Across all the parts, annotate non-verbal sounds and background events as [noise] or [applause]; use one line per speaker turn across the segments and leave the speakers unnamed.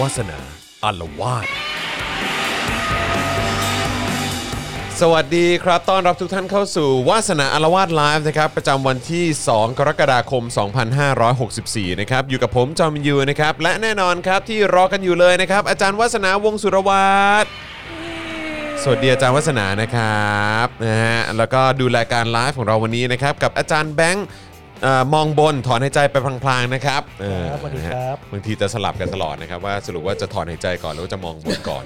วาสนาอารวาสสวัสดีครับ ต้อนรับทุกท่านเข้าสู่วาสนาอารวาสไลฟ์นะครับ ประจำวันที่ 2 กรกฎาคม 2564 นะครับ อยู่กับผมจอมยูนะครับ และแน่นอนครับที่รอกันอยู่เลยนะครับ อาจารย์วัสนาวงศ์สุรวัตร สวัสดีอาจารย์วัฒนานะครับนะฮะแล้วก็ดูรายการไลฟ์ของเราวันนี้นะครับกับอาจารย์แบงค์เอ่อมองบนถอนหายใจไปพลางๆนะครับเออ
ครับสวัสดีครับ
นะฮะบางทีจะสลับกันตลอดนะครับว่าสรุปว่าจะถอนหายใจก่อนหรือว่าจะมองบนก่อน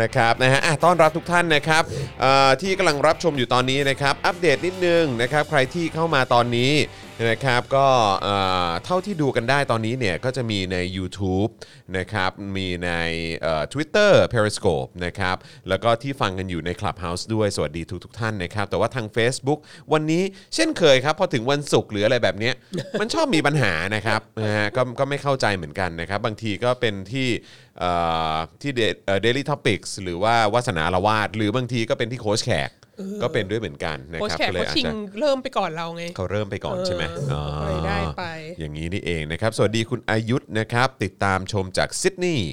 นะครับนะฮะอ่ะต้อนรับทุกท่านนะครับเอ่อที่กำลังรับชมอยู่ตอนนี้นะครับ อัปเดตนิดนึงนะครับ ใครที่เข้ามาตอนนี้นะครับก็เอ่อเท่าที่ดูกันได้ตอนนี้เนี่ยก็จะมีใน YouTube นะครับมีในเอ่อ Twitter Periscope นะครับแล้วก็ที่ฟังกันอยู่ใน Clubhouse ด้วยสวัสดีทุกทุกๆท่านนะครับ แต่ว่าทาง Facebook วันนี้เช่นเคยครับ พอถึงวันศุกร์หรืออะไรแบบ
[laughs]
เนี้ย มันชอบมีปัญหานะครับนะฮะก็ก็ไม่เข้าใจเหมือนกันนะครับ บางทีก็เป็นที่ เอ่อที่เดลิทอพิกส์หรือว่าวาสนาละวาด หรือบางทีก็เป็นที่โค้ชแขกก็เป็นด้วยเหมือนกันนะ
โค้ช
ครับ
แขก
ก็เลย
เขา
อาจ
ชิง
จะ
เริ่มไปก่อนเราไง
เขาเริ่มไปก่อน
เออ
ใช่ไหมอ๋อ
ไปได้ไป
อย่างนี้นี่เองนะครับ สวัสดีคุณอายุทธ์นะครับ ติดตามชมจากซิดนีย์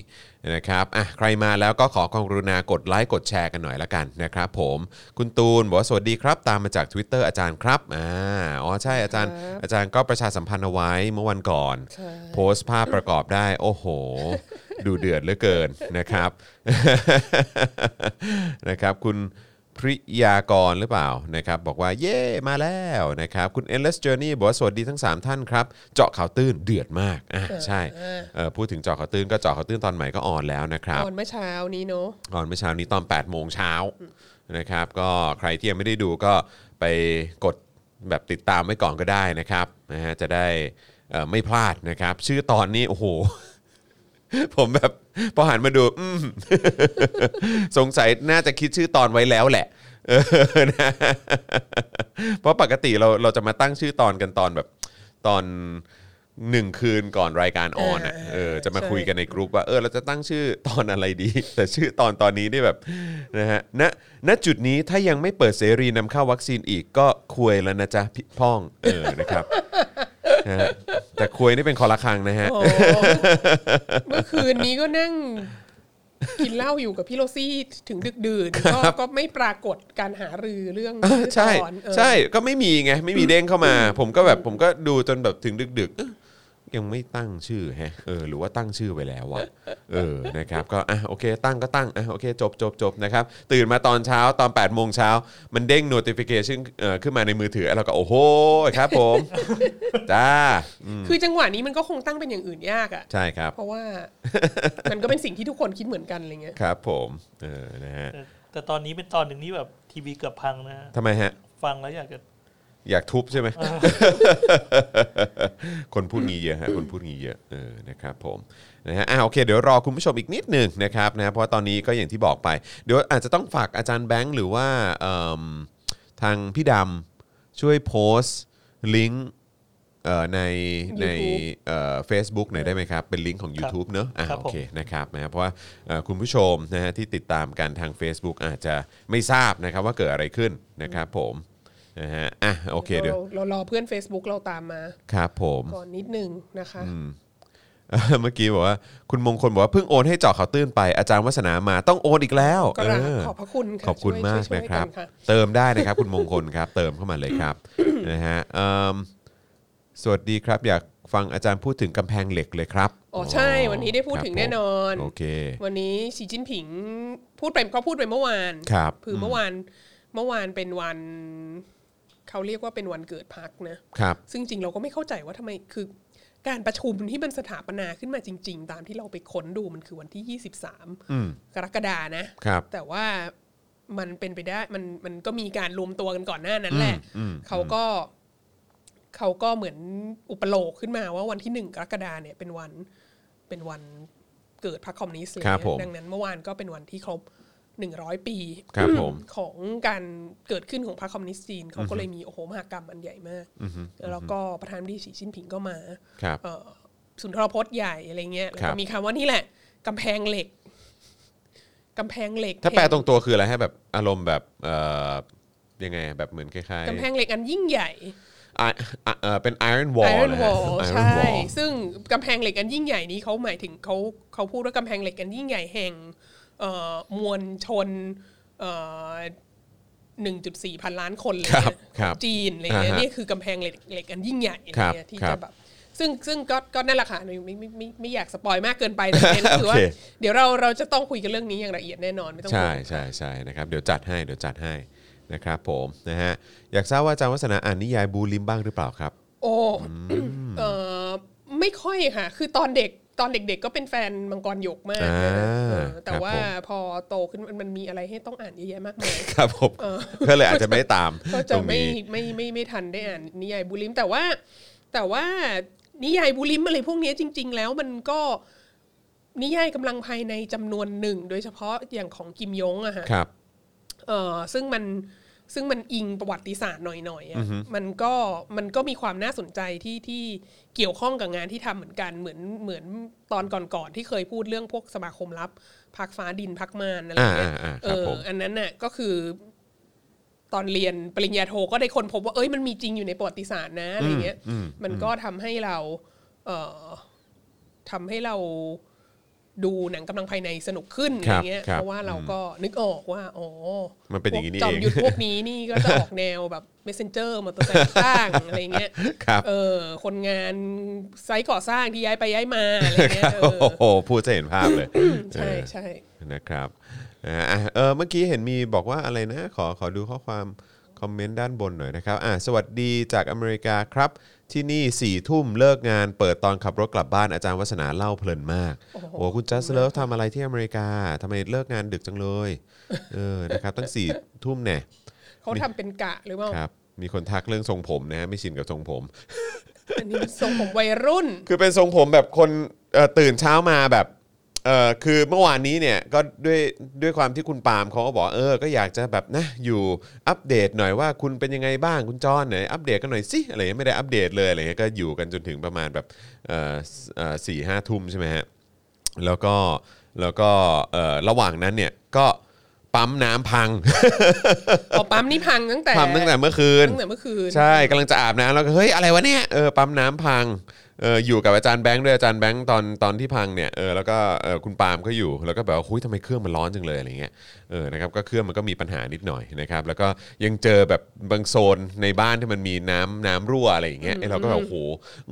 นะครับอ่ะใครมาแล้วก็ขอความกรุณากดไลค์กดแชร์กันหน่อยละกันนะครับผมคุณตูนบอกว่าสวัสดีครับ ตามมาจาก Twitter อาจารย์ครับอ่าอ๋อใช่อาจารย์ อาจารย์ก็ประชาสัมพันธ์เอาไว้เมื่อวันก่อน โพสต์ภาพประกอบได้ โอ้โห ดูเดือดเหลือเกินนะครับ [laughs] นะครับ คุณพริยากรหรือเปล่านะครับ บอกว่าเย่มาแล้วนะครับ คุณ endless journey บอกว่าสวัสดีทั้ง 3 ท่านครับ เจาะข่าวตื้นเดือดมากอ่ะใช่เอ่อพูดถึงเจาะข่าวตื้นก็เจาะข่าวตื้นตอนใหม่ก็ออนแล้วนะครับ
ตอนเมื่อเช้านี้เนาะ
ก่อนเมื่อเช้านี้ตอน 8 โมงเช้านะครับ ก็ใครที่ยังไม่ได้ดูก็ไปกดแบบติดตามไว้ก่อนก็ได้นะครับนะฮะจะได้เอ่อไม่พลาดนะครับ ชื่อตอนนี้โอ้โห [laughs] ผมแบบพอหันมาดู อืม [laughs] สงสัยน่าจะคิดชื่อตอนไว้แล้วแหละ [laughs] เออนะ [laughs] เพราะปกติเราเราจะมาตั้งชื่อตอนกันตอนแบบตอนหนึ่งคืนก่อนรายการออนอ่ะ
เออ
เออจะมา
ใช่
คุยกันในกรุ๊ปว่าเออเราจะตั้งชื่อตอนอะไรดี [laughs] แต่ชื่อตอนตอนนี้นี่แบบนะฮะณณจุดนี้ถ้ายังไม่เปิดเสรีนำเข้าวัคซีนอีกก็ควยแล้วนะจ๊ะพี่พ้องเออนะครับนะฮะแต่ควยนี่เป็นคอละครังนะฮะ
โอ้
[laughs]
เมื่อคืนนี้ก็นั่งกินเหล้าอยู่กับพี่โรซี่ถึงดึกดื่นก็ก็ไม่ปรากฏการหารือเรื่อง
เออใช่
เรื่องตอนเออ
ใช่ก็ไม่มีไง ไม่มีเด้งเข้ามา ผมก็แบบผมก็ดูจนแบบถึงดึกๆเอ๊ะยังไม่ตั้งชื่อแฮะเออหรือว่าตั้งชื่อไปแล้ววะเออนะครับก็อ่ะโอเค ตั้งก็ตั้งอ่ะโอเคจบจบจบนะครับ ตื่นมาตอนเช้าตอน8ปดโมงเช้ามันเด้ง notification เอ่อขึ้นมาในมือถือแล้วก็โอ้โหครับผม
[laughs]
จ้าอืม
คือจังหวะนี้มันก็คงตั้งเป็นอย่างอื่นยาก
[laughs]
อ่ะ
ใช่ครับ
เพราะว่า มันก็เป็นสิ่งที่ทุกคนคิดเหมือนกันอะไรเงี้ย
ครับผมเออนะฮะ
แต่แต่ตอนนี้เป็นตอนหนึ่งที่แบบทีวีเกือบพังนะฮะ
ทำไมฮะ
ฟังแล้วอยากจะ
อยากทุบใช่ [laughs] ไหม คนพูดงี้เยอะฮะ คนพูดงี้เยอะ เออ นะครับผม นะฮะ อ่าโอเค เดี๋ยวรอคุณผู้ชมอีกนิดหนึ่งนะครับนะ เพราะว่าตอนนี้ก็อย่างที่บอกไป เดี๋ยวอาจจะต้องฝากอาจารย์แบงค์หรือว่าเอิ่มทางพี่ดำช่วยโพสต์ลิงก์เอ่อในในเฟซบุ๊กหน่อยได้ไหมครับ เป็นลิงก์ของ YouTube เนอะอ่าโอเค นะครับนะเพราะว่าเอ่อคุณผู้ชมนะฮะที่ติดตามกันทาง Facebook อาจจะไม่ทราบนะครับว่าเกิดอะไรขึ้นนะครับผมนะฮะอ่ะโอเคเดี๋ยว
เราเรารอเพื่อน Facebook เราตามมา
ครับผม
ก่อนนิดนึงนะคะ
เอ่ [laughs] อเมื่อกี้บอกว่าคุณมงคลบอกว่าเพิ่งโอนให้เจาะข่าวตื้นไปอาจารย์วัฒนามาต้องโอนอีกแล้ว
ก็ราบ
เออ
ขอบพระคุณค่ะ
ขอบคุณ
ช่วย
มาก
ช่วย
นะ
ๆ
ครับ
กัะ
เติมได้นะครับ คุณมงคลครับ เติมเข้ามาเลยครับ
[coughs]
นะฮะเอิ่มสวัสดีครับ อยากฟังอาจารย์พูดถึงกำแพงเหล็กเลยครับ
อ๋อใช่วันนี้ได้พูดถึงแน่นอน
โอเค
วันนี้สีจิ้นผิงพูดไปก็พูดไปเมื่อวาน
ครับ
คือเมื่อวานเมื่อวานเป็นวัน เขาเรียกว่าเป็นวันเกิดพักนะครับ ซึ่งจริงเราก็ไม่เข้าใจว่าทำไมคือ การประชุมที่มันสถาปนาขึ้นมาจริง ๆ ตามที่เราไปค้นดูมันคือวันที่
อืม
23 กรกฎานะ
ครับ
แต่ว่ามันเป็นไปได้มันมันก็มีการรวมตัวกันก่อนหน้านั้นแหละ
อืมอืม
เขาก็ เขาก็เหมือนอุปโลกขึ้นมาว่าวันที่หนึ่งกรกฎาเนี่ยเป็นวันเป็นวันเกิดพรรคคอมมิวนิสต์เลย
ครับผม
ดังนั้นเมื่อวานก็เป็นวันที่ครบหนึ่งร้อยปี
ครับผม
ของการเกิดขึ้นของพรรคคอมมิวนิสต์จีนเขาก็เลยมีโอ้โหมหากรรมอันใหญ่มาก
อือฮึ
แล้วก็ประธานาธิบดีสีจิ้นผิงก็มา
ครับ
เอ่อสุนทรพจน์ใหญ่อะไรเงี้ยแล้ว
ครั
ก็
บ
มีคำว่านี่แหละกำแพงเหล็กกำแพงเหล็ก
ถ้าแปลต
แห่
รงตัวคืออะไรให้แบบอารมณ์แบบเอ่อยังไงแบบเหมือนคล้าย
กำแพงเหล็กอันยิ่งใหญ่
อ่ะอ่ะเอ่อเป็น Iron Wall
Iron
นะฮะ
Wall
Iron
ใช่
Wall
ซึ่งกำแพงเหล็กอันยิ่งใหญ่นี้เขาหมายถึงเขาเขาพูดว่ากำแพงเหล็กอันยิ่งใหญ่แห่งเอ่อมวลชนหนึ่งจุดสี่พันล้านคนเลย
ครับ
นะครับ จีนอะไรเงี้ย
อ่าฮะ
นี่คือกำแพงเหล็กเหล็กอันยิ่งใหญ่อะไร
ครับ
เงี้ยที่
ครั
จะ
บ
แบบซึ่งซึ่งก็ก็นั่นแหละค่ะไม่ไม่ไมไม่ไม่อยากสปอยมากเกินไปแต่เป็นก็คือว่า
โอเค
เดี๋ยวเราเราจะต้องคุยกันเรื่องนี้อย่างละเอียดแน่นอนไม่ต้อง
ใช่
ห่วง
ใช่ใช่นะครับเดี๋ยวจัดให้เดี๋ยวจัดให้นะครับผมนะฮะอยากทราบว่าอาจารย์วัฒนาอ่านนิยายบูลิมบ้างหรือเปล่าครับ [laughs]
โอ้เออไม่ค่อยค่ะ คือตอนเด็กตอนเด็ก ๆ ก็เป็นแฟนมังกรหยกมาก
อ่า
นะเออแต่
ครับ
ว่า
ผม
พอโตขึ้นมันมันมีอะไรให้ต้องอ่านเยอะแยะมากมาย
ครับผมก็เลยอาจจะไม่ได้ตาม
ก็
ต
จะ
รง
ไม่
นี้
ไม่ไม่ไม่ไม่ทันได้อ่านนิยายบูลิม แต่ว่า แต่ว่านิยายบูลิมอะไรพวกเนี้ยจริง ๆ แล้วมันก็นิยายกำลังภายในจำนวนหนึ่ง โดยเฉพาะอย่างของกิมยงอะฮะ
ครับ
เออซึ่งมันซึ่งมันอิงประวัติศาสตร์หน่อยๆอะมันก็มันก็มีความน่าสนใจที่ที่เกี่ยวข้องกับงานที่ทำเหมือนกันเหมือนเหมือนตอนก่อนๆที่เคยพูดเรื่องพวกสมาคมลับพักฟ้าดินพักมานอะไรเงี้ย
อ่าอ่าอ่าค
เอ
รับ
อ
ผม
อันนั้นน่ะก็คือ ตอนเรียนปริญญาโทก็ได้คนพบว่าเอ้ยมันมีจริงอยู่ในประวัติศาสตร์นะอะไรเงี้ย มันก็ทำให้เราเอ่อทำให้เราดูหนังกำลังภายในสนุกขึ้นอะไรเงี้
ค
ย
รับครับ
เพราะว่าเราก็นึกออกว่าอ๋อ
มันเป็นอย่างนี้นี่
พวกจอม
เอง
ยุทธพวกนี้นี่ก็จะออกแนวแบบ messenger มอเตอร์ไซค์สร้างอะไรเงี้ย
ครับ
เออคนงานไซต์ก่อสร้างที่ย้ายไปย้ายมาอะไรเงี้ยเอ
โอ้
อ
โหพูดจะเห็นภาพเลย
ใช่
เออ
ใช่
นะครับนะฮะอ่ะเออเมื่อกี้เห็นมีบอกว่าอะไรนะ ขอขอดูข้อความคอมเมนต์ด้านบนหน่อยนะครับอ่ะสวัสดีจากอเมริกาครับ ที่นี่4ี่ทุ่มเลิกงาน เปิดตอนขับรถกลับบ้านอาจารย์วัฒนาเล่าเพลินมาก
โอ้โห
โอ้คุณจัสเลฟทำอะไรที่อเมริกาทำไมเลิกงานดึกจังเลยเออนะครับตั้ง4ี่ทุ่มเนี่ย
เขาทำเป็นกะหรือเปล่า
ครับมีคนทักเรื่องทรงผมนะฮะไม่ชินกับทรงผม
อันนี้ทรงผมวัยรุ่น
คือเป็นทรงผมแบบคนเอ่อตื่นเช้ามาแบบเออคือเมื่อวานนี้เนี่ยก็ด้วยด้วยความที่คุณปาล์มเขาก็บอกเออก็อยากจะแบบนะอยู่อัปเดตหน่อยว่าคุณเป็นยังไงบ้างคุณจอนไหนอัปเดตกันหน่อยสิอะไรเงี้ยไม่ได้อัปเดตเลยอะไรเงี้ยก็อยู่กันจนถึงประมาณแบบเออเอ่อสี่ห้าทุ่มใช่ไหมฮะ แล้วก็แล้วก็เอ่อระหว่างนั้นเนี่ยก็ปั๊มน้ำพัง [laughs]
ออกปั๊มนี่พังตั้งแต่
ปั๊มตั้งแต่เมื่อคืน
ตั้งแต่เมื่อคืน
ใช่กำลังจะอาบน้ำแล้วก็เฮ้ยอะไรวะเนี่ยเออปั๊มน้ำพังเอออยู่กับอาจารย์แบงค์ด้วยอาจารย์แบงค์ตอนตอนที่พังเนี่ยเออแล้วก็เออคุณปาล์มก็อยู่แล้วก็แบบว่าคุยทำไมเครื่องมันร้อนจังเลยอะไรเงี้ยเออนะครับก็เครื่องมันก็มีปัญหานิดหน่อยนะครับแล้วก็ยังเจอแบบบางโซนในบ้านที่มันมีน้ำน้ำรั่วอะไรอย่างเงี้ยเอ้ยเราก็แบบโอ้โห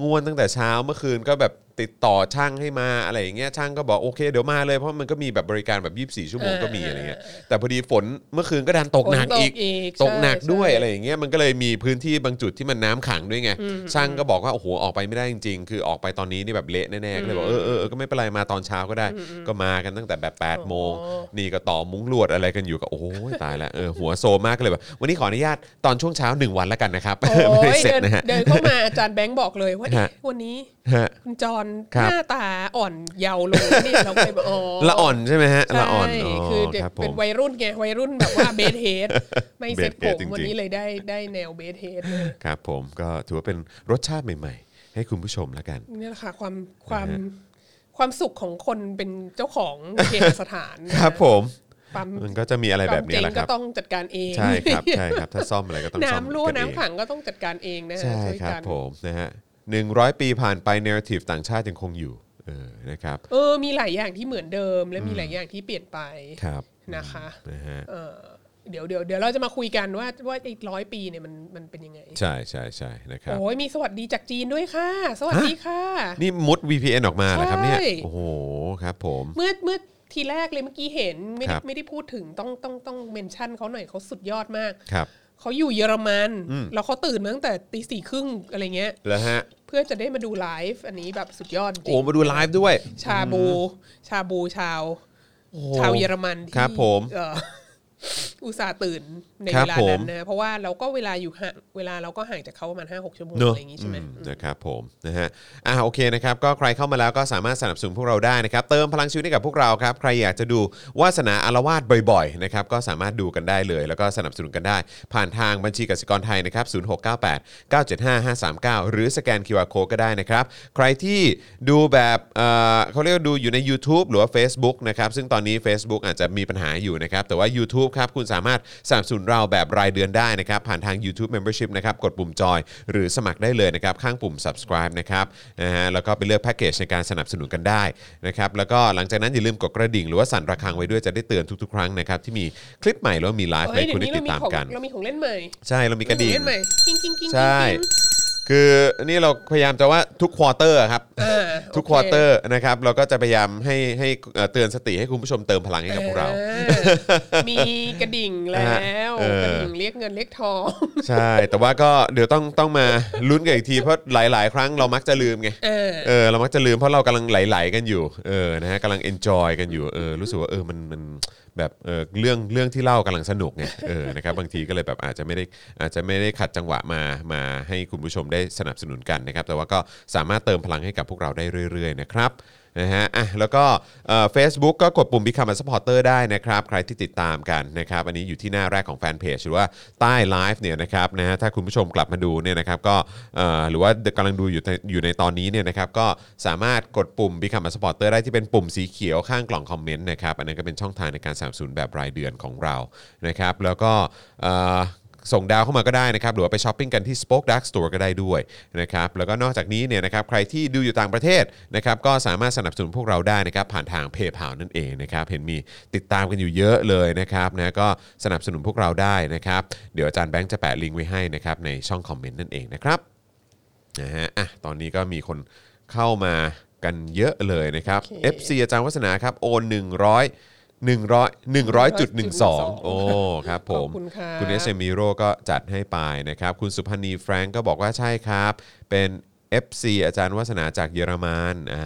ง่วนตั้งแต่เช้าเมื่อคืนก็แบบติดต่อช่างให้มาอะไรอย่างเงี้ยช่างก็บอกโอเคเดี๋ยวมาเลยเพราะมันก็มีแบบบริการแบบ24 ชั่วโมงก็มีอะไรเงี้ยแต่พอดีฝนเมื่อคืนก็ดันตกหนัก
ฝนตก
อีก
อีก
ตกหนัก
ใช่
ด้วย
ใช่
อะไร อะไรอย่างเงี้ยมันก็เลยมีพื้นที่บางจุดที่มันน้ำขังด้วยไงช่างก็บอกว่าโอ้โหออกไปไม่ได้จริงๆ คือออกไปตอนนี้นี่แบบเละแน่ๆก็เลยบอกเออเออเออก็ไม่เป็นไรมาตอนเช้าก็ได้ ก็มากันตั้งแต่แบบ8ปดโมง
โอ้
นี่ก็ต่อมุ้งลวดอะไรกันอยู่ก็โอ้ยตายละเออหัวโซมมากเลยแบบวันนี้ขออนุญาตตอนช่วงเช้าหนึ่งวันแล้วกันนะครับ [laughs] ไม่ได้
โอ้ย
เสร็จ
เดิน
นะฮะ
เดินเข้ามาอาจารย์แบงค์บอกเลยว่า
ฮะ
เอ๊ะวันนี้
ฮะ
คุณจร
ครับ
หน้าตาอ่อนเยาว์ลงเนี่ยเราเลยแบบอ๋อ
ละอ่อนใช่ไหมฮะ
ใช่
ละอ่อนอ๋อ
คือเด็ก
ครับผ
เป็น
ม
วัยรุ่นไงวัยรุ่นแบบว่าเบสเฮดไม่เซ็ต
bed
ผ
head
ม
จริงๆ
วันนี้เลยได้ได้แนวเบสเฮดเลย
ครับผมก็ถือว่าเป็นรสชาติใหม่ ๆ ให้คุณผู้ชมแล้วกัน
นี่แหละค่ะความความความสุขของคนเป็นเจ้าของเคหสถานนะครับ
ผม
ปั๊ม
มันก็จะมีอะไรแบบเนี้ย
ปั๊ม
แหละค
เจ๊งก็
รับ
ต้องจัดการเอง
ใช่
[laughs]
ครับใช่ครับถ้าซ่อมอะไรก็ต้องซ่อม
น้ำรั่ว
กัเอง
น้ำขังก็ต้องจัดการเองนะฮะ
ใช่
วย
ครับ
กัน
ผมนะฮะหนึ่งร้อยปีผ่านไปเน r ร์ทีฟต่างชาติยังคงอยู่เออนะครับ
เออ มีหลายอย่างที่เหมือนเดิม และมีหลายอย่างที่เปลี่ยนไป
ครับ
นะคะ
นะฮะ
เออเดี๋ยวเดี๋ยวเดี๋ยวเราจะมาคุยกันว่าว่าไอ้ร้อยปีเนี่ยมันมันเป็นยังไง
ใช่ใช่ใช่นะครับ
โอ้ยมีสวัสดีจากจีนด้วยค่ะ สวัสดีค่ะ
นี่มุด VPN ออกมาแล้วครับเนี่ย
ใช่
โอ้โหครับผม
เมื่อเมื่อทีแรกเลยเมื่อกี้เห็นไม่
ค
ได้
รับ
ไม่ได้พูดถึงต้องต้องต้องเมนชั่นเขาหน่อยเขาสุดยอดมาก
ครับ
เขาอยู่เยอรมัน แล้วเขาตื่นมาตั้งแต่ตีสี่ครึ่งอะไรเงี้ย
แล้วฮะ
เพื่อจะได้มาดูไลฟ์อันนี้แบบสุดยอดจริ
โอ้
ง
มาดูไลฟ์ด้วย
ชาบู ชาบูชาว
โอ้โห
ชาวเยอรมันที่
ครับผม
เอ่อ [laughs] อุตส่าห์ตื่นใน
ครั
เว
บ
ลา
ผม
นั้นนะเพราะว่าเราก็เวลาอยู่ห่างเวลาเราก็ห่างจากเขาประมาณห้าหกชั่วโมง
เน
อะ
อะไร
อย่างงี้ใช่ไหม
อืนะครับผมนะฮะอ่ะโอเคนะครับก็ใครเข้ามาแล้วก็สามารถสนับสนุนพวกเราได้นะครับเติมพลังชีวิตให้กับพวกเราครับใครอยากจะดูวาสนาอารวาสบ่อยๆนะครับก็สามารถดูกันได้เลย แล้วก็สนับสนุนกันได้ ผ่านทางบัญชีกสิกรไทยนะครับศูนย์หกเก้หรือสแกน QR Code ก็ได้นะครับใครที่ดูแบบเอ่อเขาเรียกว่าดูอยู่ใน YouTube หรือว่า Facebook นะครับซึ่งตอนนี้ Facebook อาจจะมีปัญหาอยู่นะครับแต่ว่า YouTube ครับคุณ สามารถสนับสนุนเราแบบรายเดือนได้นะครับ ผ่านทาง YouTube Membership นะครับกดปุ่มจอยหรือสมัครได้เลยนะครับ ข้างปุ่ม subscribe นะครับนะฮะแล้วก็ไปเลือกแพ็กเกจในการสนับสนุนกันได้นะครับแล้วก็หลังจากนั้นอย่าลืมกดกระดิ่งหรือว่าสั่นระฆังไว้ด้วยจะได้เตือนทุกๆ ครั้งนะครับที่มีคลิปใหม่หรือว่ามีไลฟ์
เฮ้ย
ให้
เดี๋ย
คุณ
ว
ได้
นี้
ติ
เรา
ด
มี
ตาม
ของ
กัน
เรามีของเล่นใหม่
ใช่เรามีกระดิ่ง
เล่นใหม่กิ้งกิ้งกิ้ง
ใช่
กิ้งกิ้ง
คือนี่เราพยายามจะว่าทุกควอเตอร์ครับ
อ่า
ทุก
โ
ควอเตอร์นะครับ เราก็จะพยายามให้ให้เอ่อเตือนสติให้คุณผู้ชมเติมพลังให้กับพวกเรา
อ่ามีกระดิ่งแล้ว
เออ
กระดิ่งเรียกเงินเรียกทอง [laughs]
ใช่ แต่ว่าก็เดี๋ยวต้องต้องมาลุ้นกันอีกที เพราะหลาย ๆ ครั้งเรามักจะลืมไง
เออ
เออเรามักจะลืมเพราะเรากำลังไหลๆกันอยู่ เออนะฮะกำลังเอนจอยกันอยู่เออรู้สึกว่าเออมันมันแบบเออเรื่องเรื่องที่เล่ากำลังสนุกไงเออนะครับบางทีก็เลยแบบอาจจะไม่ได้อาจจะไม่ได้ขัดจังหวะมามาให้คุณผู้ชมได้สนับสนุนกันนะครับ แต่ว่าก็สามารถเติมพลังให้กับพวกเราได้เรื่อย ๆ นะครับนะฮะอ่ะแล้วก็เฟซบุ๊กก็กดปุ่ม Become a supporter ได้นะครับ ใครที่ติดตามกันนะครับ อันนี้อยู่ที่หน้าแรกของแฟนเพจหรือว่าใต้ไลฟ์เนี่ยนะครับนะฮะถ้าคุณผู้ชมกลับมาดูเนี่ยนะครับก็เอ่อหรือว่ากำลังดูอยู่ในอยู่ในตอนนี้เนี่ยนะครับก็สามารถกดปุ่ม Become a supporter ได้ที่เป็นปุ่มสีเขียวข้างกล่องคอมเมนต์นะครับอันนั้นก็เป็นช่องทางในการสนับสนุนแบบรายเดือนของเรานะครับแล้วก็เอ่อ ส่งดาวเข้ามาก็ได้นะครับ หรือว่าไปช้อปปิ้งกันที่ Spoke Dark Store ก็ได้ด้วยนะครับ แล้วก็นอกจากนี้เนี่ยนะครับ ใครที่ดูอยู่ต่างประเทศนะครับ ก็สามารถสนับสนุนพวกเราได้นะครับ ผ่านทางเพย์พานั่นเองนะครับ เห็นมีติดตามกันอยู่เยอะเลยนะครับนะ ก็สนับสนุนพวกเราได้นะครับ เดี๋ยวอาจารย์แบงค์จะแปะลิงก์ไว้ให้นะครับในช่องคอมเมนต์นั่นเองนะครับ นะฮะอ่ะตอนนี้ก็มีคนเข้ามากันเยอะเลยนะครับ
โอเค
FC อาจารย์วัฒนาครับ โอน 100 100 100.12
100.12
โอ้ ครับผม
ขอบคุณครับ
คุณเอสเอมิโรก็จัดให้ไปนะครับ คุณสุพันธ์นีแฟรงก์ก็บอกว่าใช่ครับ เป็น FC อาจารย์วัฒนาจากเยอรมันอ่า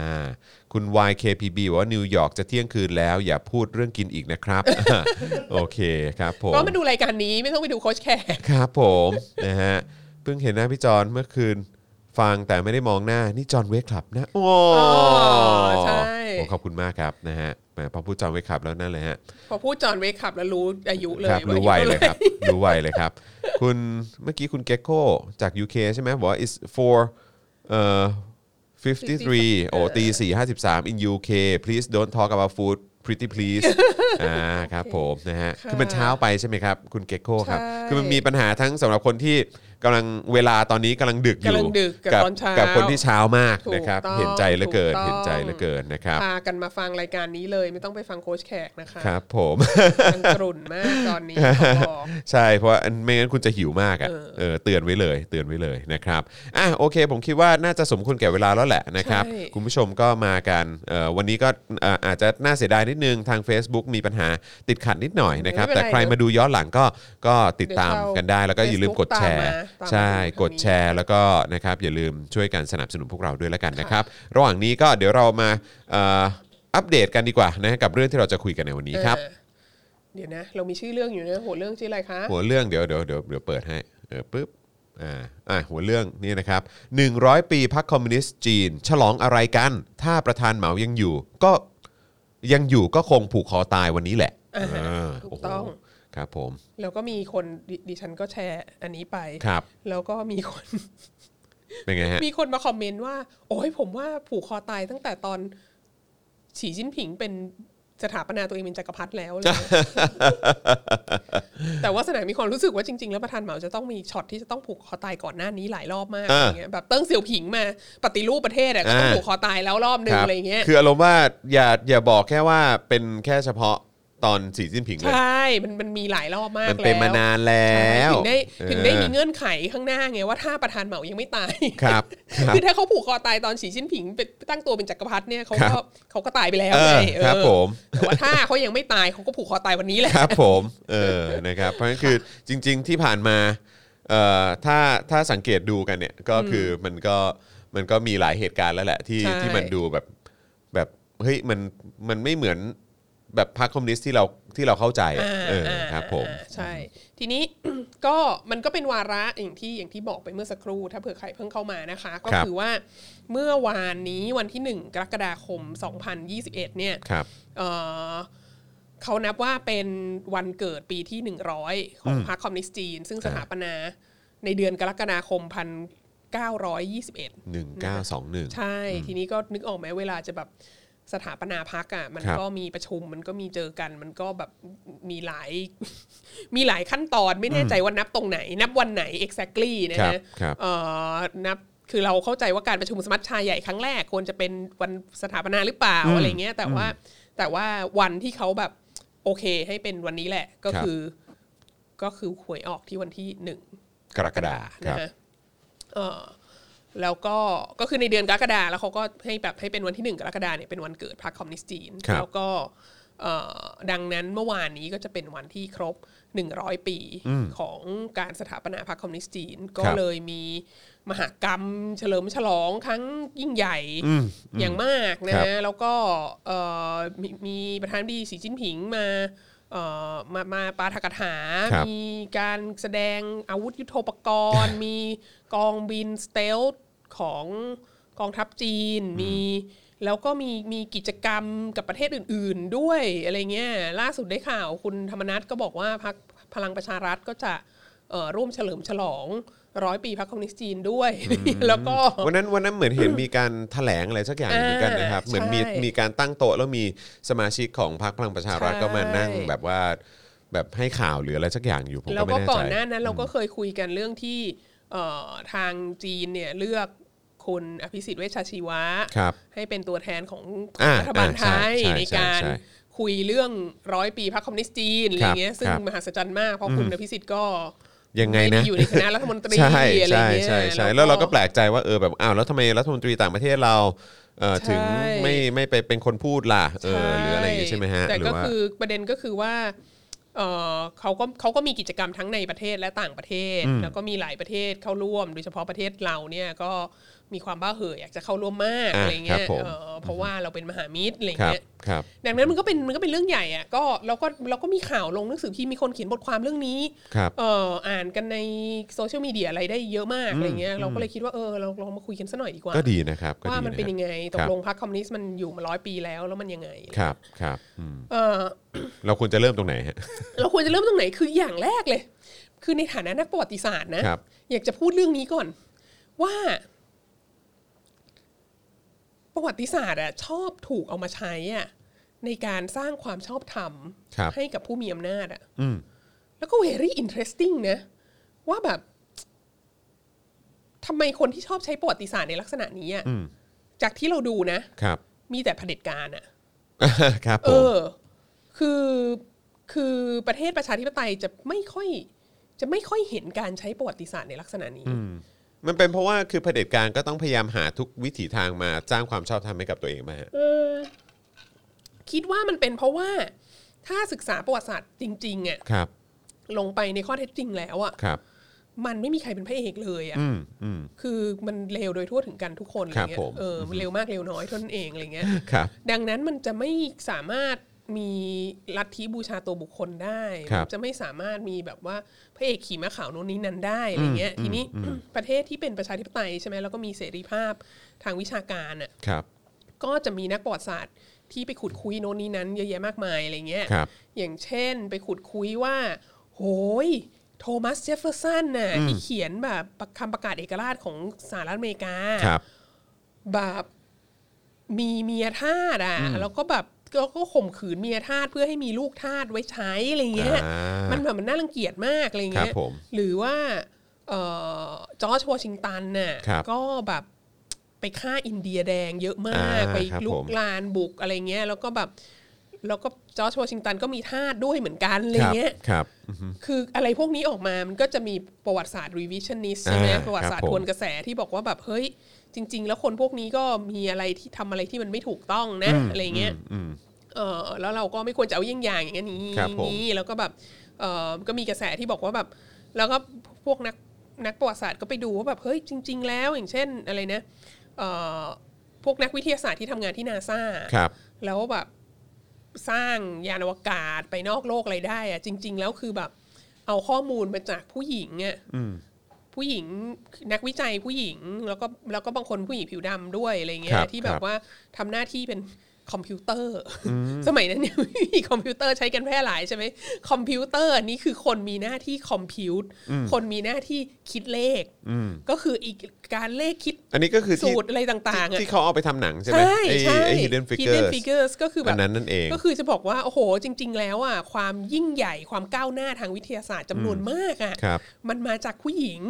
คุณ YKPB บอกว่านิวยอร์กจะเที่ยงคืนแล้ว อย่าพูดเรื่องกินอีกนะครับ [laughs] โอเคครับผม
ก็มาดูรายการนี้ไม่ต้องไปดูโค้ชแขก [laughs]
ครับผม นะฮะเพิ่งเห็นหน้าพี่จอนเมื่อคืนฟังแต่ไม่ได้มองหน้า นี่จอนเวกคลับนะ โอ้
อ๋อใช่
โอ้ขอบคุณมากครับนะฮะแหมพอพูดจอนเวกคลับแล้วนั่นเลยฮะ
พอพูดจอห์นเวคขับแล้วรู้อายุเลย
ครับรู้ไว
อา
เลยครับรู้ไวเลยครับ คุณเมื่อกี้คุณเก k โ o จาก UK ใช่ไหมบอกว่า is for เอ่อ53 โอ้ตี4 53 in UK please don't talk about food pretty
[laughs]
please อ่าครับผมนะฮะคือมันเช้าไปใช่ไหมครับ คุณเก k โ o ครับ คือมันมีปัญหาทั้งสำหรับคนที่กำลังเวลาตอนนี้กำลังดึกอยู่
กำลังดึกกับตอนเช้า
กับคนที่เช้ามาก
ถูก
นะครับ
ต้อง
เห็นใจเหลือเกิน
ถูกต้อง
เห็นใจเหลือเกินนะครับ
พากันมาฟังรายการนี้เลย ไม่ต้องไปฟังโค้ชแขกนะคะ
ครับผม
มันกรุ่นมากตอน
[laughs]
นี้ขอบอก
ใช่เพราะว่าอันไม่งั้นคุณจะหิวมากอ่ะเออเตือนไว้เลยเตือนไว้เลยนะครับอ่ะโอเค ผมคิดว่าน่าจะสมควรแก่เวลาแล้วแหละนะครับ
ใช่
คุณผู้ชมก็มากันเอ่อวันนี้ก็เอ่ออาจจะน่าเสียดายนิดนึงทาง Facebook มีปัญหาติดขัดนิดหน่อยนะครับ แต่ใครมาดูย้อนหลังก็ก็ติดตามกันได้ แล้วก็อย่าลืมกดแชร์ ใช่กดแชร์แล้วก็นะครับอย่าลืมช่วยกันสนับสนุนพวกเราด้วยแล้วกันนะครับ ระหว่างนี้ก็เดี๋ยวเรามาเอ่ออัปเดตกันดีกว่านะกับเรื่องที่เราจะคุยกันในวันนี้ครับ
เออเดี๋ยวนะ เรามีชื่อเรื่องอยู่นะโหเรื่องชื่ออะไรคะ
[laughs] หัวเรื่องเดี๋ยวเดี๋ยวเดี๋ยวเดี๋ยวเปิดให้เออปึ๊บอ่าอ่ะหัวเรื่องนี่นะครับ 100 ปีพรรคคอมมิวนิสต์จีน ฉลองอะไรกัน ถ้าประธานเหมายังอยู่ ก็ยังอยู่ก็คงผูกคอตายวันนี้แหละ
อ่าฮะ
เ
ถูกต้อง
โโหครับผม
แล้วก็มีคนดิดิฉันก็แชร์อันนี้ไป
ครับ
แล้วก็มีคน [laughs]
เป็นไงฮะ
มีคนมาคอมเมนต์ว่า โอ้ยผมว่าผูกคอตายตั้งแต่ตอนฉีจิ้นผิงเป็นสถาปนาตัวเองเป็นจักรพรรดิแล้วเลย
[laughs]
แต่ว่าสนามมีความรู้สึกว่าจริงๆ แล้วประธานเหมาจะต้องมีช็อตที่จะต้องผูกคอตายก่อนหน้านี้หลายรอบมาก
อ่า
อะไรเงี้ยแบบเติ้งเสี่ยวผิงมาปฏิรูปประเทศอะก็ต้อง
อ่า
ผูกคอตายแล้วรอบหนึ
ค
ง
รับ
อะไรเงี้ย
คืออารมณ์ว่าอย่าอย่าบอกแค่ว่าเป็นแค่เฉพาะตอนสีจิ้นผิง
ใช
เลย่
มันมันมีหลายรอบมาก
มัน
แล้ว
เป็นมานานแล้ว
ถึงได้ถึงได้มี
เงิน
เงื่อนไขข้างหน้าไงว่าถ้าประธานเหมายังไม่ตาย
ครับครับ
คือถ้าเขาผูกคอตายตอนฉีชิ้นผิงเป็นตั้งตัวเป็นจักรพรรดิเนี่ยเขา
ค
ก็
รับ
เขาก็ตายไปแล้ว
เออ
ไงเออ
ครับผม
แต่ว่าถ้าเขายังไม่ตายเขาก็ผูกคอตายวันนี้แหละ
ครับผมเออนะครับเพราะฉะนั้นคือจริง ๆที่ผ่านมาเอ่อถ้าถ้าสังเกตดูกันเนี่ยก็คือมันก็มันก็มีหลายเหตุการณ์แล้วแหละที่
ใช่
ที่มันดูแบบแบบเฮ้ยมันมันไม่เหมือนแบบพรรคคอมมิวนิสต์ที่เราที่เราเข้าใจอะเออ
อ่า
ครับผม
อ่าใช่ ทีนี้ [clears throat] ก็มันก็เป็นวาระอย่างที่อย่างที่บอกไปเมื่อสักครู่ ถ้าเผื่อใครเพิ่งเข้ามานะคะ ก็คือว่าเมื่อวานนี้วันที่ 1 กรกฎาคม 2021 เนี่ย
ครับ
เอ่อเขานับว่าเป็นวันเกิดปีที่ 100 ของพรรคคอมมิวนิสต์จีน ซึ่ง
อ่า
สถาปนาในเดือนกรกฎาคม 1921
1921
ใช่ทีนี้ก็นึกออกไหมเวลาจะแบบ สถาปนาพักอ่ะมัน
ครับ
ก็มีประชุมมันก็มีเจอกัน มันก็แบบมีหลาย [laughs] มีหลายขั้นตอนไม่แน่ใจว่านับตรงไหน นับวันไหน exactly นะครับ ฮะ
ครับ
เอ่อนับคือเราเข้าใจว่าการประชุมสมัชชาใหญ่ครั้งแรกควรจะเป็นวันสถาปนาหรือเปล่า
อืม
อะไรเงี้ยแต่ว่าแต่ว่าวันที่เขาแบบโอเคให้เป็นวันนี้แหละ ก็
ครับ
คือ ก็คือหวยออกที่วันที่หนึ่ง
กรกฎาคมครับ
นะฮะเอ่อแล้วก็ก็คือในเดือนกรกฎาแล้วเขาก็ให้แบบให้เป็นวันที่หนึ่งกรกฎาเนี่ยเป็นวันเกิดพรรคคอมมิวนิสต์จีน
ครับ
แล้วก็เอ่อดังนั้นเมื่อวานนี้ก็จะเป็นวันที่ครบ 100 ปีของการสถาปนาพรรคคอมมิวนิสต์จีน ก็
ครับ
เลยมีมหากรรมเฉลิมฉลองครั้งยิ่งใหญ่อย่างมากนะครับ ฮะแล้วก็เอ่อมมีประธานดีสีจิ้นผิงมาเอ่อมามาปาฐกถา
ครับ
มีการแสดงอาวุธยุโทโธปกรณ์ มีกองบินสเตลท์ของกองทัพจีน มีแล้วก็มีมีกิจกรรมกับประเทศอื่น ๆ ด้วยอะไรเงี้ยล่าสุดได้ข่าวคุณธรรมนัทก็บอกว่าพักพลังประชารัฐก็จะเอ่อร่วมเฉลิมฉลองร้อยปีพรรคคอมมิวนิสต์จีนด้วย [laughs] แล้วก็
วันนั้นวันนั้นเหมือนเห็นมีการแถลงอะไรสักอย่าง
อ่า
เหมือนกันนะครับ
ใช่
เหมือนมีมีการตั้งโต๊ะแล้วมีสมาชิกของพรรคพลังประชารัฐ
ใช่
ก็มานั่งแบบว่าแบบให้ข่าวหรืออะไรสักอย่างอยู่ผม
แล้
ก็
ว
ไม่แน่
ก็ก่
ใจ
อนหน้านั้นเราก็เคยคุยกันเรื่องที่เอ่อทางจีนเนี่ยเลือกคุณอภิสิทธิ์เวชชาชีวะ
ครับ
ให้เป็นตัวแทนของ
อ่า
รัฐบาลไทย
อ่าใช่ใช่
ในการ
ใช่ใช่
คุยเรื่องร้อยปีพรรคคอมมิวนิสต์จีนอะไรเงี้
ค
ย
รับ
ซึ่ง
ครับ
มหัศจรรย์มากเพราะคุณอภิสิทธิ์ก็
ยังไง
ไม่ได้
นะ
อยู่ในคณะรัฐมนตรี
ใช่
อะไร
ใช่
เงี้ย
ใช่ใช่แล้วเราก็แปลกใจว่าเออแบบอ้าวแล้วทำไมรัฐมนตรีต่างประเทศเราเอ่อ
ใช่
ถึงไม่ไม่ไปเป็นคนพูดล่ะเออหรืออะไรอย่างงี้ใช่ไหมฮะ
แต่
หรื
ก็
ว่า
คือประเด็นก็คือว่าเอ่อเขาก็เขาก็มีกิจกรรมทั้งในประเทศและต่างประเทศ แล้วก็มีหลายประเทศเข้าร่วม โดยเฉพาะประเทศเราเนี่ยก็มีความบ้าเห่ออยากจะเข้าร่วมมาก
อ่ะ
อะไร
ครั
เงี้ย
บผม
เอ่อเพราะว่าเราเป็นมหามิตรอะไร
ครับ
เงี้ย
ครับ
ดังนั้นมันก็เป็นมันก็เป็นเรื่องใหญ่อะก็เราก็เราก็มีข่าวลงหนังสือพิมพ์มีคนเขียนบทความเรื่องนี้
ครับ
เอ่ออ่านกันในโซเชียลมีเดียอะไรได้เยอะมากอะไรเงี้ยเราก็เลยคิดว่าเออเราลองมาคุยกันสัหน่อยดีกว่า
ก็ดีนะครับก็
ว่า
ดี
มันเป็นยัง
ะ
ไงตกลงพรรคคอมมิวนิสต์มันอยู่มาร้อยปีแล้วแล้วมันยังไง
ครับครับอืม
เออ
เราควรจะเริ่มตรงไหนฮะ
เราควรจะเริ่มตรงไหนคืออย่างแรกเลย คือในฐานะนักประวัติศาสตร์นะครับ อยากจะพูดเรื่องนี้ก่อน ว่า ประวัติศาสตร์อะชอบถูกเอามาใช้อะในการสร้างความชอบธรรม
ครับ
ให้กับผู้มีอำนาจอะ
อืม
แล้วก็ very interesting นะ ว่าแบบทำไมคนที่ชอบใช้ประวัติศาสตร์ในลักษณะนี้อะ
อืม
จากที่เราดูนะ
ครับ [laughs]
มีแต่เผด็จการอะ
ครับผ
เอ
ม
อ คือ คือประเทศประชาธิปไตยจะไม่ค่อย จะไม่ค่อยเห็นการใช้ประวัติศาสตร์ในลักษณะนี้
มันเป็นเพราะว่าคือเผด็จการก็ต้องพยายามหาทุกวิถีทางมาสร้างความชอบธรรมให้กับตัวเองมาฮะ
เออ คิดว่ามันเป็นเพราะว่า ถ้าศึกษาประวัติศาสตร์จริงๆอะ
ครับ
ลงไปในข้อเท็จจริงแล้วอะ
ครับ
มันไม่มีใครเป็นพระเอกเลยอะ
อืมอืม
คือมันเร็วโดยทั่วถึงกันทุกคนอะไร
ครับ
เงี้
ผ
ย
ม
เออมันเร็วมากเร็วน้อยเท่านั้นเองอะไรเงี้ย
ครับ
ดังนั้นมันจะไม่สามารถมีลัทธิบูชาตัวบุคคลได้
ครับ
มันจะไม่สามารถมีแบบว่าพระเอกขี่ม้าขาวโน่นนี้นั้นได้อะไรเงี้ย ทีนี้ ประเทศที่เป็นประชาธิปไตยใช่ไหมแล้วก็มีเสรีภาพทางวิชาการอ่ะ
ครับ
ก็จะมีนักประวัติศาสตร์ที่ไปขุดคุยโน่นนี้นั้นเยอะแยะมากมายอะไรเงี้ย
ครับ
อย่างเช่นไปขุดคุยว่า โหย โทมัสเจฟเฟอร์สันน่ะที่เขียนแบบคำประกาศเอกราชของสหรัฐอเมริกา
ครับ
แบบมีเมียทาสอ่ะ แล้วก็แบบก็ก็ข่มขืนเมียทาสเพื่อให้มีลูกทาสไว้ใช้อะไรเงี้ย
อ่ามั
มันแบบมันน่ารังเกียจมากอะไร
ค
เงี้ย
รับผม
หรือว่าเอ่อจอร์จวอชิงตันน่ะ
ครับ
ก็แบบไปฆ่าอินเดียแดงเยอะมาก
อ่า
ไป
ครับ
ลุ
ผ
ก
ม
ลานบุกอะไรเงี้ย แล้วก็แบบแล้วก็จอร์จวอชิงตันก็มีทาสด้วยเหมือนกันอะไร
ครับ
เงี้ย
ครับอืม
คืออะไรพวกนี้ออกมา มันก็จะมีประวัติศาสตร์ revisionist ใช่ไหม
อ่า
ประวัติศาสต
ครั
ร์
บผม
ทวนกระแสที่บอกว่าแบบเฮ้ย จริง ๆ แล้วคนพวกนี้ก็มีอะไรที่ทำอะไรที่มันไม่ถูกต้องนะอะไรเงี้ยเออแล้วเราก็ไม่ควรจะเอาเยี่ยงอย่างอย่างนี้นอย่างนี้
ครับผม
อย่างนี้แล้วก็แบบเออก็มีกระแสที่บอกว่าแบบ แล้วก็พวกนักนักประวัติศาสตร์ก็ไปดูว่าแบบเฮ้ยจริง ๆ แล้วอย่างเช่นอะไรนะเออพวกนักวิทยาศาสตร์ที่ทำงานที่นาซา
ครับ
แล้วแบบสร้างยานอวกาศไปนอกโลกอะไรได้อะจริง ๆ แล้วคือแบบ เอาข้อมูลมาจากผู้หญิงอะผู้หญิงนักวิจัยผู้หญิงแล้วก็แล้วก็บางคนผู้หญิงผิวดำด้วยอะไรเงี้
ครั
ย
บ
ที่แบ
ครับ บ
ว่าทำหน้าที่เป็น คอมพิวเตอร์ สมัยนั้นเนี่ยไม่มีคอมพิวเตอร์ใช้กันแพร่หลายใช่ไหมคอมพิวเตอร์นี่คือคนมีหน้าที่คอมพิวต์คนมีหน้าที่คิดเลข
อืม
ก็คืออีกการเลขคิด
อันนี้ก็คือ
สู
ที่
ตรอะไรต่างๆ
ที่
อะ
ที่เขาเอาไปทำหนังใช่ไหม
ใช่
ไอ้
ใช่
ไอ้ hidden
Hidden
figures
Figures ก็คือแบ
อั
บ
นนั้นนั่นเอง
ก็คือจะบอกว่า โอ้โห จริง ๆ แล้วอ่ะความยิ่งใหญ่ความก้าวหน้าทางวิทยาศาสตร์จำนวนมากอ่ะ
ครับ
มันมาจากผู้หญิง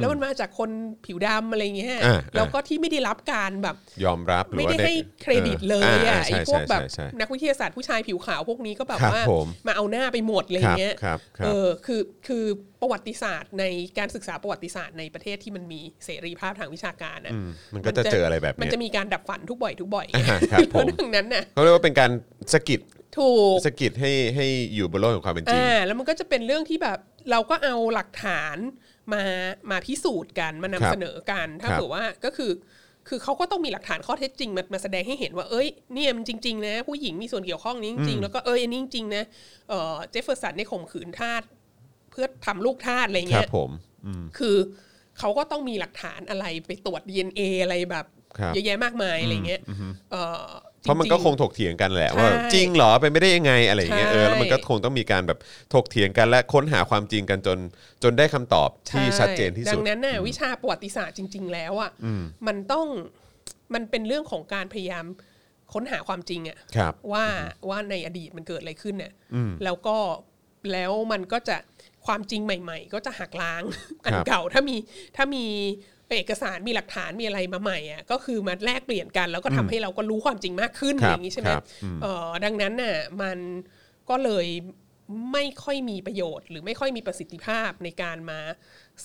แล้วมันมาจากคนผิวดำอะไรเงี้ย
อ่า
แล้วก็ที่ไม่ได้รับการแบบ
ยอมรับหรือ
ไม่
ว่า
ได้ให้เครดิตเลยอ่ะไอ้
ใช่
พวกแบบ
ใช่ใช่
นักวิทยาศาสตร์ผู้ชายผิวขาวพวกนี้ก็แบบ
ครับ
ว่า
ผม
มาเอาหน้าไปหมดอะไร
ครับ
เงี้ย
ครับค
เอ
รับ
อคือคือประวัติศาสตร์ในการศึกษาประวัติศาสตร์ในประเทศที่มันมีเสรีภาพทางวิชาการอ่ะ
อืมมันก็จะเจออะไรแบบเนี้ย
มันจะมีการดับฝันทุกบ่อยทุกบ่อย
อ่าครับผม
ดังนั้นน่ะ
เขาเรียกว่าเป็นการสะกิด
ถูก
สะกิดให้ให้อยู่บนโลกของความเป็นจริง
อ่าแล้วมันก็จะเป็นเรื่องที่แบบเราก็เอาหลักฐานมามาพิสูจน์กันมานำ
ครับ
เสนอกันถ้า
ครับ
เผื่อว่าก็คือ คือเขาก็ต้องมีหลักฐานข้อเท็จจริงมามาแสดงให้เห็นว่าเอ้ยเนี่ยมันจริง ๆ นะ ผู้หญิงมีส่วนเกี่ยวข้องนี้จริงๆแล้วก็เอ้ยอันนี้จริงๆนะเอ่อเจฟเฟอร์สันในยข่มขืนทาสเพื่อทำลูกทาสอะไร
ครั
เงี้
บ
ย
ผมอืม
คือเขาก็ต้องมีหลักฐานอะไรไปตรวจ DNA อะไรแบบ
ครับ
เยอะแยะมากมายอะไรเงี้ยเอ่อ
เพราะมันก็
จ
ค
ริ
ง
ง
ถกเถียงกันแหละ
ใช่
ว่าจริงเหรอเป็นไม่ได้ยังไงอะไรอย่างเงี้ย
ใช่
เออแล้วมันก็คงต้องมีการแบบถกเถียงกันและค้นหาความจริงกันจนจนได้คำตอบ
ๆ
ที่
ใ
ชัดเจนที่สุด
ดังนั้นน่ะวิชาประวัติศาสตร์จริง ๆ แล้วอ่ะ
อืม
มันต้องมันเป็นเรื่องของการพยายามค้นหาความจริงอะ
ครับ
ว่าว่าในอดีตมันเกิดอะไรขึ้นเนี่ย
อืม
แล้วก็แล้วมันก็จะความจริงใหม่ ๆ ก็จะหักล้าง [laughs] อัน
ครับ
เก่าถ้ามีถ้ามีเอกสารมีหลักฐานมีอะไรมาใหม่อะก็คือมาแลกเปลี่ยนกัน แล้วก็ทำให้เราก็รู้ความจริงมากขึ้น
ครั
อบ ย่างนี้ใช่ไหม
ครับอืม
เอ่อดังนั้นน่ะมันก็เลยไม่ค่อยมีประโยชน์ หรือไม่ค่อยมีประสิทธิภาพในการมา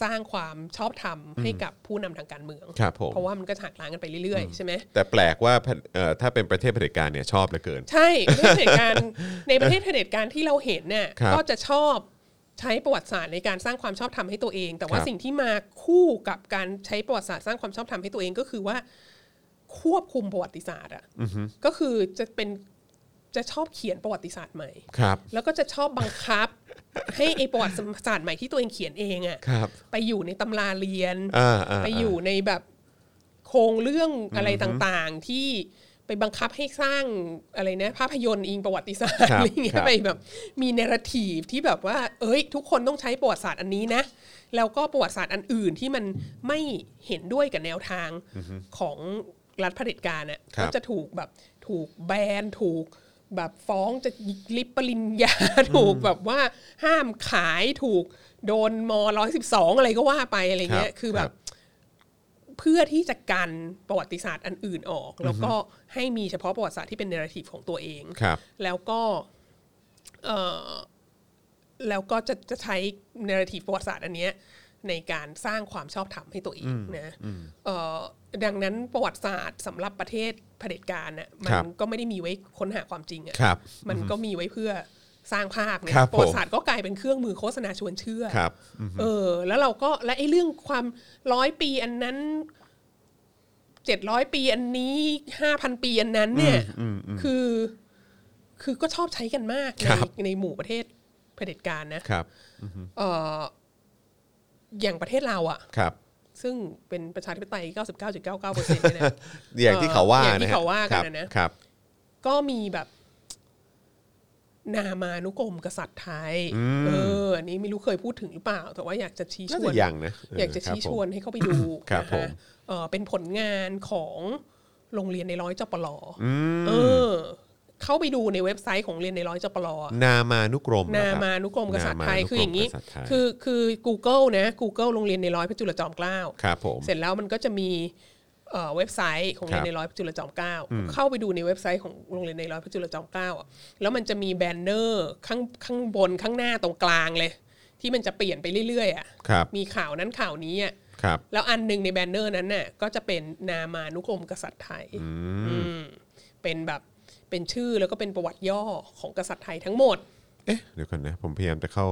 สร้างความชอบธรรมให้กับผู้นำทางการเมือง
ครับผม
เพราะว่ามันก็หักล้างกันไปเรื่อยๆ ใช่ไหม
แต่แปลกว่าเอ่อถ้าเป็นประเทศเผด็จการเนี่ยชอบเหลือเกิน
ใช่ประเทศเผด็จการ
[laughs]
ในประเทศเผด็จการที่เราเห็นเนี่ย
ครับ
ก็จะชอบใช้ประวัติศาสตร์ในการสร้างความชอบธรรมให้ตัวเอง แต่ว่า
ครับ
สิ่งที่มาคู่กับการใช้ประวัติศาสตร์สร้างความชอบธรรมให้ตัวเองก็คือว่า ควบคุมประวัติศาสตร์อ่ะก็คือจะเป็นจะชอบเขียนประวัติศาสตร์ใหม่
ครับ
แล้วก็จะชอบบังคับ ให้ไอประวัติศาสตร์ใหม่ที่ตัวเองเขียนเองอ่ะ
ครับ
ไปอยู่ในตำราเรียน
อ่าาา
ไปอยู่ในแบบโครงเรื่องอะไรต่างๆ ที่ไปบังคับให้สร้างอะไรนะภาพยนตร์อิงประวัติศาสตร์
ครับ
อะไรเงี้
ครั
ย
บ
ไปแบบมีเนราทีฟที่แบบว่า เอ้ย ทุกคนต้องใช้ประวัติศาสตร์อันนี้นะ แล้วก็ประวัติศาสตร์อันอื่นที่มันไม่เห็นด้วยกับแนวทางของรัฐเผด็จการน่ะ
ครับ
ก็จะถูกแบบถูกแบนถูกแบบฟ้องจะลิบปริญญา ถูกแบบว่าห้ามขายถูกโดนมร้อยสิบสองอะไรก็ว่าไปอะไรเงี้ยคือแบบ เพื่อที่จะกันประวัติศาสตร์อันอื่นออก แล้วก็ให้มีเฉพาะประวัติศาสตร์ที่เป็นเนราทีฟของตัวเอง
ครับ
แล้วก็เอ่อแล้วก็จะจะใช้เนราทีฟประวัติศาสตร์อันเนี้ยในการสร้างความชอบธรรมให้ตัวเองนะเอ่อดังนั้นประวัติศาสตร์สำหรับประเทศเผด็จการน่ะมั
คน รับ
ก็ไม่ได้มีไว้ค้นหาความจริง
ค
อะ่ะ
รับ
มันก็มีไว้เพื่อสร้างภาพไง
ครับผม
ประวัติศาสตร์ก็กลายเป็นเครื่องมือโฆษณาชวนเชื่อ
ครับ
เออแล้วเราก็และไอ้เรื่องความร้อยปีอันนั้นเจ็ดร้อยปีอันนี้ห้าพันปีอันนั้นเนี่ยคือ คือก็ชอบใช้กันมาก
ค
ใน
รับ
ในหมู่ประเทศเผด็จการนะครับ เอออย่างประเทศเราอะ
ครับ
ซึ่งเป็นประชาธิปไตย 99.99%เนี่ยนะ
อย่างที่เขาว่า
อย่างที่
นะฮะ
เขาว่า
ค
กัน
รับ
นะ
ครับ
ก็มีแบบ นามานุกรมกษัตริย์ไทย
อืม
เอออันนี้ไม่รู้เคยพูดถึงหรือเปล่า แต่ว่าอยากจะชี้ช
น่า
วน
จะยังนะเ
อยากจะชี้
ครับผม
ชวนให้เข้าไปดู
[coughs] ครับ
นะ
ผ
คะ
ม
เอ่อเป็นผลงานของโรงเรียนในร้อยจปลอ
อื
เอ
ม
อ เข้าไปดูในเว็บไซต์ของเรียนในร้อยจปลอ
นามานุกรมเหรอ
นา
ครับ
มานุกรมกษัตริย์ไทย
นามานุกรม
คืออย่างนี้
กษัตริย์ไทย
คือคือ Google นะ Google โรงเรียนในร้อยพระจุลจอมเกล้า
ครับผม
เสร็จแล้วมันก็จะมีเอ่อเว็บไซต์ของโรงเรียนในร้อยพระจุลจอมเกล้าเข้าไปดูในเว็บไซต์ของโรงเรียนในร้อยพระจุลจอมเกล้าอะแล้วมันจะมีแบนเนอร์ข้างข้างบนข้างหน้าตรงกลางเลย ที่มันจะเปลี่ยนไปเรื่อยๆอ่ะ
ครับ
มีข่าวนั้นข่าวนี้อ่ะ
ครับ
แล้วอันหนึ่งในแบนเนอร์นั้นน่ะก็จะเป็นนามานุกรมกษัตริย์ไทยอืมเป็นแบบเป็นชื่อแล้วก็เป็นประวัติย่อของกษัตริย์ไทยทั้งหมด
เอ๊ะเดี๋ยวก่อนนะ ผมพยายามจะเข้า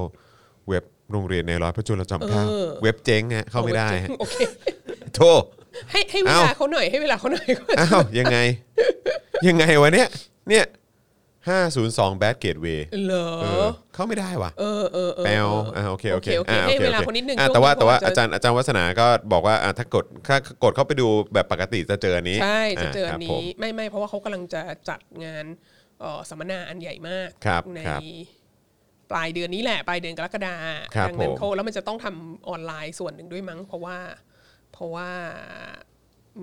เว็บโรงเรียนในร้อยพระจุลจอมเกล้า
เออ
เว็บเจ๊งฮะเข้าไม่ได้ฮะ
โอเค
โทษ
ให้ให้เวลา
เอ้า
เขาหน่อยให้เวลาเขาหน่อย
อ้าวยังไง ยังไงวะเนี่ย เนี่ย 502 Bad Gateway
เหรอ
เออเข้าไม่ได้ว่ะ
เออเออเออ
แปลวอ่าโอเคโอเค
โอเคโอ
อ่า
เคให้เวลาคนนิดนึง
อ่า
ช่วง
แต่ว่า
นี้
แต่ว่า
พอจะ
อาจารย์อาจารย์วัฒนาก็บอกว่าอ่าถ้ากดถ้ากดเข้าไปดูแบบปกติจะเจออันนี้
ใช่จะเจอ
าน
อั
ครับผม
นี้ไม่ไม่เพราะว่าเขากำลังจะจัดงานเอ่อสัมมนาอันใหญ่มาก
ครับ
ใน
ครับ
ปลายเดือนนี้แหละปลายเดือนกรกฎา
ครับ
ดันั้น
ผม
เขาแล้วมันจะต้องทำออนไลน์ส่วนหนึ่งด้วยมั้ง เพราะว่าเพราะว่า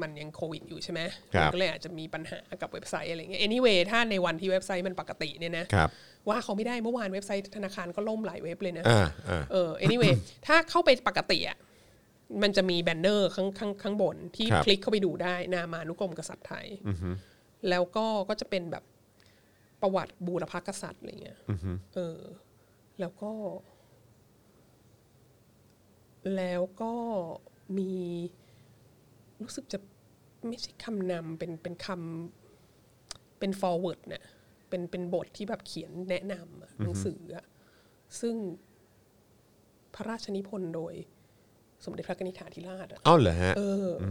มันยังโควิดอยู่ใช่ไหม
ครับ
มันก็เลยอาจจะมีปัญหากับเว็บไซต์อะไรเงี้ย anyway ถ้าในวันที่เว็บไซต์มันปกติเนี่ยนะครับ ว่าเขาไม่ได้เมื่อวานเว็บไซต์ธนาคารก็ล่มหลายเว็บเลยนะ
อ่าอ่า
เออ anyway ถ้าเข้าไปปกติอ่ะ มันจะมีแบนเนอร์ข้างข้างข้างบนที่
ครับ
คลิกเข้าไปดูได้นามานุกรมกษัตริย์ไทย แล้วก็ก็จะเป็นแบบประวัติบูรพกษัตริย์อะไรเงี้ยเออ แล้วก็ แล้วก็มีรู้สึกจะไม่ใช่คำนำเป็นเป็นคำเป็น forward เนะ่ะเป็นเป็นบทที่แบบเขียนแนะนำอะหนังสืออะซึ่งพระราชนิพนธ์โดย สมเด็จพระกนิษฐาธิราชอะ
เอ้าเหรอฮะ
เอออ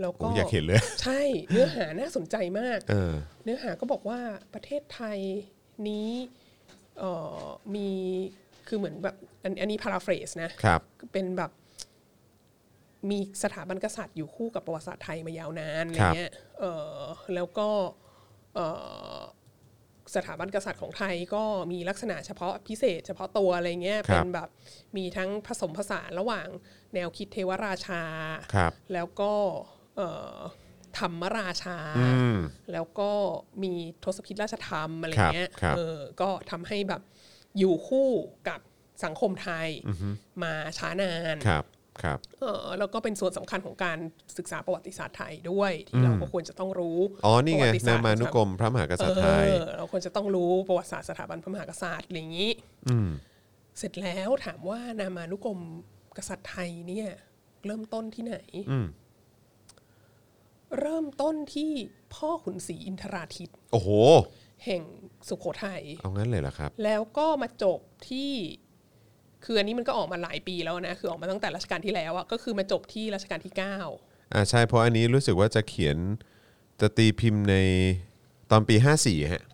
แล้ว
ผ
ก็
มอยากเห็นเลย
ใช่ เนื้อหาน่าสนใจมาก
เออ
เนื้อหาก็บอกว่าประเทศไทยนี้เอ่อมีคือเหมือนแบบอันอันนี้พาราเฟรสนะ
ครับ
เป็นแบบมีสถาบันกษัตริย์อยู่คู่กับประวัติศาสตร์ไทยมายาวนานอะไร
ครับ
เงี้ยเออแล้วก็เอ่อสถาบันกษัตริย์ของไทยก็มีลักษณะเฉพาะพิเศษ เฉพาะตัวอะไรเงี้
ค
ย
รับ
เป็นแบบมีทั้งผสมผสานระหว่างแนวคิดเทวราชา
ครับ
แล้วก็เอ่อธรรมราชา
อืม
แล้วก็มีทศพิธราชธรรมอะไรเงี้ย
ครับครับ
เออ ก็ทำให้แบบอยู่คู่กับสังคมไทยมาช้านาน
ครับครับ
เออแล้วก็เป็นส่วนสำคัญของการศึกษาประวัติศาสตร์ไทยด้วย ที่เราก็ควรจะต้องรู้
อ๋อ นี่ไง
ประวัติศ
นา
สต
มานุกรมพระมหากษัตริย์ไทย
เออเราควรจะต้องรู้ประวัติศาสตร์สถาบันพระมหากษัตริย์อะไรอย่างนี้เสร็จแล้วถามว่านามานุกรมกษัตริย์ไทยเนี่ย เริ่มต้นที่ไหน
อืม
เริ่มต้นที่พ่อขุนศรีอินทราทิต
โอ้โห
แห่งสุโขทัย
เอางั้นเลยเหรอครับ
แล้วก็มาจบที่คืออันนี้มันก็ออกมาหลายปีแล้วนะ คือออกมาตั้งแต่รัชกาลที่แล้วอะก็คือมาจบที่รัชกาลที่ 9
อ่าใช่ เพราะอันนี้รู้สึกว่าจะเขียน จะตีพิมพ์ในตอนปี 54 ฮะ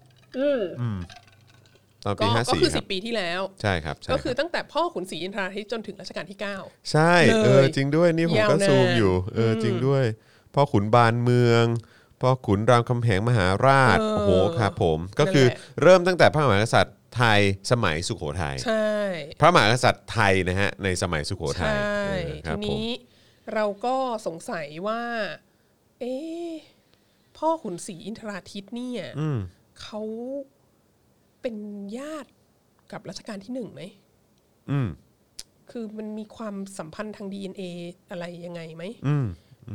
ตอน
ก็
ปี
ก็คือ
54 ครับ
10 ปีที่แล้ว
ใช่ครับ ใช่
ก็
ค
คื
รั
อบ ตั้งแต่พ่อขุนศรีอินทราทิตจนถึงรัชกาลที่ 9
ใช่ เออ จริงด้วย นี่ผมก็
ยาวนาน
ซูมอยู่ เออ จริงด้วย พ่อขุนบานเมือง พ่อขุนรามคำแหงมหาราช โอ้โห ครับผม ก็คือเริ่มตั้งแต่พระมหากษัตริย์ไทยสมัยสุโขทัย
ใช่
พระมหากษัตริย์ไทยนะฮะ ในสมัยสุโขทั
ใช่
ยเออค
ที
รับผม
นี้เราก็สงสัยว่า เอ๊ะพ่อขุนศรีอินทราทิตเนี่ยเขาเป็นญาติกับรัชกาลที่หนึ่งไหม
อืม
คือมันมีความสัมพันธ์ทาง DNA อะไรยังไงไหม
อืม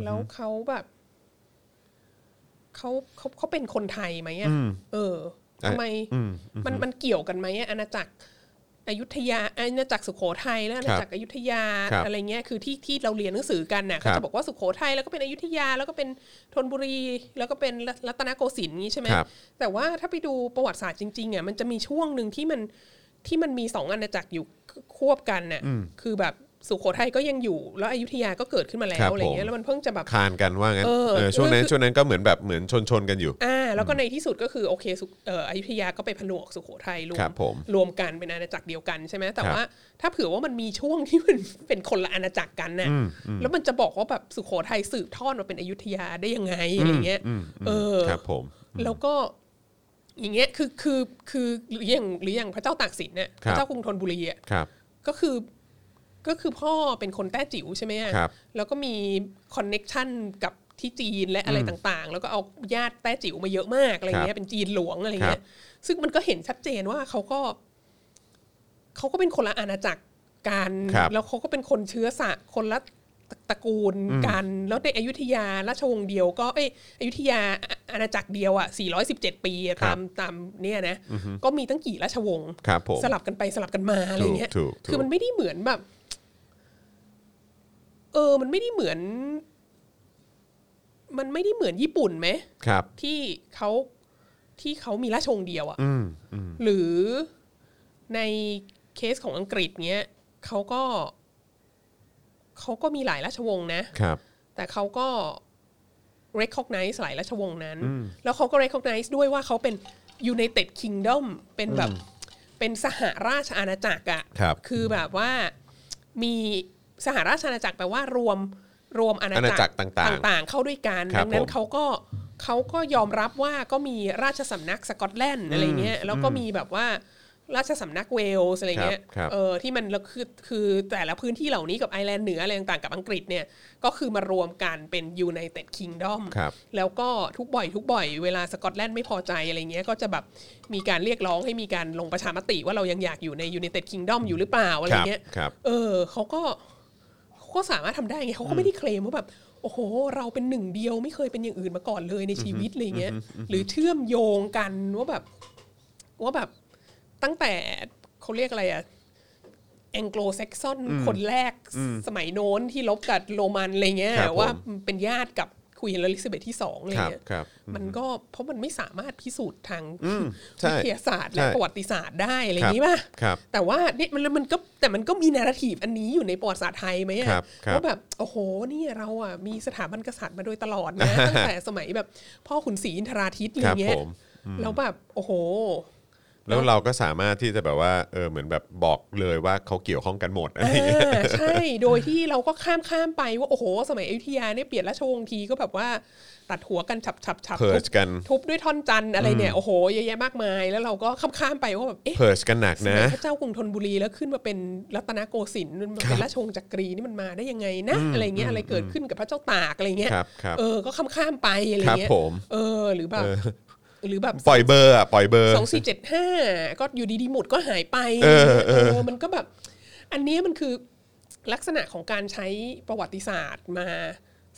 แล้วเขาแบบเขาเขาเขาเป็นคนไทยไหมอ่ะเออทำไมมันมันเกี่ยวกันไหมอะอาณาจักรอยุธยาอาณาจักรสุโขทัยและอาณาจักรอยุธยา
ครับ
อะไรเงี้ยคือที่ที่เราเรียนหนังสือกันน่ะเขา
ครั
จะ
บ
บอกว่าสุโขทัยแล้วก็เป็นอยุธยา แล้วก็เป็นธนบุรี แล้วก็เป็นรัรัตนโกสินทร์นี้ใช่ไหม
ครับ
แต่ว่าถ้าไปดูประวัติศาสตร์จริงๆอ่ะมันจะมีช่วงหนึ่งที่มันที่มันมีสองอาณาจักรอยู่ควบกันน่ะคือแบบสุโขทัยก็ยังอยู่ แล้วอยุธยาก็เกิดขึ้นมาแล้วอะไรเงี้ยแล้วมันเพิ่งจะแบบ
คานกันว่างั้น
เออ
เออช่วงนั้น
คือ
ช่วงนั้นก็เหมือนแบบเหมือนชนชนๆกันอยู่
อ่าแล้วก็ในที่สุดก็คือโอเคสุเอ่ออยุธยาก็ไปผนวกสุโขทัยรว
ครั
ม
บผม
รวมกันเป็นอาณาจักรเดียวกันใช่ไหมแต่
ครับ
ว่าถ้าเผื่อว่ามันมีช่วงที่มัน เป็นคนละอาณาจักรกันน่ะแล้วมันจะบอกว่าแบบสุโขทัยสืบทอดมาเป็นอยุธยาได้ยังไงอะไรเงี้ยเออ
ครับผม
แล้วก็อย่างเงี้ยคือคือคือหรืออย่างหรืออย่างพระเจ้าตากสินเนี่ย
ครับ
พระเจ้ากรุงธนบุรีอ่ะ
ครับ
ก็คือก็คือพ่อเป็นคนแต้จิ๋วใช่ไหมอะ
ครับ
แล้วก็มีคอนเน็กชันกับที่จีนและอะไรต่างๆ แล้วก็เอาญาติแต้จิ๋วมาเยอะมากอะไร
ครับ
เงี้ยเป็นจีนหลวงอะไรเงี้ยซึ่งมันก็เห็นชัดเจนว่าเขาก็เขาก็เป็นคนละอาณาจักรกัน
ครับ
แล้วเขาก็เป็นคนเชื้อสะคนละตระกูลกัน แล้วในอยุธยาราชวงศ์เดียวก็เอยอยุธยาอาณาจักรเดียวอ่ะ 417 ปีอะ
ครับ
ตามตามเนี่ยนะก็มีตั้งกี่ราชวงศ์
ครับผม
สลับกันไปสลับกันมาอะไรเงี้ย
ถูกถูก
คือมันไม่ได้เหมือนแบบ เออ มันไม่ได้เหมือน มันไม่ได้เหมือนญี่ปุ่นไหม
ครับ
ที่เขาที่เขามีราชวงศ์เดียวอะ
อืมอืม
หรือในเคสของอังกฤษเนี้ยเขาก็เขาก็มีหลายราชวงศ์นะ
ครับ
แต่เขาก็ recognize หลายราชวงศ์นั้น แล้วเขาก็ recognize ด้วยว่าเขาเป็น United Kingdom เป็นแบบเป็นสหราชอาณาจักรอะ
ครับ
คือแบบว่ามีสหราชอาณาจักรแปลว่ารวมรวมอาณา
อาณาจักรต่างๆ
ต่างๆ เข้าด้วยกัน
ครับ
ดันั้
ผ
น
ม
เขาก็เขาก็ยอมรับว่าก็มีราชสำนักสกอตแลนด์อะไรเงี้ยแล้วก็มีแบบว่าราชสำนักเวลส์อะไรเงี้ย
ครับครับ
เออที่มันแล้วคือคือแต่ละพื้นที่เหล่านี้กับไอร์แลนด์เหนืออะไรต่างๆกับอังกฤษเนี่ยก็คือมารวมกันเป็น United Kingdom
ครับ
แล้วก็ทุกบ่อยทุกบ่อยเวลาสกอตแลนด์ไม่พอใจอะไรเงี้ยก็จะแบบมีการเรียกร้องให้มีการลงประชามติว่าเรายังอยากอยู่ใน United Kingdom อยู่หรือเปล่าอะไร
ครับ
เงี้ย
ครับ
เออเขาก็เขาก็สามารถทำได้ไงเขาก็ไม่ได้เคลมว่าแบบโอ้โห เราเป็นหนึ่งเดียวไม่เคยเป็นอย่างอื่นมาก่อนเลยในชีวิตอะไรเงี้ยหรือเชื่อมโยงกันว่าแบบว่าแบบตั้งแต่เขาเรียกอะไรอะแองโกลแซกซอนคนแรกสมัยโน้นที่ลบกับโรมันอะไรเงี้ย
ครับผม
ว่า เป็นญาติกับควีนอลิซาเบธที่สองอะไร
ครับ
เงี้ย
ครับ
มันก็เพราะมันไม่สามารถพิสูจน์ทาง
อืมใช่
วิทยาศาสตร์และ
ใช่
ประวัติศาสตร์ได้อะไรอ
ครั
ย่างนี้ป่ะ
ครับ
แต่ว่าเนี่ยมันมันก็แต่มันก็มีนาราทีฟอันนี้อยู่ในประวัติศาสตร์ไทยไหมอะ
ครับครับ
ว่าแบบโอ้โหเนี่ยเราอ่ะมีสถาบันกษัตริย์มาโดยตลอด
[laughs]
นะ ตั้งแต่สมัยแบบพ่อขุนศรีอินทราทิตย์อะไรเงี้
ครั
ย
บผม
แล้วแบบโอ้โห
แล้วเราก็สามารถที่จะแบบว่าเออเหมือนแบบบอกเลยว่าเขาเกี่ยวข้องกันหมดอะไรอย่างเงี้ย
อ่าใช่ โดยที่เราก็ข้ามข้ามไปว่าโอ้โห สมัยอยุธยาเนี่ยเปลี่ยนราชวงศ์ทีก็แบบว่าตัดหัวกันฉับฉับฉับ
Purge กัน
ทุบด้วยท่อนจันทร์อะไรเนี่ย โอ้โหเยอะแยะมากมาย แล้วเราก็ข้ามข้ามไปว่าแบบเอ๊ะ
เพิร์ชกันหนัก
สมั
นะ
ยพระเจ้ากรุงธนบุรีแล้วขึ้นมาเป็นรัตนโกสินทร์มันเป็นราชวงศ์จักรีนี่มันมาได้ยังไงนะอะไรเงี้ยอะไรเกิดขึ้นกับพระเจ้าตากอะไรเงี้ย
ครับครับ
เออก็ข้ามข้ามไปอะไรเงี้ย
ครับผม
เออหรือแบบหรือแบบ
ปล่อยเบอร์อ่ะปล่อยเบอร์
สองสี่เจ็ดห้าก็อยู่ดีๆหมดก็หายไป
เออเอ
เอ
อ
อมันก็แบบ อันเนี้ยมันคือลักษณะของการใช้ประวัติศาสตร์มา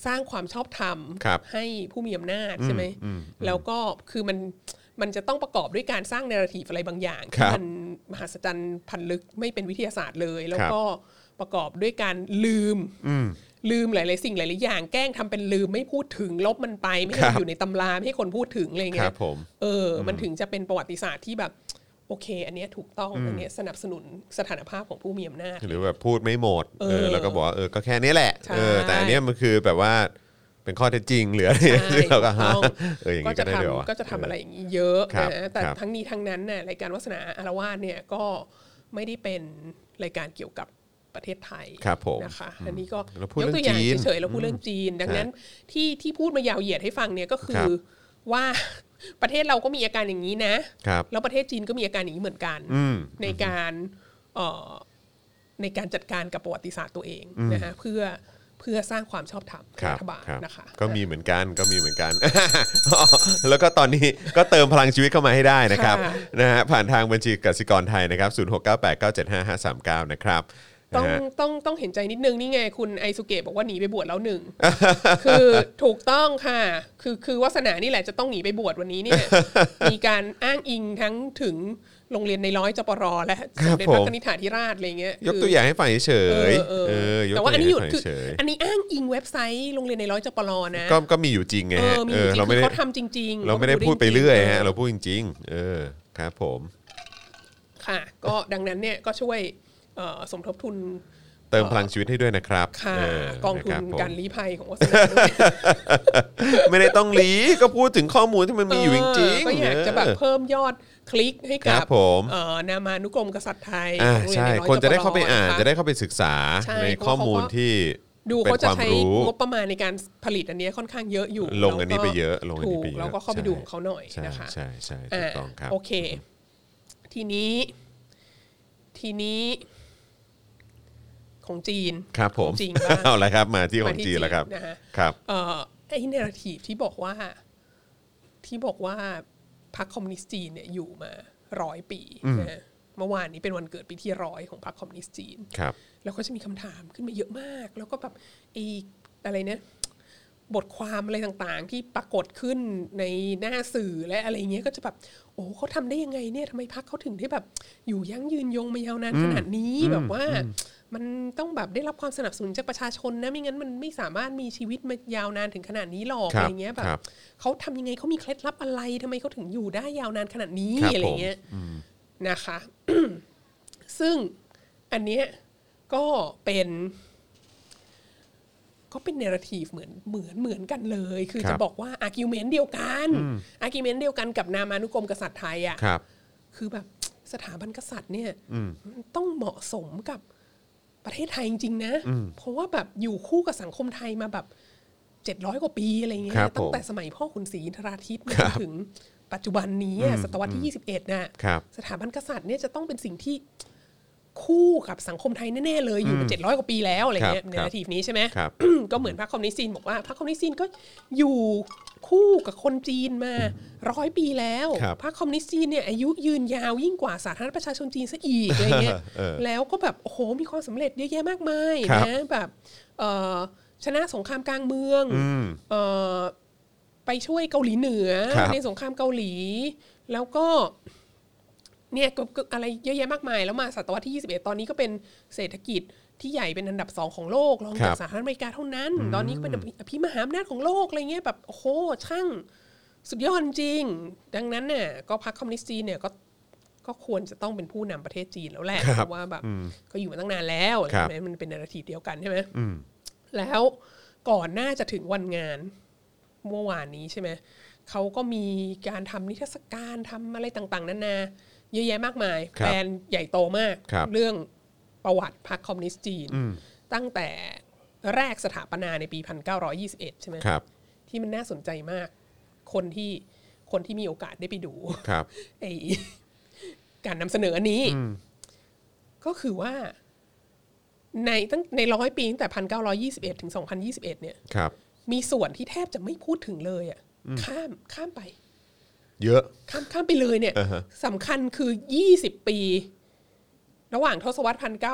สร้างความชอบธรรม
ครับ
ให้ผู้มีอำนาจใช่ไหมแล้วก็คือมันมันจะต้องประกอบด้วยการสร้างเนราทีฟอะไรบางอย่าง
ครั
ที่
บ
มันมหัศจรรย์พันลึกไม่เป็นวิทยาศาสตร์เลย แล้ว
ครับ
ก็ประกอบด้วยการลืม ลืมหลาย ๆ สิ่งหลาย ๆ อย่างแกล้งทำเป็นลืมไม่พูดถึงลบมันไปไม่ให้มันอยู่ในตำราไม่ให้คนพูดถึงอะไร
ค
เงี้
รั
ย
บผม
เออ มันถึงจะเป็นประวัติศาสตร์ที่แบบ โอเค อันเนี้ยถูกต้อง อันเนี้ยสนับสนุนสถานภาพของผู้มีอำนาจ
หรือแบบพูดไม่หมดเอ
เอ
อ
อ
แล้วก็บอกว่าเออก็แค่นี้แหละ
ใช่
เออแต่อันเนี้ยมันคือแบบว่าเป็นข้อเท็จจริงหรืออะไรซึ่งเราก็
ถู
ฮะ
ต้อง
[laughs] เอออย่าง
ก็
นี้ก็
จะ
ได้เดี๋ยว
ทำก็จะทำอะไรอย่างนี้เยอะ
ครับ
นะแต่
ครับ
ทั้งนี้ทั้งนั้นน่ะรายการวัฒนาอารวาสเนี่ยก็ไม่ได้เป็นรายการเกี่ยวกับประเทศไทย
ครับผม
นะคะ อันนี้ก็
เราพูด
ยก
เรื่อง
ตัวอย่าง
จีน
เฉยๆเราพูดเรื่องจีน ดังนั้นที่ที่พูดมายาวเหยียดให้ฟังเนี่ยก็คื
ครั
อบ ว่า ประเทศเราก็มีอาการอย่างนี้นะ
ครับ
แล้วประเทศจีนก็มีอาการอย่างนี้เหมือนกัน
อืม
ในการเอ่อในการจัดการกับประวัติศาสตร์ตัวเองนะฮะเพื่อเพื่อสร้างความชอบธรรม
ครั
รับ ฐบาล
ครับ
นะคะ
ก็มีเหมือนกันก็มีเหมือนกัน [laughs] แล้วก็ตอนนี้ก็เติมพลังชีวิตเข้ามาให้ได้นะครับนะฮะผ่านทางบัญชีกสิกรไทยนะครับ0698975539 นะครับ
ต้อง
นะฮะ
ต้องต้องเห็นใจนิดนึงนี่ไงคุณไอซุเกะบอกว่าหนีไปบวชแล้ว
[laughs]
หนึ่ง คือถูกต้องค่ะ คือคือวาสนานี่แหละจะต้องหนีไปบวชวันนี้เนี่ย
[laughs]
มีการอ้างอิงทั้งถึงโรงเรียนในร้อยจปรและ
ค
ส
รับ
มเด็จพ
ผ
ระ
ม
กนิษฐาธิราชอะไรเงี้ย
ยก
คื
ตัวอย่างให้ฟังเฉยๆ
เออ
เอ
เออ
อยก
แต่
ตัว
ว่าอันนี้
อ
อยู่ ยู่คือ
เฉย
อันนี้อ้างอิงเว็บไซต์โรงเรียนในร้อยจปรนะ
ๆก็ก็มีอยู่จริงไง
เอ
ฮะ
อมี
เอ
จ
อ
ริง
เรา
ๆคื
ไม่
อ
ได้
เขาทำจริงๆ
เราไม่ได้
ข
พูดไป
จงๆ
เรื่อยฮะ
ออ
เราพูดจริงๆเออครับผม
ค่ะ ก็ดังนั้นเนี่ยก็ช่วยเอ่อสมทบทุน
เติมพลังชีวิตให้ด้วยนะครับ
ค่ะ
เ
กองทุ
ะคน บผม
การลี้ภัยของวัสนาด้วย
ไม่ได้ต้องหลีก็พูดถึงข้อมูลที่มันมีอยู่จริง
เออ
ๆ
ก็อยากจะแบบเพิ่มยอดคลิกให้กั
ครับบผม
เอ่อนามานุกรมกษัตริย์ไทย
อ่า
โรงเรีย
ใช่
ใร้อย
คนจะได้เข้าไปอ่าน
ค
จะได้เข้าไปศึกษา
ใช่
ในข้อมูล
เพราะว่า
ที่
ดู
เป็น
เขาจะ
ความ
ใช้
รู้
งบประมาณในการผลิตอันเนี้ยค่อนข้างเยอะอยู่
ลงอันนี้ไปเยอะลงอันนี้
ถูก
ไปเยอะ
แล้วก็เข้าไป
ใช่
ดูของเขาหน่อย
ใช่
นะคะ
ใช่ใช่ถู
อ่าก
ต้องครับ
โอเค ทีนี้ ทีนี้ ของจีน
ครับผม
ของจีนบ้าง
[laughs] เอาละครับมาที่ข
มา
อง
ที่
จีนแล้วครับ
จีนนะฮะ
ครับ
เอ่อไอ้เนราทีฟที่บอกว่าที่บอกว่าพรรคคอมมิวนิสต์จีนเนี่ยอยู่มาร้อยปีนะฮะเมื่อวานนี้เป็นวันเกิดปีที่ร้อยของพรรคคอมมิวนิสต์จีน
ครับ
แล้วก็จะมีคำถามขึ้นมาเยอะมาก แล้วก็แบบไอ้อะไรเนี่ยบทความอะไรต่างๆ ที่ปรากฏขึ้นในหน้าสื่อและอะไรเงี้ยก็จะแบบโอ้เขาทำได้ยังไงเนี่ยทำไมพักเขาถึงได้แบบ อยู่ยั้งยืนยงมายาวนานขนาดนี้แบบว่า มันต้องแบบได้รับความสนับสนุนจากประชาชนนะไม่งั้นมันไม่สามารถมีชีวิตมายาวนานถึงขนาดนี้หรอก
ครับ
อะไรเงี้ยแบบ
ครับ
เขาทำยังไงเขามีเคล็ดลับอะไรทำไมเขาถึงอยู่ได้ยาวนานขนาดนี้
ครับ
อะไร
ผม
เงี้ย นะคะ ซึ่งอันเนี้ยก็เป็น ก็เป็นเนราทีฟเหมือนเหมือนเหมือนกันเลย คือ
ครั
จะ
บ
บอกว่าอาร์กิวเมนต์เดียวกันอาร์กิวเมนต์เดียวกันกับนามานุกรมกษัตริย์ไทยอ่ะ
ครับ
คือแบบสถาบันกษัตริย์เนี่ย
อืม
มันต้องเหมาะสมกับประเทศไทยจริงๆนะ
อืม
เพราะว่าแบบอยู่คู่กับสังคมไทยมาแบบเจ็ดร้อยกว่าปีอะไรเงี้ย
ครับ
ตั้งแต่
ผม
สมัยพ่อขุนศรีอินทราทิตย์มา
ค
จ
รับ
นถึงปัจจุบันนี้อะ
อืม
ศตวรรษที่ 21น่ะ
ครับ
สถาบันกษัตริย์เนี่ยจะต้องเป็นสิ่งที่คู่กับสังคมไทยแน่ๆเลยอยู่มาเจ็ดร้อยกว่าปีแล้วอะไรเงี้ยในนาทีนี้ใช่ไหม
ครับ
[coughs] ก็เหมือนพรรคคอมมิวนิสต์จีนบอกว่าพรรคคอมมิวนิสต์จีนก็อยู่คู่กับคนจีนมาร้อยปีแล้ว
ครับ
พรรคคอมมิวนิสต์จีนเนี่ยอายุยืนยาวยิ่งกว่าสาธารณรัฐประชาชนจีนซะอีกอะไรเงี้ย
เออ
แล้วก็แบบโอ้โหมีความสำเร็จเยอะแยะมากมาย
ครับ
นะแบบเอ่อชนะสงครามกลางเมือง
อืม
เอ่อไปช่วยเกาหลีเหนือ
ครับ
ในสงครามเกาหลี แล้วก็เนี่ยก็ก็อะไรเยอะแยะมากมาย แล้วมาศตวรรษที่ 21 ตอนนี้ก็เป็นเศรษฐกิจที่ใหญ่เป็นอันดับสองของโลกรอง
ครั
จาก
บ
สหรัฐอเมริกาเท่านั้น ตอนนี้ก็เป็นอภิมหาอำนาจของโลกอะไรเงี้ยแบบโอ้โหช่างสุดยอดจริง ดังนั้นเนี่ยก็พรรคคอมมิวนิสต์จีนเนี่ยก็ก็ควรจะต้องเป็นผู้นำประเทศจีนแล้วแหละ
ครับ
เพราะว่าแบบก็อยู่มาตั้งนานแล้ว
ครั
ใช่
บ
ไหมมันเป็นนาทีเดียวกันใช่ไหม
อืม
แล้วก่อนหน้าจะถึงวันงานเมื่อวานนี้ใช่ไหมเขาก็มีการทำนิทรรศการทำอะไรต่างๆนานาเยอะแยะมากมาย
ครับ
แบรนด์ใหญ่โตมาก
ครับ
เรื่องประวัติพรรคคอมมิวนิสต์จีน
อืม
ตั้งแต่แรกสถาปนาในปี 1921 ใช่ไหม
ครับ
ที่มันน่าสนใจมาก คนที่คนที่มีโอกาสได้ไปดู
ครับ
ไอ [laughs] การนำเสนออันนี้ ก็คือว่า ในตั้งในร้อยปีตั้งแต่ 1921 ถึง 2021 เนี่ย
ครับ
มีส่วนที่แทบจะไม่พูดถึงเลยอะ่ะข้ามข้ามไป
เยอะ
ข้ามข้ามไปเลยเนี่ย
อ่าฮะ
สำคัญคือ 20 ปี ระหว่างทศวรรษพันเก้า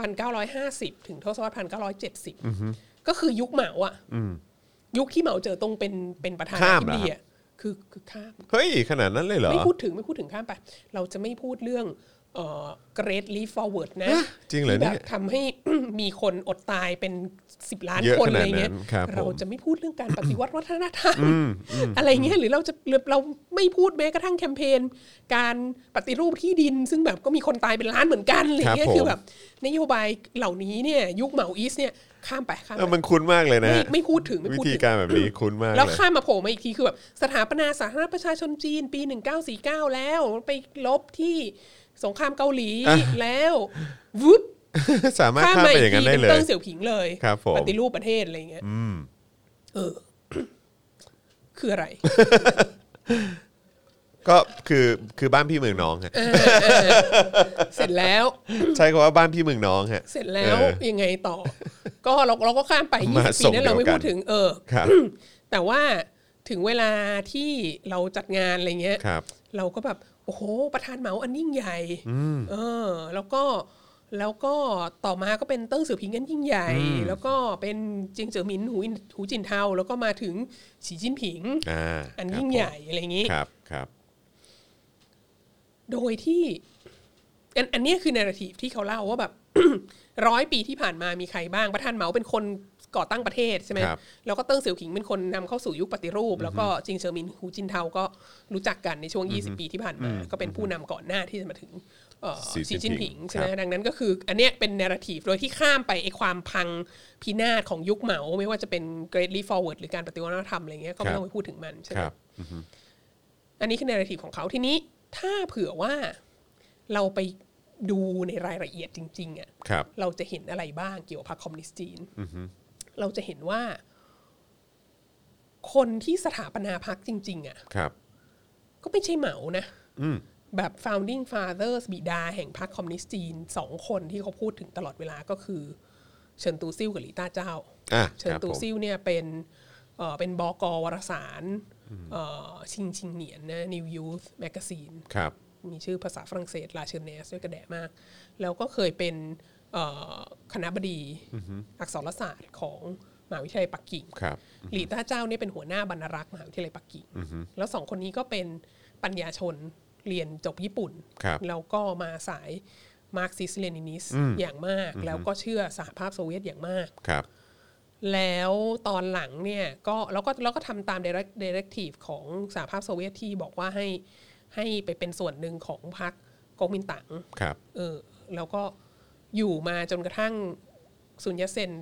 พันเก้าร้อยห้าสิบถึงทศวรรษพันเก้าร้อยเจ็ดสิบก็คือยุคเหมาอะ
อืม
ยุคที่เหมาเจ๋อตงเป็นเป็นประธา
ข้า
นาธิ
มเห
บ
รอ
ดีอะคือคือข้าม
เฮ้ย ขนาดนั้นเลยเหรอ
ไม่พูดถึงไม่พูดถึงข้ามไป เราจะไม่พูดเรื่องเอ่อ Great Leap Forward นะ
ฮะจริงเหรอเนี่ย
ที่แบบทำให้ [coughs] มีคนอดตายเป็น 10 ล้าน
เยอะ
คน
ข
อะ
นาด
ไรเงี้ย
นั้นครับผม
เราจะไม่พูดเรื่องการปฏิวัติวัฒนธรรมอะไรเงี้ยหรือเราจะเราไม่พูดแม้กระทั่งแคมเปญการปฏิรูปที่ดิน ซึ่งแบบก็มีคนตายเป็นล้านเหมือนกันอะไรเงี้ย
ครับผม
คือแบบนโยบายเหล่านี้เนี่ยยุคเหมาอีสเนี่ยข้ามไปข้าม
เออ
ไป
มันคุ้นมากเลยนะ
ไม่
ฮะ
ไม่พูดถึงไม่
วิ
พูด
ธี
ถึง
การแบบนี้คุ้นมาก
แล้ว
เลย
ข้ามมาโผล่มาอีกทีคือแบบสถาปนาสาธารณรัฐประชาชนจีนปี 1949 แล้วไปลบที่สงครามเกาหลี
อ่ะ
แล้ววุบ
สามารถข้ามไปอย่างนั้นได้เล
เติ้
ย
งเสี่ยวผิงเลย
ครับผม
ปฏิรูปประเทศอะไรอย่างเงี้ย
อืม
เออ คืออะไร
ก็คือคือบ้านพี่เมืองน้องฮะ
เสร็จแล้ว
ใช่คำว่าบ้านพี่เมืองน้องฮะ
เสร็จแล้ว
เออ
ยังไงต่อ ก็เราเราก็ข้ามไป
มา
20ปี
ส่ง
นั้นเราไม่
เดียวกัน
พูดถึง เออ
ครับ
แต่ว่าถึงเวลาที่เราจัดงานอะไรเงี้ย
ครับ
เราก็แบบ โอ้โห ประธานเหมาอันยิ่งใหญ่เออ แล้วก็แล้วก็ต่อมาก็เป็นเติ้งเสือผิงอันยิ่งใหญ่ แล้วก็เป็นเจียงเจ๋อหมินหูอินหูจินเทาแล้วก็มาถึงฉีจิ้นผิง
อ่า
อันยิ่งใหญ่อะไรอย่างนี้
ครับครับ
โดยที่ อันอันเนี้ยคือนาราทีฟที่เขาเล่าว่าแบบ [coughs] ร้อยปีที่ผ่านมามีใครบ้าง ประธานเหมาเป็นคนก่อตั้งประเทศใช่ไหม
ครับ
แล้วก็เติ้งเสี่ยวผิงเป็นคนนำเข้าสู่ยุคปฏิรูป แล้วก็จิงเฉิงหมินฮูจินเทาก็รู้จักกันในช่วง 20 ปีที่ผ่านมา ก็เป็นผู้นำก่อนหน้าที่จะมาถึงเอ่อ
สีจิ้น
สีจิ้น
ผิ
ผิ
ง
งใช่ไหม
ครับ
ดังนั้นก็คือ อันเนี้ยเป็นนาราทีฟโดยที่ข้ามไปไอความพังพินาศของยุคเหมาไม่ว่าจะเป็น Great Leap Forward หรือการปฏิวัติวัฒนธรรมอะไรเงี้ยก็ไม่ต้องไปพูดถึงมันใช่ไห
ค
ม
รับ
อันนี้คือเนื้อทีของเขาทีนี้ถ้าเผื่อว่าเราไปดูในรายละเอียดจริงๆอะ
ครับ
เราจะเห็นอะไรบ้างเกี่ยวกับพรรคคอมมิวนิสต์จีนเราจะเห็นว่า คนที่สถาปนาพรรคจริง ๆอะ
ครับ
ก็ไม่ใช่เหมานะ
อืม
แบบ founding fathers บิดาแห่งพรรคคอมมิวนิสต์จีนสองคนที่เขาพูดถึงตลอดเวลาก็คือ เฉินตูซิ่วกับหลีต้าเจ้า
อ่ะ
เฉินตู
ครับผม
ซิ่วเนี่ยเป็นเอ่อเป็นบกวารสารเอ่อชิงชิงเหนียนนะ New Youth Magazine
ครับ
มีชื่อภาษาฝรั่งเศสลาเชอร์เนสด้วยกระแดะมาก แล้วก็เคยเป็นเอ่อคณะบดีอักษรศาสตร์ของมหาวิทยาลัยปักกิ่ง
ครับ
หลีต้าเจ้าเนี่ยเป็นหัวหน้าบรรณารักษ์มหาวิทยาลัยปักกิ่ง แล้วสองคนนี้ก็เป็นปัญญาชนเรียนจบญี่ปุ่น
ครับ
แล้วก็มาสายมาร์กซิสเลนินิสอย่างมาก แล้วก็เชื่อสหภาพโซเวียตอย่างมาก
ครับ
แล้วตอนหลังเนี่ยก็แล้วก็แล้วก็ทำตาม direct directive ของสหภาพโซเวียตที่บอกว่าให้ให้ไปเป็นส่วนหนึ่งของพรรคก๊กมินตั๋ง
ครับ
เออแล้วก็อยู่มาจนกระทั่งซุนยัตเซน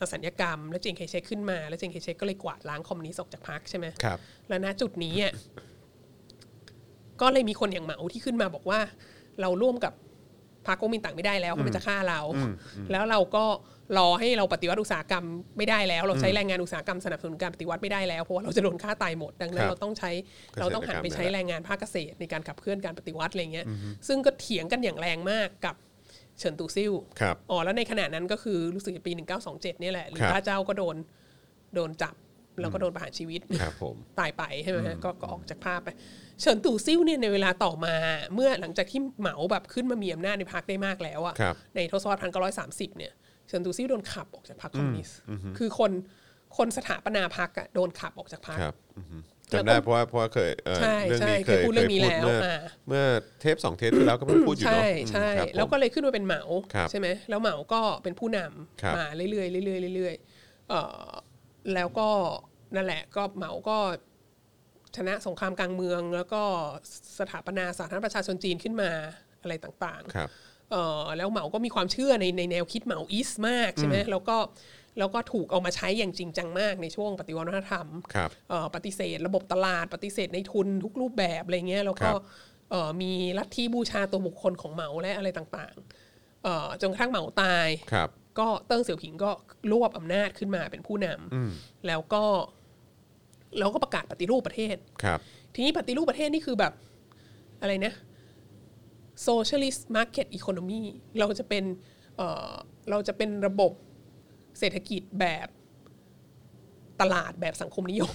อสัญญกรรม แล้วเจงเคเชกขึ้นมา แล้วเจงเคเชกก็เลยกวาดล้างคอมมิวนิสต์ออกจากพรรคใช่ไหม
ครับ
แล้วณจุดนี้อ่ะก็เลยมีคนอย่างเหมาที่ขึ้นมาบอกว่า เราร่วมกับพรรคก๊กมินตั๋งไม่ได้แล้วเขาจะฆ่าเรา แล้วเราก็รอให้เราปฏิวัติอุตสาหกรรมไม่ได้แล้ว เราใช้แรงงานอุตสาหกรรมสนับสนุนการปฏิวัติไม่ได้แล้วเพราะว่าเราจะโดนฆ่าตายหมดดัง
ค
นั้
รั
น
บ
เราต้องใช้เราต้องหันไปใช้
เกษตรกรรม
แรงงานภาคเกษตรในการขับเคลื่อนการปฏิวัติอะไรเงี้ย ซึ่งก็เถียงกันอย่างแรงมากกับเฉินตูซิ่ว
ครับ
อ๋อแล้วในขณะนั้นก็คือรู้สึกจะปี 1927เนี่ยแหละหรือ
ครับ
พระเจ้าก็โดนโดนจับแล้วก็โดนประหารชีวิต
ครับผม
ตายไปใช่ไหมฮะก็ก็ออกจากภาพไป เฉินตู่ซิ่วเนี่ยในเวลาต่อมาเมื่อหลังจากที่เหมาแบบขึ้นมามีอำนาจในพรรคได้มากแล้วอะ
ครับ
ในทศวรรษพันเก้าร้อยสามสิบเนี่ยเฉินตู่ซิ่วโดนขับออกจากพรรคคอมมิวนิสต์คือคนคนสถาปนาพรรคอะโดนขับออกจากพรรค
ครับอือฮึ
แล้ว
จำ
ก็
ได้เพราะว่าเพราะว่าเคยเอ่อ
ใช่
เรื่องนี้
ใช่
เคย
เคยพูดเรื่องนี้
คย
แล้ว
เมื่อ
อ่า
เมื่อเทปสองเทปที่แล้วก็เพิ่งพูดอยู่เนาะ
ใช่
อืม
ใช่
ครับผม
แล้วก็เลยขึ้นมาเป็นเหมา
ครับ
ใช่ไหมแล้วเหมาก็เป็นผู้นำ
ครับ
มาเรื่อยๆเรื่อยๆเรื่อยๆเอ่อแล้วก็นั่นแหละก็เหมาก็ชนะสงครามกลางเมือง แล้วก็สถาปนาสาธารณรัฐประชาชนจีนขึ้นมาอะไรต่างๆ
ครับ
เอ่อแล้วเหมาก็มีความเชื่อในในแนวคิดเหมาอีสมากใช่ไหมแล้วก็แล้วก็ถูกเอามาใช้อย่างจริงจังมากในช่วงปฏิวัติวัฒนธรรม
ครับ
เอ่อปฏิเสธระบบตลาดปฏิเสธในทุนทุกรูปแบบอะไรเงี้ยแล้ว
ค
ก็
รับ
เอ่อมีลัทธิบูชาตัวบุคคลของเหมาและอะไรต่างๆเอ่อจนกระทั่งเหมาตาย
ครับ
ก็เติ้งเสี่ยวผิงก็รวบอำนาจขึ้นมาเป็นผู้นำแล้วก็แล้วก็ประกาศปฏิรูปประเทศ
ครับ
ทีนี้ปฏิรูปประเทศนี่คือแบบอะไรนะ socialist market economy เราจะเป็นเอ่อเราจะเป็นระบบเศรษฐกิจแบบตลาดแบบสังคมนิยม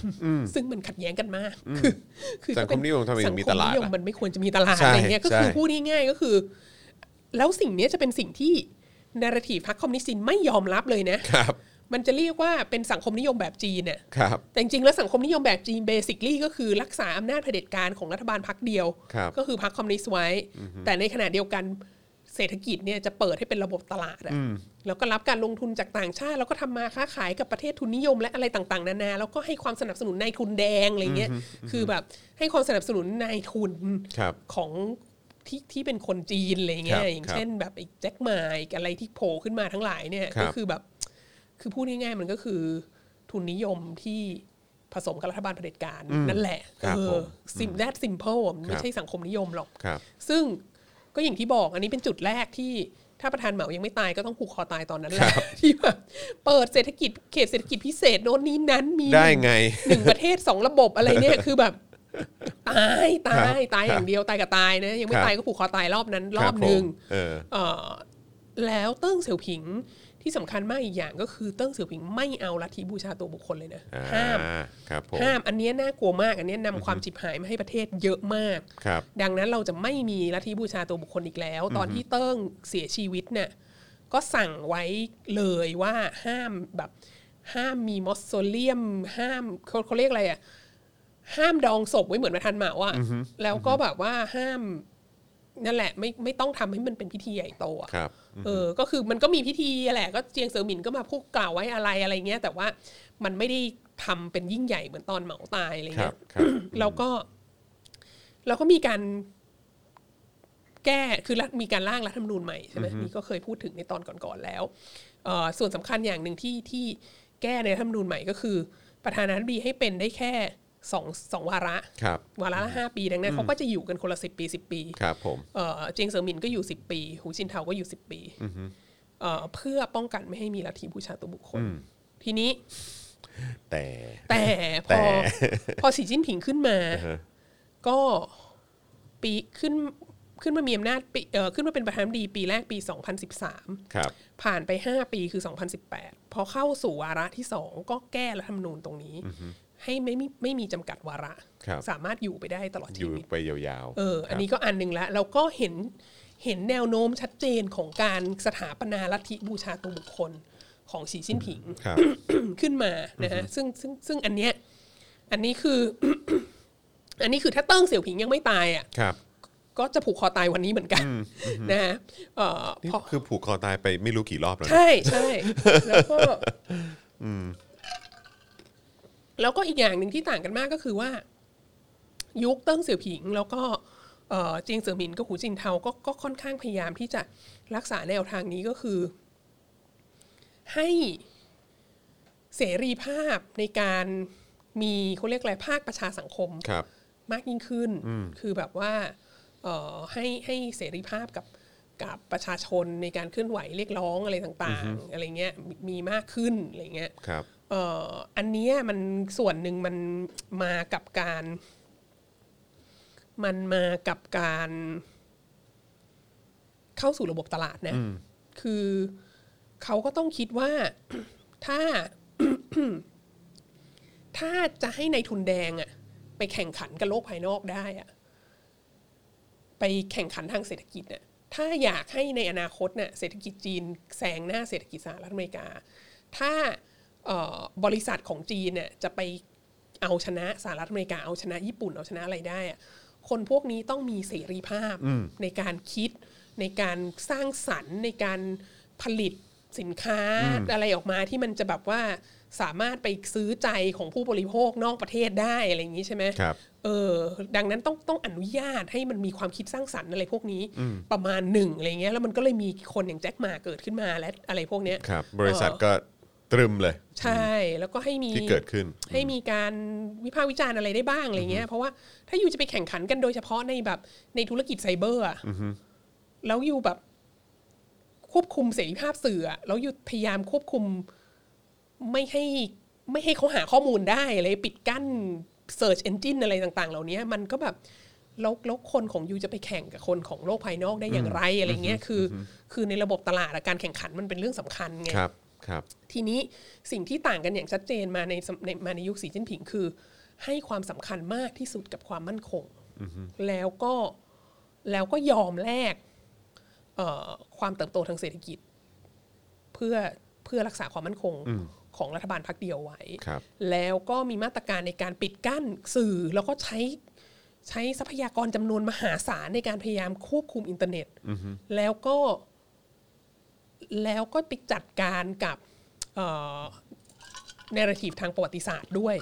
ซึ่งมันขัดแย้งกันมาก คือคือ
สังคมนิยมทำไมถึงมีตลาด
สังคมนิยม
อะ
มันไม่ควรจะมีตลาด
ใช่
อะไรเงี้ยก็คือ
ใช่
พูดง่ายๆก็คือ แล้วสิ่งเนี้ยจะเป็นสิ่งที่นาราทีพรรคคอมมิวนิสต์จีนไม่ยอมรับเลยนะ
ครับ
มันจะเรียกว่าเป็นสังคมนิยมแบบจีนเนี่ย
ครับ
แต่จริงๆแล้วสังคมนิยมแบบจีนเบสิคลี่ก็คือรักษาอำนาจเผด็จการของรัฐบาลพรรคเดียว
ครับ
ก็คือพรรคคอมมิวนิสต์ไว้ แต่ในขณะเดียวกันเศรษฐกิจเนี่ยจะเปิดให้เป็นระบบตลาดอะแล้วก็รับการลงทุนจากต่างชาติ แล้วก็ทำมาค้าขายกับประเทศทุนนิยมและอะไรต่างๆ นานา แล้วก็ให้ความสนับสนุนนายทุนแดงอะไรเงี้ยคือแบบให้ความสนับสนุนนายทุน
ครับ
ของที่ที่เป็นคนจีนอะไรเงี้
ครั
ย
บ
อย่าง
ครับ
เช่นแบบไอ้แจ็คหมาอีกอะไรที่โผล่ขึ้นมาทั้งหลายเนี่ย
ครับ
ก็คือแบบ คือพูดง่ายๆมันก็คือทุนนิยมที่ผสมกับรัฐบาลเผด็จการ นั่นแหละ
ครับ
เอ
ผ
อ
ม
ซิมแดดซิมเพิล
ค
ไม่
รับ
ใช่สังคมนิยมหรอก
ครับ
ซึ่งก็อย่างที่บอกอันนี้เป็นจุดแรกที่ถ้าประธานเหมายังไม่ตายก็ต้องผูกคอตายตอนนั้นแหละที่แบบเปิดเศรษฐกิจเขตเศรษฐกิจพิเศษโน้นนี้นั้นมี
ได้ไง
หนึ่งประเทศสองระบบอะไรเนี่ยคือแบบ ตายตา
ครั
ย
บ
ตายอย่างเดียวตายกับตายนะยังไม่
ครับ
ตายก็ผูกคอตายรอบนั้น
ค
รอ
รั
บบ หนึ่ง
ผมเออ
เอ่อแล้วเติ้งเสี่ยวผิงที่สำคัญมากอีกอย่างก็คือเติ้งเสี่ยวผิงไม่เอาลัทธิบูชาตัวบุคคลเลยนะ
อ่า
ห้าม
ครับผม
ห้ามอันเนี้ยน่ากลัวมากอันเนี้ยนำความจิบหายมาให้ประเทศเยอะมาก
ครับ
ดังนั้นเราจะไม่มีลัทธิบูชาตัวบุคคลอีกแล้ว ตอนที่เติ้งเสียชีวิตเนี่ยก็สั่งไว้เลยว่าห้ามแบบห้ามมีมอสโซเลียม ห้ามเขาเขาเรียกอะไรอ่ะห้ามดองศพไว้เหมือนประธานเหมาอ่ะแล้วก็แบบว่าห้ามนั่นแหละไม่ไม่ต้องทำให้มันเป็นพิธีใหญ่โตอะ
ครับ
เออ ก็คือมันก็มีพิธีแหละ ก็เจียงเสือหมินก็มาพูดกล่าวไว้อะไรอะไรเงี้ย แต่ว่ามันไม่ได้ทำเป็นยิ่งใหญ่เหมือนตอนเหมาตายอะไร
ครั
เงี้
บ
ย
ครับ
แล้วก็เราก็มีการแก้คือรัฐมีการร่างรัฐธรรมนูญใหม่ใช่ไหมนี่ก็เคยพูดถึงในตอนก่อนๆแล้วเอ่อส่วนสำคัญอย่างหนึ่งที่ที่แก้ในรัฐธรรมนูญใหม่ก็คือ ประธานาธิบดีให้เป็นได้แค่สองสองวาระ
ครับ
วาระละห้าปีดังนั้นเขาก็จะอยู่กันคนละสิบปีสิบปี
ครับผม
เอ่อเจียงเซิงหมินก็อยู่สิบปี หูจินเทาก็อยู่สิบปีเอ่อเพื่อป้องกันไม่ให้มีลัทธิบูชาตัวบุคคล ทีนี้
แต่
แต่พ
แต่
อพอสีจิ้นผิงขึ้นมา ก็ปีขึ้นขึ้นมามีอำนาจปีเอ่อขึ้นมาเป็นประธานาธิบดีปีแรกปี 2013
ครับ
ผ่านไป 5 ปีคือ 2018 พอเข้าสู่วาระที่ 2 ก็แก้รัฐธรรมนูญตรงนี้ ให้ไม่มีไม่มีจำกัดวาระ
ครับ
สามารถอยู่ไปได้ตลอด
อ
ชี
ยู่
วิต
ไปยาวๆ
เออ อันนี้
ครับ
ก็อันหนึ่งแล้วเราก็เห็นเห็นแนวโน้มชัดเจนของการสถาปนาลัทธิบูชาตัวบุคคลของสีชิ้นผิง
ครับ
ขึ้นมานะฮะซึ่งซึ่งซึ่งอันเนี้ยอันนี้คือ [coughs] อันนี้คือถ้าเติ้งเสี่ยวผิงยังไม่ตายอ่ะ
ครับ
ก็จะผูกคอตายวันนี้เหมือนกันนะฮะเอ่อ
นี่
เพราะ
คือผูกคอตายไปไม่รู้กี่รอบแล้วนะ
ใช่ใช่แล้วก็แล้วก็อีกอย่างหนึ่งที่ต่างกันมากก็คือว่า ยุคเติ้งเสี่ยวผิง แล้วก็เอ่อเจียงเสี่ยวหมินกับหูจินเทาก็ก็ค่อนข้างพยายามที่จะรักษาแนวทางนี้ก็คือ ให้ เสรีภาพในการมีเขาเรียกอะไรภาคประชาสังคม
ครับ
มากยิ่งขึ้น คือแบบว่าเอ่อให้ให้เสรีภาพกับกับประชาชนในการเคลื่อนไหวเรียกร้องอะไรต่างๆ อะไรเงี้ยมีมีมากขึ้นอะไรเงี้ย
ครับ
เอ่ออันเนี้ยมันส่วนหนึ่งมันมากับการ มันมากับการเข้าสู่ระบบตลาดนะ คือเขาก็ต้องคิดว่า [coughs] ถ้า [coughs] ถ้าจะให้ในายทุนแดงอะไปแข่งขันกับโลกภายนอกได้อะไปแข่งขันทางเศรษฐกิจเนี่ยถ้าอยากให้ในอนาคตเนี่ยเศรษฐกิจจีนแซงหน้าเศรษฐกิจสหรัฐอเมริกา ถ้าเอ่อบริษัทของจีนเนี่ยจะไปเอาชนะสหรัฐอเมริกาเอาชนะญี่ปุ่นเอาชนะอะไรได้อะคนพวกนี้ต้องมีเสรีภาพในการคิดในการสร้างสรรค์ในการผลิตสินค้าอะไรออกมาที่มันจะแบบว่าสามารถไปซื้อใจของผู้บริโภคนอกประเทศได้อะไรอย่างนี้ใช่ไหม
ครับ
เออดังนั้นต้องต้องอนุญาตให้มันมีความคิดสร้างสรรค์อะไรพวกนี้ประมาณหนึ่งอะไรเงี้ยแล้วมันก็เลยมีคนอย่างแจ็คหมาเกิดขึ้นมาและอะไรพวกเนี้ย
ครับ บริษัทก็ตรึมเลย
ใช่แล้วก็ให้มี
ที่เกิดขึ้น
ให้มีการวิพากษ์วิจารณ์อะไรได้บ้างอะไรเงี้ยเพราะว่าถ้าอยู่จะไปแข่งขันกันโดยเฉพาะในแบบในธุรกิจไซเบอร์อะแล้วอยู่แบบควบคุมเสรีภาพสื่ออะแล้วอยู่พยายามควบคุม ไม่ให้ไม่ให้เขาหาข้อมูลได้อะไรปิดกั้น Search Engine อะไรต่าง ๆ เหล่านี้มันก็แบบแล้วแล้วคนของยูจะไปแข่งกับคนของโลกภายนอกได้อย่างไรอะไรเงี้ยคืออคือในระบบตลาดอะการแข่งขันมันเป็นเรื่องสำคัญไง
ครับ ครับ
ทีนี้สิ่งที่ต่างกันอย่างชัดเจนมาในสมในมาในยุคสีจิ้นผิงคือ ให้ความสำคัญมากที่สุดกับความมั่นคง แล้วก็แล้วก็ยอมแลกเอ่อความเติบโตทางเศรษฐกิจ เพื่อเพื่อรักษาความมั่นคงของรัฐบาลพักเดียวไว้
ครับ
แล้วก็มีมาตรการในการปิดกั้นสื่อแล้วก็ใช้ใช้ทรัพยากรจำนวนมหาศาลในการพยายามควบคุมอินเทอร์เน็ต แล้วก็ แล้วก็ไปจัดการกับเนราทีฟทางประวัติศาสตร์ด้วย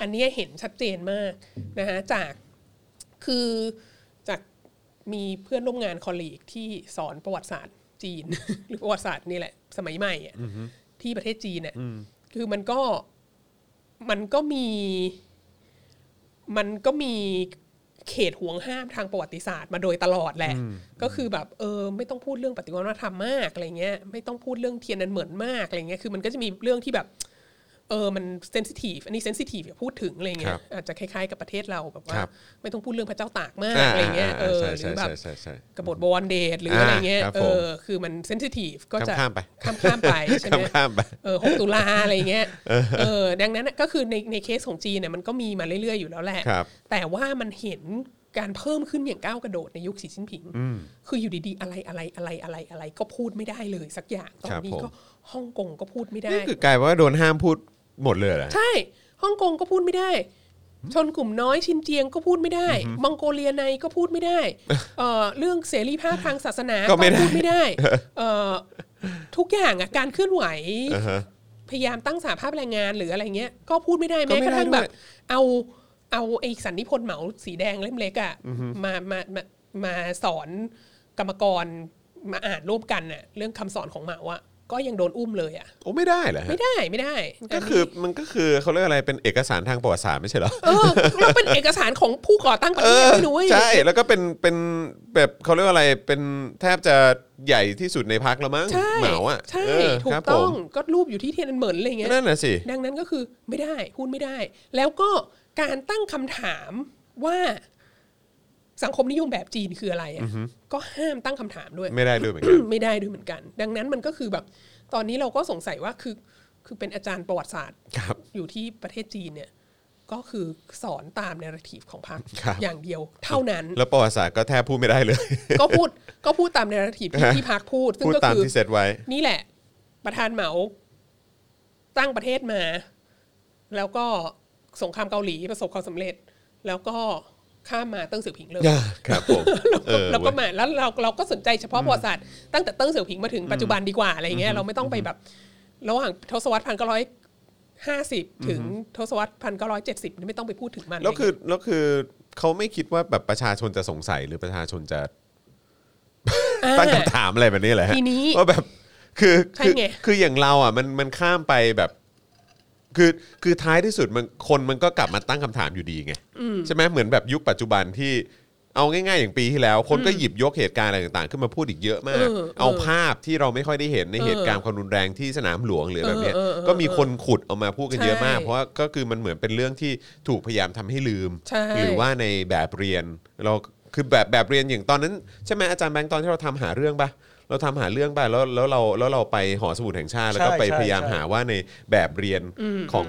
อันเนี้ยเห็นชัดเจนมากนะคะจากคือจากมีเพื่อนร่วมงานคอลลีกที่สอนประวัติศาสตร์จีน [laughs] หรือประวัติศาสตร์นี่แหละ สมัยใหม่อะที่ประเทศจีนเนี่ยคือมันก็มันก็มี มันก็มีเขตห่วงห้ามทางประวัติศาสตร์มาโดยตลอดแหละ ก็คือแบบเออไม่ต้องพูดเรื่องปฏิวัติวัฒนธรรมมากอะไรเงี้ยไม่ต้องพูดเรื่องเทียนนันเหมือนมากอะไรเงี้ยคือมันก็จะมีเรื่องที่แบบ เออมันเซนซิทีฟอันนี้เซนซิทีฟอย่าพูดถึงอะไร
ค
เงี้
รั
ย
บ
อาจจะคล้ายๆกับประเทศเราแบบว่า
ครับ
ไม่ต้องพูดเรื่องพระเจ้าตากมาก
อ่า
อะไรเงี้ยเออ
ใช่
หรื
ใช่
อแบบ
ใช่ใช่ใช่
กบฏบวรเดชหรืออะไรเงี้ย
อ่าครับ
เอ
ผม
อคือมันเซนซิทีฟก็จะ
ข้ามๆไป
ข้ามข้ามๆไปใช่ไห
ข้าม มข้ามไป
เออหกตุลาอะไรเงี้ย เออ ดังนั้นน่ะก็คือในในเคสของจีนเนี่ยมันก็มีมาเรื่อยๆอยู่แล้วแหละ
ครับ
แต่ว่ามันเห็นการเพิ่มขึ้นอย่างก้าวกระโดดในยุคสีชิ้นผิง คืออยู่ดีๆ อะไรอะไรอะไรอะไรอะไรก็พูดไม่ได้เลยสักอย่าง ต
ค
อ
น รับ
นี้
ผม
ก็ฮ่องกงก็พูดไม่ได้
นี่คือกลายว่าโดนห้ามพูดหมดเลยเหรอ
ใช่ ฮ่องกงก็พูดไม่ได้ ชนกลุ่มน้อยชินเจียงก็พูดไม่ได้ มองโกเลียในก็พูดไม่
[laughs]
ได้ เอ่อเรื่องเสรีภาพทางศาสนา
ก็ไม่ได้
พูดไม่
[laughs]
ได้ เอ่อทุกอย่างอะการเคลื่อนไหว
อ่าฮะ
พยายามตั้งสาภาพแรงงานหรืออะไรเงี้ย ก็พูดไม่ได้
ก็
แม้
ไม่
กระทั่ง
ได้ด้วย
แบบ เอาเอาไอ้สันนิพนธ์เหมาสีแดงเล่มเล็กอะมามามามาสอนกรรมกรมาอ่านร่วมกันน่ะเรื่องคำสอนของเหมาอะก็ยังโดนอุ้มเลยอะ
โอ้ไม่ได้เหรอฮะ
ไม่ได้ไม่ได้
ก็คือมันก็คือเขาเรียกอะไรเป็นเอกสารทางประวัติศาสตร์ไม่ใช่เหรอ
เออแล้วเป็นเอกสารของผู้ก่อตั้งประ
เอ
เทศ
อ
ไม่รู้เว้ย
ใช่แล้วก็เป็นเป็นแบบเขาเรียกว่าอะไรเป็นแทบจะใหญ่ที่สุดในพักแล้วมั้ง
ใช่
เหมาอ่ะ
ใช่
เออ
ถู
ครั
ก
บ
ต้อ
ผ
ง
ม
ก็รูปอยู่ที่เทียนอันเหมินอะไรเงี้ย
นั่นน่ะสิ
ดังนั้นก็คือไม่ได้พูดไม่ได้ แล้วก็การตั้งคำถามว่าสังคมนิยมแบบจีนคืออะไรอะก็ห้ามตั้งคำถามด้วย
ไม่ได้ด้วยเหมือนกัน
[coughs] ไม่ได้ด้วยเหมือนกัน ดังนั้นมันก็คือแบบ ตอนนี้เราก็สงสัยว่าคือ คือเป็นอาจารย์ประวัติศาสตร์
ครับ
อยู่ที่ประเทศจีนเนี่ย ก็คือสอนตามเนรทีฟของพรรค
ครับ
อย่างเดียวเท่านั้น
แล้วประวัติศาสตร์ก็แทบพูดไม่ได้เลย
ก็พูดก็พูดตามเนรทีฟ
[laughs]
ที่พรรคพูดซึ่ง
พูด
ก็
ตาม
คือ
ที่เซตไว้
นี่แหละ ประธานเหมาตั้งประเทศมา แล้วก็สงครามเกาหลีประสบความสำเร็จ แล้วก็ข้ามมาเติ้งเสือผิงเลย
ครับผม [laughs] เออ
แล้วก็
เว้ย
มาแล้วเราเราก็สนใจเฉพาะประวัติศาสตร์ตั้งแต่เติ้งเสือผิงมาถึงปัจจุบันดีกว่าอะไรเงี้ยเราไม่ต้องไปแบบ ระหว่างทศวรรษพันเก้าร้อยห้าสิบถึงทศวรรษพันเก้าร้อยเจ็ดสิบไม่ต้องไปพูดถึงมัน
แล้วคือแล้วคือเขาไม่คิดว่าแบบประชาชนจะสงสัยหรือประชาชนจะ
อ่า
ตั้งคำถามอะไรแบบนี้แหละฮะ
ทีนี้
ว่าแบบคือ
ใช่
คือ
ไง
คืออย่างเราอ่ะมันมันข้ามไปแบบ คือคือท้ายที่สุดมันคนมันก็กลับมาตั้งคำถามอยู่ดีไงใช่ไหมเหมือนแบบยุคปัจจุบันที่เอาง่าย ๆ อย่างปีที่แล้ว คนก็หยิบยกเหตุการณ์อะไรต่างๆ ขึ้นมาพูดอีกเยอะมาก
เออ
เอา
เออ
ภาพที่เราไม่ค่อยได้เห็นในเหตุการณ์ความรุนแรงที่สนามหลวงหรือแบบเนี้ย
เออเออเออ
ก็มีคนขุดออกมาพูดกันเยอะมาก
ใช่
เพราะว่าก็คือมันเหมือนเป็นเรื่องที่ถูกพยายามทำให้ลืม
ใช่
หรือว่าในแบบเรียนเราคือแบบแบบเรียนอย่างตอนนั้นใช่ไหมอาจารย์แบงค์ตอนที่เราทำหาเรื่องปะเราทำหาเรื่องปะแล้วแล้วเราแล้วเราไปหอสมุดแห่งชาติแล้วก็
ใช่
ไป
ใช่
พยายาม
ใช่
หา ว่าในแบบเรียนของ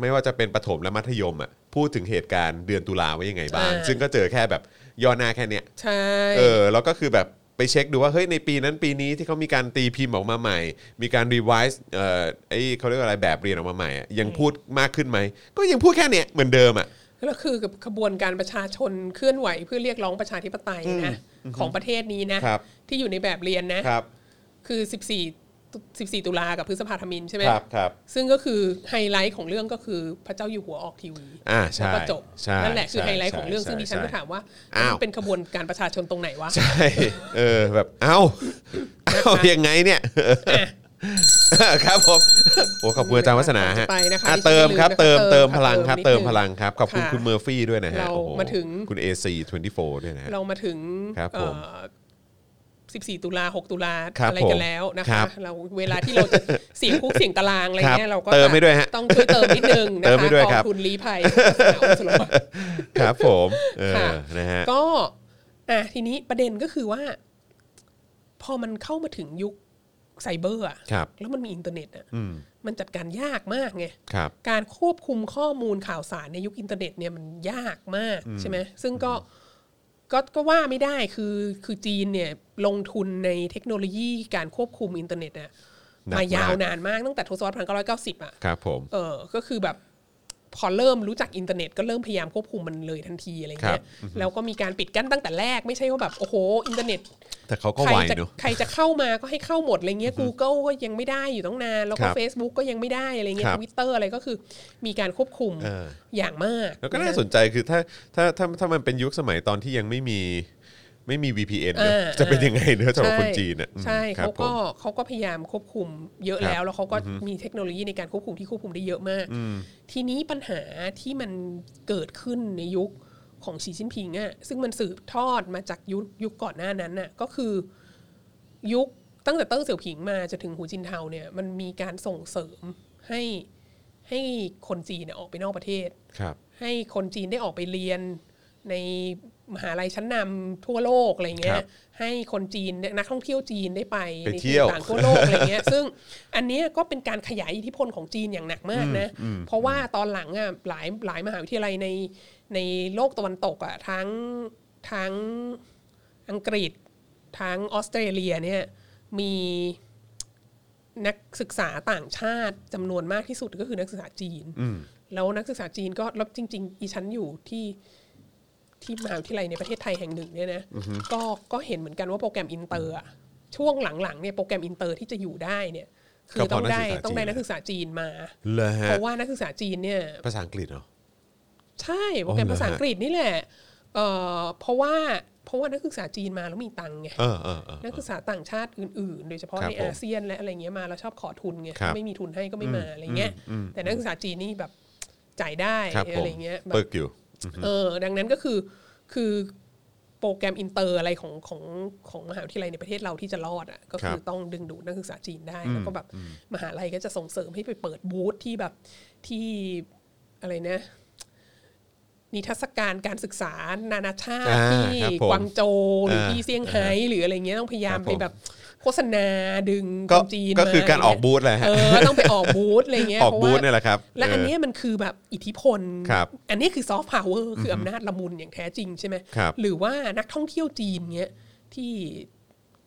ไม่ว่าจะเป็นประถมและมัธยมอ่ะพูดถึงเหตุการณ์เดือนตุลาไว้ยังไงบ้าง
ใช่
ซึ่งก็เจอแค่แบบย่อหน้าแค่เนี้ย
ใช่
เออแล้วก็คือแบบไปเช็คดูว่าเฮ้ยในปีนั้นปีนี้ที่เขามีการตีพิมพ์ออกมาใหม่ มีการรีไวซ์เอ่อไอ้เขาเรียกว่าอะไรแบบเรียนออกมาใหม่อะยังพูดมากขึ้นไหมก็ยังพูดแค่เนี้ยเหมือนเดิมอ่ะ
แล้วคือกับขบวนการประชาชนเคลื่อนไหวเพื่อเรียกร้องประชาธิปไตยนะของประเทศนี้นะครับ ที่อยู่ในแบบเรียนนะ
ครับ
คือ 14ตุ14 ตุลากับพฤษภาธมินใช่ไหม
ครับครับ
ซึ่งก็คือไฮไลท์ของเรื่องก็คือพระเจ้าอยู่หัวออกทีวี
อ่า
แล้ว
ใช่
ก็จบ
ใช่
นั่นแหละคือ
ใช่
ไฮไลท์ของเรื่อง
ใช่
ซึ่งดิฉันก็
ใช่
ถามว่า
อ้าว
มันเป็นขบวนการประชาชนตรงไหนวะ
ใช่เออแบบเอ้าเอ้ายังไงเนี่ยครับผมโอ้ขอบคุณอาจารย์วัฒนาฮะ
ไปนะคะ
อ่
ดิฉัน
เติมครับ
ลืมนะคะ
เติมเติม
เติม
พลังครับ
นิดนึง
เติมพลังครับขอบคุณ
ค่ะ
คุณเมอร์ฟี่ด้วยนะฮะ
เรา
โอ้โห
มาถึง
คุณ AC 24ด้วยนะฮะ
เรามาถึง
ครับผม
เอ่อ14 ตุลา 6 ตุลา
ครับ
อะไรกันแล้วนะ
ครั
คะ
บ
เราเวลาที่เราจะ [laughs] เสียงคุกเสียงตารางอะไร
ครับ
เงี้ยเราก็
เติมให้ด้วยฮะ
ต้องช่วยเติมนิดนึงนะ
เติม
คะ
ให้ด้วย
ก
ครับ
องทุนลี้ภัยของสถาบันสุรวัตร
ครับผมเอ
ค่ะ
อนะฮะ
ก็อ่ะทีนี้ประเด็นก็คือว่า พอมันเข้ามาถึงยุคไซเบอร์อะ
ครับ
แล้วมันมีอินเทอร์เน็ตอะ
อืม
มันจัดการยากมากไง
ครับ
การควบคุมข้อมูลข่าวสารในยุคอินเทอร์เน็ตเนี่ยมันยากมากใช่ไหมซึ่งก็ก็ก็ว่าไม่ได้คือคือจีนเนี่ยลงทุนในเทคโนโลยีการควบคุมอินเทอร์เน็ตอะ
หนักมาก
มายาวนานมากตั้งแต่ทศวรรษพันเก้าร้อยเก้าสิบอะ
ครับผม
เออก็คือแบบพอเริ่มรู้จักอินเทอร์เน็ตก็เริ่มพยายามควบคุมมันเลยทันทีอะไร
ครั
เงี้
บ
ยแล้วก็มีการปิดกั้นตั้งแต่แรกไม่ใช่ว่าแบบโอ้โหอินเทอร์เน็ต
แต่เขาก็
ใคร
ไว
จะ
เนอะ
ใครจะเข้ามาก็ให้เข้าหมดอะไรเงี้ย Google ก็ยังไม่ได้อยู่ตั้งนานแล้ว
ค
ก็
รับ
Facebook ก็ยังไม่ได้อะไรเงี้
ค
ย
รับ
ทวิตเตอร์อะไรก็คือมีการควบคุม
เออ
อย่างมาก
แล้วก็
ะ
น่า
คะ
สนใจคือถ้าถ้าถ้าถ้ามันเป็นยุคสมัยตอนที่ยังไม่มีไม่มี VPN เนอะ
เออ
จะเป็นยังไงเนอะสำหรับคนจีนอ่ะอืม
ใช่
ครับ
เขา
ผ
ก็
ม
เขาก็พยายามควบคุมเยอะ
ครับ
แล้ว แล้วเขาก็มีเทคโนโลยีในการควบคุมที่ควบคุมได้เยอะมาก ทีนี้ปัญหาที่มันเกิดขึ้นในยุคของสีชิ้นผิงอะซึ่งมันสืบทอดมาจากยุคยุคก่อนหน้านั้นน่ะก็คือยุคตั้งแต่เติ้งเสี่ยวผิงมาจนถึงหูจินเทาเนี่ยมันมีการส่งเสริมให้ให้คนจีนเนี่ยออกไปนอกประเทศ
ครับ
ให้คนจีนได้ออกไปเรียนในมหาลัยชั้นนำทั่วโลกอะไรเงี้
ครั
ย
บ
ให้คนจีนนักท่องเที่ยวจีนได้ไป
ไป
ใน
เที่
ที่
ยว
ต่างๆทั่วโลกอะไรเงี้
[laughs]
ย ซึ่งอันเนี้ยก็เป็นการขยายอิทธิพลของจีนอย่างหนักมากนะ เพราะว่าตอนหลังอ่ะหลายหลายมหาวิทยาลัยในในโลกตะวันตกอ่ะทั้งทั้งอังกฤษทั้งออสเตรเลียเนี่ยมี นักศึกษาต่างชาติจำนวนมากที่สุดก็คือนักศึกษาจีน แล้วนักศึกษาจีนก็รับจริง ๆ อีฉันอยู่ที่ที่มหาวิทยาลัยในประเทศไทยแห่งหนึ่งเนี่ยนะก็ก็เห็นเหมือนกันว่าโปรแกรมอินเตอร์อะช่วงหลังๆเนี่ยโปรแกรมอินเตอร์ที่จะอยู่ได้เนี่ย คือต้อง
ก็เพราะนักศึก
ได้
ษาจีน
ต้องได้นักศึกษาจีนมา
เลยฮะ
เพราะว่านักศึกษาจีนเนี่ย
ภาษาอังกฤษเหรอ
ใช่โปรแกรมภาษาอังกฤษนี่แหละเอ่อเพราะว่าเพราะว่านักศึกษาจีนมาแล้วมีตังค์ไง
เออเออเออ
นักศึกษาต่างชาติอื่นๆ โดยเฉพาะ
ครับ
ใน
ผม
อาเซียนและอะไรเงี้ยมาแล้วชอบขอทุนไง
ครับ
ไม่มีทุนให้ก็ไม่มาอะไรเงี้ยแต่นักศึกษาจีนนี่แบบจ่ายได้
ครับผม
อะไรเงี้ยแบบ
ปึกอยู่
เออดังนั้นก็คือคือโปรแกรมอินเตอร์อะไรของของของมหาวิทยาลัยในประเทศเราที่จะรอดอ่ะก็คื
ค
อ
รับ
ต้องดึงดูดนักศึกษาจีนได้แล้วก็แบบมหาลัยก็จะส่งเสริมให้ไปเปิดบูธที่แบบที่อะไรนะ นิทรรศการการศึกษานานาชาติ
อ่า
ที่
ครับผม
กวางโจวหรืออา ที่เซี่ยงไฮ้ หรืออะไรเงี้ยต้องพยายาม
ครับผม
ไปแบบโฆษณาดึงค
ก็
นจีน
ก็คือ
ม
การออกบูธแหละฮะ
เออต้องไปออกบูธอะไรเงี้ย
ออกบูธ
เพ
เนี่ย
ราะว่า
แหละครับ
และอัน
เ
เนี้ยมันคือแบบอิทธิพล
ครับ
อันนี้คือซอฟต์พาวเวอร์คืออำนาจละมุนอย่างแท้จริงใช่ไหม
ครับ
หรือว่านักท่องเที่ยวจีนเงี้ยที่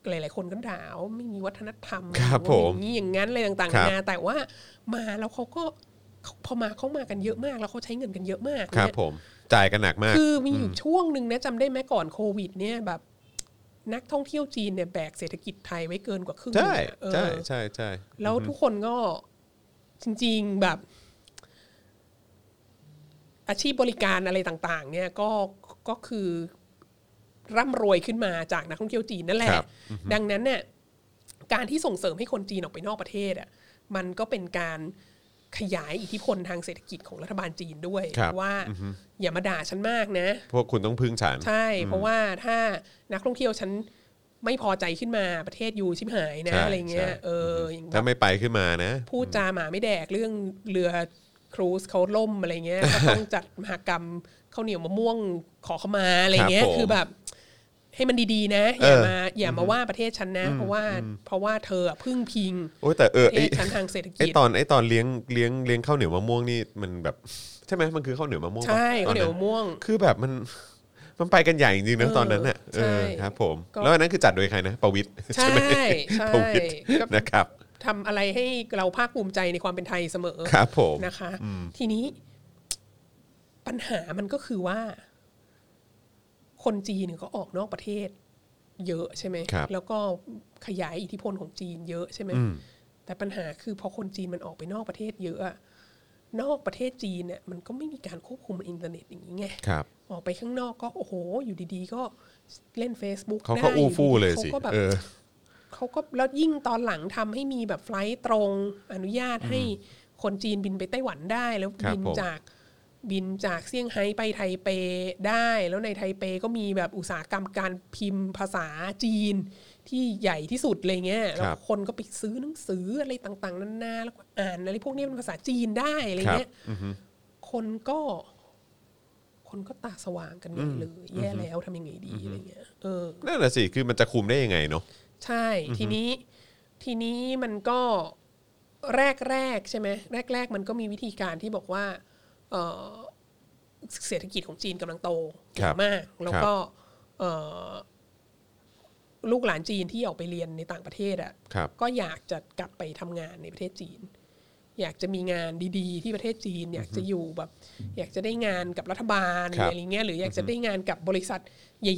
หลาย ๆ คนก็ด่าว่าไม่มีวัฒนธรรม
ครับ
ว่า
ผม
อย่างนี้อย่างนั้นอะไรต่าง
ค
ๆ
รั
นา
บ
นาแต่ว่ามาแล้วเขาก็เขาพอมาเขามากันเยอะมาก แล้วเขาใช้เงินกันเยอะมาก
ครับ
เนี่ย
ผมจ่ายกันหนักมาก
คือมีอยู่ช่วงหนึ่งนะจำได้ไหมก่อนโควิด เนี่ยแบบ นักท่องเที่ยวจีนเนี่ยแบกเศรษฐกิจไทยไว้เกินกว่าครึ่งหนึ่
ใช่
งอะเออ
ใช่ใช่ใช่
แล้วทุกคนก็จริง ๆแบบ อาชีพบริการอะไรต่าง ๆ เนี่ยก็ก็คือร่ำรวยขึ้นมาจากนักท่องเที่ยวจีนนั่นแหละ ดังนั้นเนี่ยการที่ส่งเสริมให้คนจีนออกไปนอกประเทศอ่ะมันก็เป็นการ ขยายอิทธิพลทางเศรษฐกิจของรัฐบาลจีนด้วย
ครับ
ว่า
อือฮึ
อย่ามาด่าฉันมากนะ
พวกคุณต้องพึ่งฉัน
ใช่ เพราะว่าถ้านักท่องเที่ยวฉันไม่พอใจขึ้นมาประเทศยูชิบหายนะ
ใช่
อะไรเงี้ย
ใช่
เอออย่างแบบ
ถ้าไม่ไปขึ้นมานะ
พูดจาหมาไม่แดกเรื่องเรือครูซเขาล่มอะไรเงี้ย [laughs] ก็ต้องจัดมหากรรมข้าวเหนียวมะม่วงขอเข้ามาอะไรเงี้
ค
ย
รับผม
คือแบบ ให้มันดีๆ นะ
เอย่
อา
อ
มาอย่ามาว่าประเทศฉันนะ เพราะว่าเพราะว่าเธออะพึ่งพิง
โอ้ยแต่เอ
ป
อ
ระเท
ไอ้
ศฉันทางเศรษฐ
ไอ้
กิจ
ตอนไอ้ตอนเลี้ยงเลี้ยงเลี้ยงข้าวเหนียวมะม่วงนี่มันแบบใช่ไหมมันคือข้าวเหนียวมะม่วงปะ
ใช่
ตอ
ข้าวน เหนี
นั้
ยวน มะม่วง
คือแบบมันมันไปกันใหญ่จริงๆนะ
เออ
ตอนนั้นน่ะเอ
ใช่
อครับ ผม
ก็
แล้วอันนั้นคือจัดโดยใครนะประวิตร
ใช่
ไหม
ใช่
ประวิตร
ก็
นะครับ
ทำอะไรให้เราภาคภูมิใจในความเป็นไทยเสมอ
ครับผม
นะคะ ทีนี้ปัญหามันก็คือว่า คนจีนเนี่ยก็ออกนอกประเทศ เยอะใช่ไหม
ครับ
แล้วก็ขยายอิทธิพลของจีนเยอะใช่ไหมแต่ปัญหาคือพอคนจีนมันออกไปนอกประเทศเยอะอะนอกประเทศจีนเนี่ยมันก็ไม่มีการควบคุมอินเทอร์เน็ตอย่างนี้ไง
ครับ
ออกไปข้างนอกก็โอ้โห อยู่ดีๆ ก็เล่น Facebook
เขาก็
ได้
อู้ฟู่
ดีๆ
เลยสิ
เขาก็แบบ
เออ
เขาก็แล้วยิ่งตอนหลังทำให้มีแบบไฟลท์ตรงอนุญาตให้คนจีนบินไปไต้หวันได้ แล้ว
ครับ
บิน
ผม
จากบินจากเซี่ยงไฮ้ไปไทเปได้ แล้วในไทเปก็มีแบบอุตสาหกรรมการพิมพ์ภาษาจีนที่ใหญ่ที่สุดเลยเงี้ยแล้วคนก็ไปซื้อหนังสืออะไรต่างๆนานาแล้วก็อ่านอะไรพวกเนี้ยเป็นภาษาจีนได้อะไร
ครับ
เงี้ย
อือฮึ
คนก็ คนก็ตาสว่างกันใหญ่เลยแย่แล้วทำยังไงดีอะไรเงี้ยเออ
นั่นแหะสิ คือมันจะคุมได้ยังไงเนาะ
ใช่ ทีนี้ทีนี้มันก็แรกแรกๆใช่ไหมแรกแรก ๆ มันก็มีวิธีการที่บอกว่าเอ่อเศรษฐกิจของจีนกำลังโต
ครับ
มาก แล้วก็เอ่อลูกหลานจีนที่ออกไปเรียนในต่างประเทศอ่ะ
ครับ
ก็อยากจะกลับไปทำงานในประเทศจีน อยากจะมีงานดีๆ ที่ประเทศจีน อยากจะอยู่แบบ อยากจะได้งานกับรัฐบาล
ครับ
อะไรเงี้ยหรืออยากจะได้งานกับบริษัท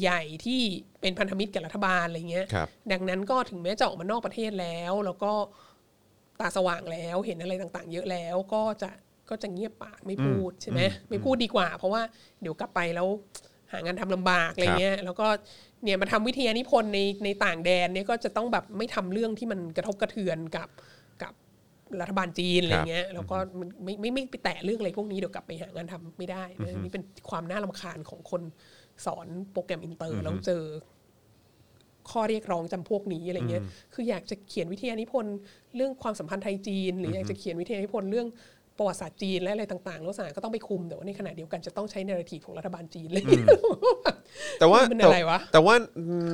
ใหญ่ ๆ ที่เป็นพันธมิตรกับรัฐบาลอะไรเงี้ย
ครับ
ดังนั้นก็ถึงแม้จะออกมานอกประเทศแล้ว แล้วก็ตาสว่างแล้วเห็นอะไรต่างๆ เยอะแล้วก็จะก็จะเงียบปากไม่พูดใช่ไหมไม่พูดดีกว่า เพราะว่าเดี๋ยวกลับไปแล้วหางานทำลำบากอะไรเงี้ยแล้วก็เนี่ยมาทำวิทยานิพนธ์ในในต่างแดนเนี่ยก็จะต้องแบบไม่ทำเรื่องที่มันกระทบกระเทือนกับกับรัฐบาลจีนอะไรเงี้ยแล้วก็ไม่ไม่ไม่ไม่ไปแตะเรื่องอะไรพวกนี้เดี๋ยวกลับไปหางานทำไม่ได้นะนี่เป็นความน่าลำคาญของคนสอนโปรแกรมอินเตอร์แล้วเจอ ข้อเรียกร้องจำพวกนี้อะไรเงี้ย คืออยากจะเขียนวิทยานิพนธ์เรื่องความสัมพันธ์ไทยจีน หรืออยากจะเขียนวิทยานิพนธ์เรื่องประวัติศาสตร์จีนและอะไรต่างๆแล้วสารก็ต้องไปคุมแต่ว่าในขณะเดียวกันจะต้องใช้นาราทีฟของรัฐบาลจีนเลย
แต่ว่า
เป็น
แต่
อะไรวะ
แต่ว่า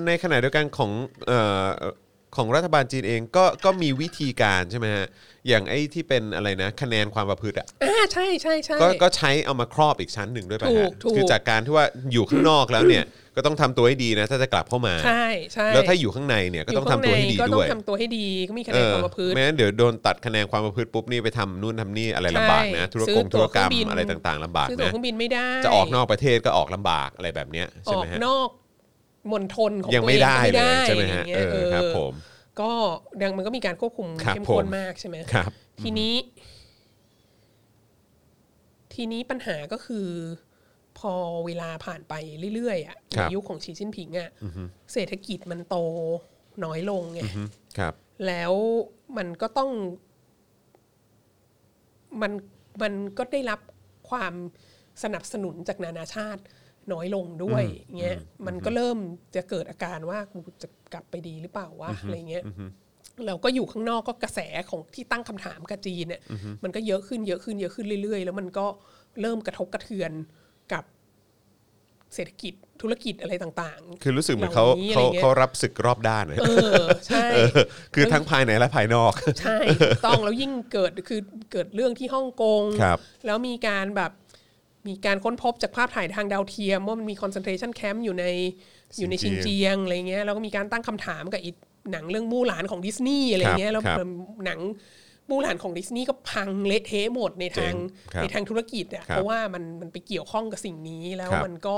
ในขณะเดียวกันของเอ่อของรัฐบาลจีนเองก็ก็มีวิธีการใช่ไหมฮะ อย่างไอ้ที่เป็นอะไรนะ คะแนนความประพฤติอ่ะ
อ่าใช่ใช่ใช่
ก็ก็ใช้เอามาครอบอีกชั้นหนึ่งด้วยป่ะ
ถู
ฮะ
กถูก
คือจากการที่ว่าอยู่ข้างนอกแล้วเนี่ย ก็ต้องทำตัวให้ดีนะ ถ้าจะกลับเข้ามา
ใช่ใช่
แล้วถ้าอยู่ข้างในเนี่ยก็ต้องทำตัวให้ดี
ก็ต้อ
ด้
ง
วย
ทำตัวให้ดีก็มีคะแน
เอน อ
ความประพฤติ
ไม่งั้นเดี๋ยวโดนตัดคะแนนความประพฤติปุ๊บนี่ไปทำนู่นทำนี่อะไรลำบากนะ
ใช่
ธุร
ซื้
ก
อง ตั๋
ธุร
ว
กรรม
เครื่องบิน
อะไรต่างๆลำบาก
คือตั๋ว
นะ
เครื่องบินไม่ได้
จะออกนอกประเทศก็ออกลำบากอะไรแบบเนี้ยใช่
ออ
ไหม
ก
ฮะ
นอกมณฑลของ
ยังไม่ได้เล
ตัวเอย งก็
ใช่ไหม
ด้
ฮะ
อรเงี้
เอยอครับผม
ก็ดังมันก็มีการควบคุม
ครับ
เข้มข้น
ผม
มากใช่ไหม
ครับ
ทีนี้ ทีนี้ปัญหาก็คือ พอเวลาผ่านไปเรื่อยๆอ่ะ
ค
ใน
รับ
ยุคของชีจิ้นผิงอ่ะเศรษฐกิจมันโตน้อยลงไง
อืมครับ
แล้วมันก็ต้อง มันมันก็ได้รับความสนับสนุนจากนานาชาติน้อยลงด้วยเงี้ยมันก็เริ่มจะเกิดอาการว่ากูจะกลับไปดีหรือเปล่าวะอะไรเงี้ย เราก็อยู่ข้างนอกก็กระแสของที่ตั้งคำถามกับจีนเนี่ยมันก็เยอะขึ้นเยอะขึ้นเยอะขึ้นเรื่อยๆ แล้วมันก็เริ่มกระทบกระเทือนกับเศรษฐกิจธุรกิจอะไรต่างๆ
คือรู้สึกเหมือนเขา
เหล่านี้
เขา
อะไรเงี้ย
เขารับศึกรอบด้านนะ
เออใช่
เออคือทั้งภายในและภายนอก
ใช่ถูกต้องแล้วยิ่งเกิดคือเกิดเรื่องที่ฮ่องกง
ครับ
แล้วมีการแบบมีการค้นพบจากภาพถ่ายทางดาวเทียม ว่ามันมีคอนเซนเทรชันแคมป์อยู่ในอยู่ใน
ชิ
ชิ
ง
ง
เจียง
เจียงอะไรเงี้ยแล้วก็มีการตั้งคำถามกับอีกหนังเรื่องมู่หลานของดิสนีย์อะไรเงี้
ค
ย
รั
แล้
บ
ว
ครับ
หนังมู่หลานของดิสนีย์ก็พังเละเทะหมดในทาง
เจ๋งครับ
ในทางธุรกิจอ่ะ
ครับ
เพราะว่ามันมันไปเกี่ยวข้องกับสิ่งนี้แล้ว
ครับ
มันก็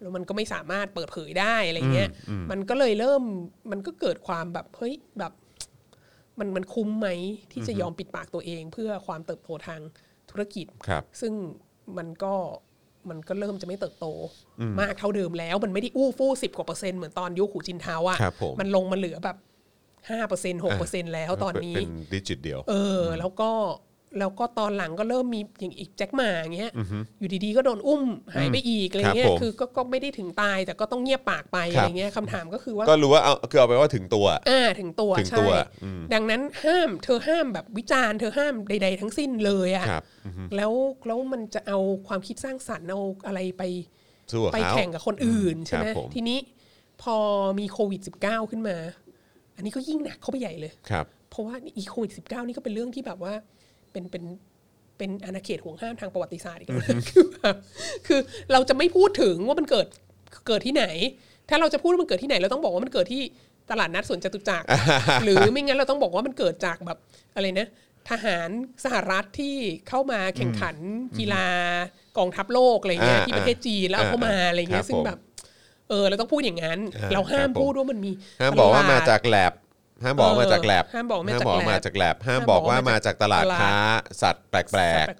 แล้วมันก็ไม่สามารถเปิดเผยได้อะไรเงี้ยมันก็เลยเริ่มมันก็เกิดความแบบเฮ้ยแบบ มันมันคุ้มไหมที่จะยอมปิดปากตัวเองเพื่อความเติบโตทางธุรกิจ
ครับ
ซึ่งมันก็มันก็เริ่มจะไม่เติบโตมากเท่าเดิมแล้ว มันไม่ได้อู้ฟู่สิบกว่าเปอร์เซ็นต์เหมือนตอนยุคหูจินเทา
ครั
อะ่ะ
บผม
มันลงมาเหลือแบบห้าเปอร์เซ็นต์หกเปอร์เซ็นต์แล้วตอนนี้
เป็นดิจิตเดียว
เออ แล้วก็ แล้วก็ตอนหลังก็เริ่มมีอย่างอีกแจ็คหมาอย่างเงี้ยอยู่ดีๆก็โดนอุ้มหายไปอีกอะไรเงี้
ค
ย
รับผม
คือก็ก็ไม่ได้ถึงตายแต่ก็ต้องเงียบปากไป
ครั
อะ
บ
ไรเงี้ยคำถามก็คือว่า
ก็รู้ว่าเอาคือเอาไปนว่าถึงตัว
อ่าถึงตัว
ถึง
ใช่
ตัวอืม
ดังนั้นห้ามเธอห้ามแบบวิจารณ์เธอห้ามใด ๆ ทั้งสิ้นเลยอะ
ครับอือฮึ
แล้วแล้วมันจะเอาความคิดสร้างสรรค์เอาอะไรไป
สู้กับ
ไป
เขา
แข่งกับคนอื่นใช่ไหม
ครับผม
ทีนี้พอมีโควิด -19 ขึ้นมา อันนี้ก็ยิ่งหนักเข้าไปใหญ่เลย
ครับ
เพราะว่าอีโควิด -19 นี่ก็เป็นเรื่องที่แบบว่าเป็นเป็นเป็นอาณาเขตห่วงห้ามทางประวัติศาสตร์อีกแล้วคือแบบ [laughs] คือเราจะไม่พูดถึงว่ามันเกิดเกิดที่ไหน ถ้าเราจะพูดว่ามันเกิดที่ไหน เราต้องบอกว่ามันเกิดที่ตลาดนัดสวนจตุจั
[laughs]
กร หรือไม่งั้นเราต้องบอกว่ามันเกิดจากแบบอะไรนะ ทหารสหรัฐที่เข้ามาแข่งขันกีฬากองทัพโลกอะไรเงี้ย
อ่า
ที่ประเทศจีนแล้วเอาเข้ามา
อ่า
อะไรเงี้
ครั
ย
บ
ซึ่งแบบ เออเราต้องพูดอย่างนั้น
อ่า
เราห้าม
ครับผม
พูดว่ามันมี
ห้ามบอกว่า
ตลด
มาจากแลบห้ามบอกว่ามาจากแลบ
เออห้ามบอกมาจากแลบ
มาจากแลบห้ามบอกว่ามาจากตลาด
ตลาด
ค้าสัตว์แปลกๆ
แ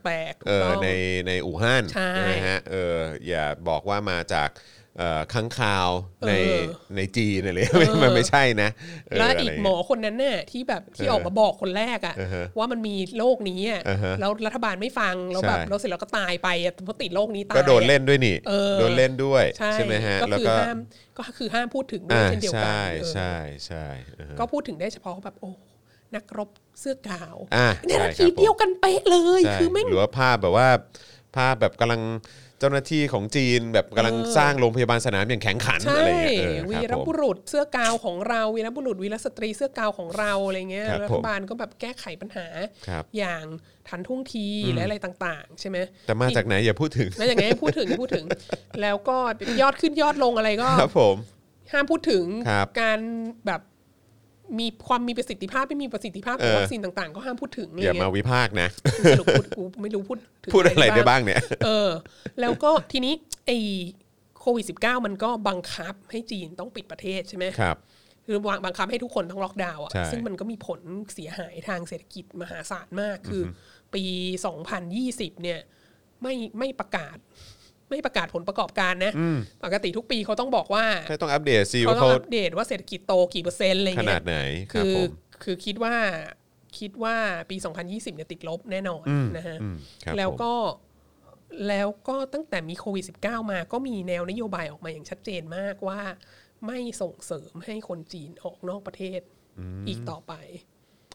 ปลกๆ
เอ
ถู
ก อ
ต้อง
ในในอู่ฮั่น
ใช่
นะฮะเอออย่าบอกว่ามาจากเอ่อค้างคาวใน
เออ
ในจีนอะไรไม่ [laughs] มันไม่ใช่นะเ
แล้วอี
ะ
ก
ไร
หมอคนนั้นน่ะที่แบบที่
เออ
ออกมาบอกคนแรกอ่ะ
อือฮะ
ว่ามันมีโรคนี้อ่ะ
อือฮะ
แล้วรัฐบาลไม่ฟังแล้วแบบ
ใช่
แล้วเสร็จแล้วก็ตายไปอะเพราะติดโรคนี้ตาย
ก็โดน
อะ
เล่นด้วยนี่
เออ
โดนเล่นด้วย
ใช่
ใช่ไหมฮะ
ก็
แล้ว
คือ
ก็
ห้ามก็คือห้ามพูดถึงด้วย
อ่า
เช่นเดียวกัน
ใช่
เออ
ใช่ใช่อ่าฮะ
ก็พูดถึงได้เฉพาะแบบโอ้นักรบเสื้อกาว
อ่า
เนี่ย
ใช่
นา
ค
ที
รับผม
เดียวกันเป๊ะเลย
ใช่
คือไม่ง
หรือว่าภาพแบบว่าภาพแบบกำลังเจ้าหน้าที่ของจีนแบบกำลัง
เออ
สร้างโรงพยาบาลสนามอย่างแข็งขัน
ใช่
อะไรอย่างเงี้ยเออ
วี
ค
ร
รับผม
บุรุษเสื้อกาวของเราวีรบุรุษวีรสตรีเสื้อกาวของเราอะไรเงี้ย
ครับ
รั
ผ
ฐ
ม
บาลก็แบบแก้ไขปัญหา
ครับ
อย่างทันท่วงทีและอะไรต่างๆ ใช่ไหม
แต่มาจากไหนอย่าพูดถึง
แล้วอย่างไงพูดถึงพูดถึง แล้วก็ยอดขึ้นยอดลงอะไรก็
ครับผม
ห้ามพูดถึง
ครับ
การแบบมีความมีประสิทธิภาพไม่มีประสิทธิภาพขอ
เอง อ
วัคซีนต่างๆ ก็ห้ามพูดถึงอะไร
อย่ามา
เงี้ย
วิพากษ์นะ
สรุปพูดกูไม่รู้พูดถึง
พูดอะไรได้บ้างเนี่ย
เออ แล้วก็ทีนี้ไอโควิด -19 มันก็บังคับให้จีนต้องปิดประเทศใช่ไหม
ครับ
คือบังคับให้ทุกคนต้องล็อกดาวน์อ่ะ
ใช่
ซึ่งมันก็มีผลเสียหายทางเศรษฐกิจมหาศาลมากคือ ปี 2020 เนี่ย ไม่ไม่ประกาศ ไม่ประกาศผลประกอบการนะ ปกติทุกปีเขาต้องบอกว่า
[laughs] ใช่ต้องอัปเดตซิ
เขา
ว่า
ต้อ
เขา
งอัปเดตว่าเศรษฐกิจโตกี่เปอร์เซ็นต์อะไร
ขนา
เงี้
ด
ย
ไหนครั
คื
บ
อ
ผม
คือคิดว่าคิดว่าปี 2020 เนี่ยติดลบแน่นอนนะฮะ
อืมครับ
แล้ว
ผม
ก็แล้วก็ตั้งแต่มีโควิด -19 มาก็มีแนวนโยบายออกมาอย่างชัดเจนมากว่า ไม่ส่งเสริมให้คนจีนออกนอกประเทศอีกต่อไป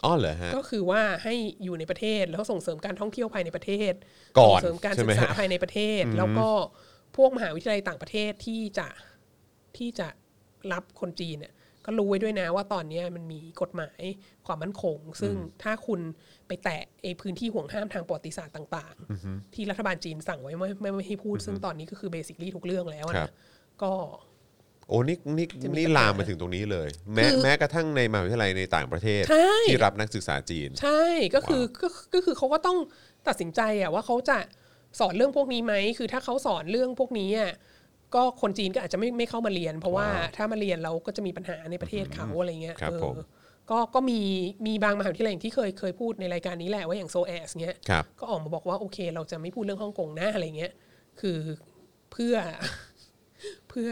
อ๋อเหรอฮะ
ก็คือว่าให้อยู่ในประเทศแล้วส่งเสริมการท่องเที่ยวภายในประเทศ
ก่อน
ส่งเสริมการ
ใช่
ศึ
ไหม
กษา
ฮะ
ภายในประเทศ แล้วก็พวกมหาวิทยาลัยต่างประเทศที่จะที่จะรับคนจีนเนี่ยก็รู้ไว้ด้วยนะว่าตอนเนี้ยมันมีกฎหมายความมั่นคง ซึ่งถ้าคุณไปแตะไอ้พื้นที่ห่วงห้ามทางประวัติศาสตร์ต่าง ๆ ที่รัฐบาลจีนสั่งไว้ไม่ไม่ไม่ให้พูด ซึ่งตอนนี้ก็คือเบสิคลี่ทุกเรื่องแล้วอะ
ครับ
นะก็
โอ้นี่นี่
จะมี
นี่
ปัญหา
ลามมาถึงตรงนี้เลย แม้
คือ
แม้กระทั่งในมหาวิทยาลัยในต่างประเทศ
ใช่
ที่รับนักศึกษาจีน
ใช่ก็คือก็ก็คือเขาก็ต้องตัดสินใจอะว่าเขาจะสอนเรื่องพวกนี้ไหมคือถ้าเขาสอนเรื่องพวกนี้อะก็คนจีนก็อาจจะไม่ไม่เข้ามาเรียน เพราะว่า
ว้าว
ถ้ามาเรียนเราก็จะมีปัญหาในประเทศเขาอะไรเงี้ย
ครับ
เออ
ผม
ก็ก็มีมีบางมหาวิทยาลัยอย่างที่เคยเคยพูดในรายการนี้แหละว่าอย่างโซแอสเงี้ย
ครับ
ก็ออกมาบอกว่าโอเคเราจะไม่พูดเรื่องฮ่องกงนะอะไรเงี้ยคือเพื่อ [laughs] เพื่อ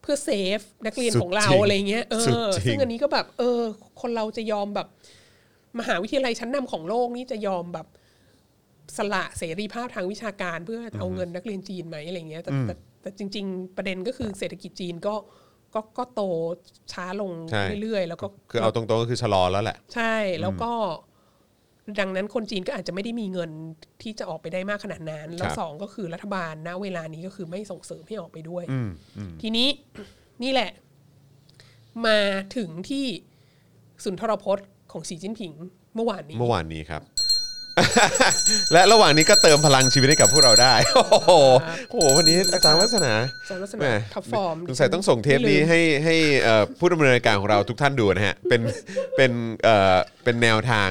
เพื่อเซฟนักเรียน
สุด
ของเรา
จริง
อะไรเงี้ยเอ
สุด
อ
จริง
ซึ่งอันนี้ก็แบบ เออ คนเราจะยอมแบบ มหาวิทยาลัยชั้นนำของโลกนี่จะยอมแบบสละเสรีภาพทางวิชาการเพื่อเอาเงินนักเรียนจีนไหมอะไรเงี้ยแต่แต่แต่จริง ๆ ประเด็นก็คือเศรษฐกิจจีนก็ก็ก็โตช้าลง
ใช่
เรื่อยๆ แล้วก็
คือเอาตรงๆก็คือชะลอแล้วแหละ
ใช่แล้วก็ ดังนั้นคนจีนก็อาจจะไม่ได้มีเงินที่จะออกไปได้มากขนาดนั้น
คว
แล้
รับ
สองก็คือรัฐบาลณเวลานี้ก็คือไม่ส่งเสริมให้ออกไปด้วย
อืมอืม
ทีนี้ นี่แหละ มาถึงที่สุนทรพจน์ของสีจิ้นผิงเมื่อวานนี้
เมื่อวานนี้ครับ [laughs] และระหว่างนี้ก็เติมพลังชีวิตให้กับพวกเราได้ [laughs] โอ้โห
ครับ
โอ้โหวันนี้อาจารย์วัฒนา
อาจารย์วัฒ
แหม่
นาท็อปฟอร์ม
สงสัยต้องส่งเทปนี้
ไม่ลืม
ให้ให้เอ่อผู้ดำเนินรายการของเราทุกท่านดูนะฮะเป็นเป็นเอ่อเป็นแนวทาง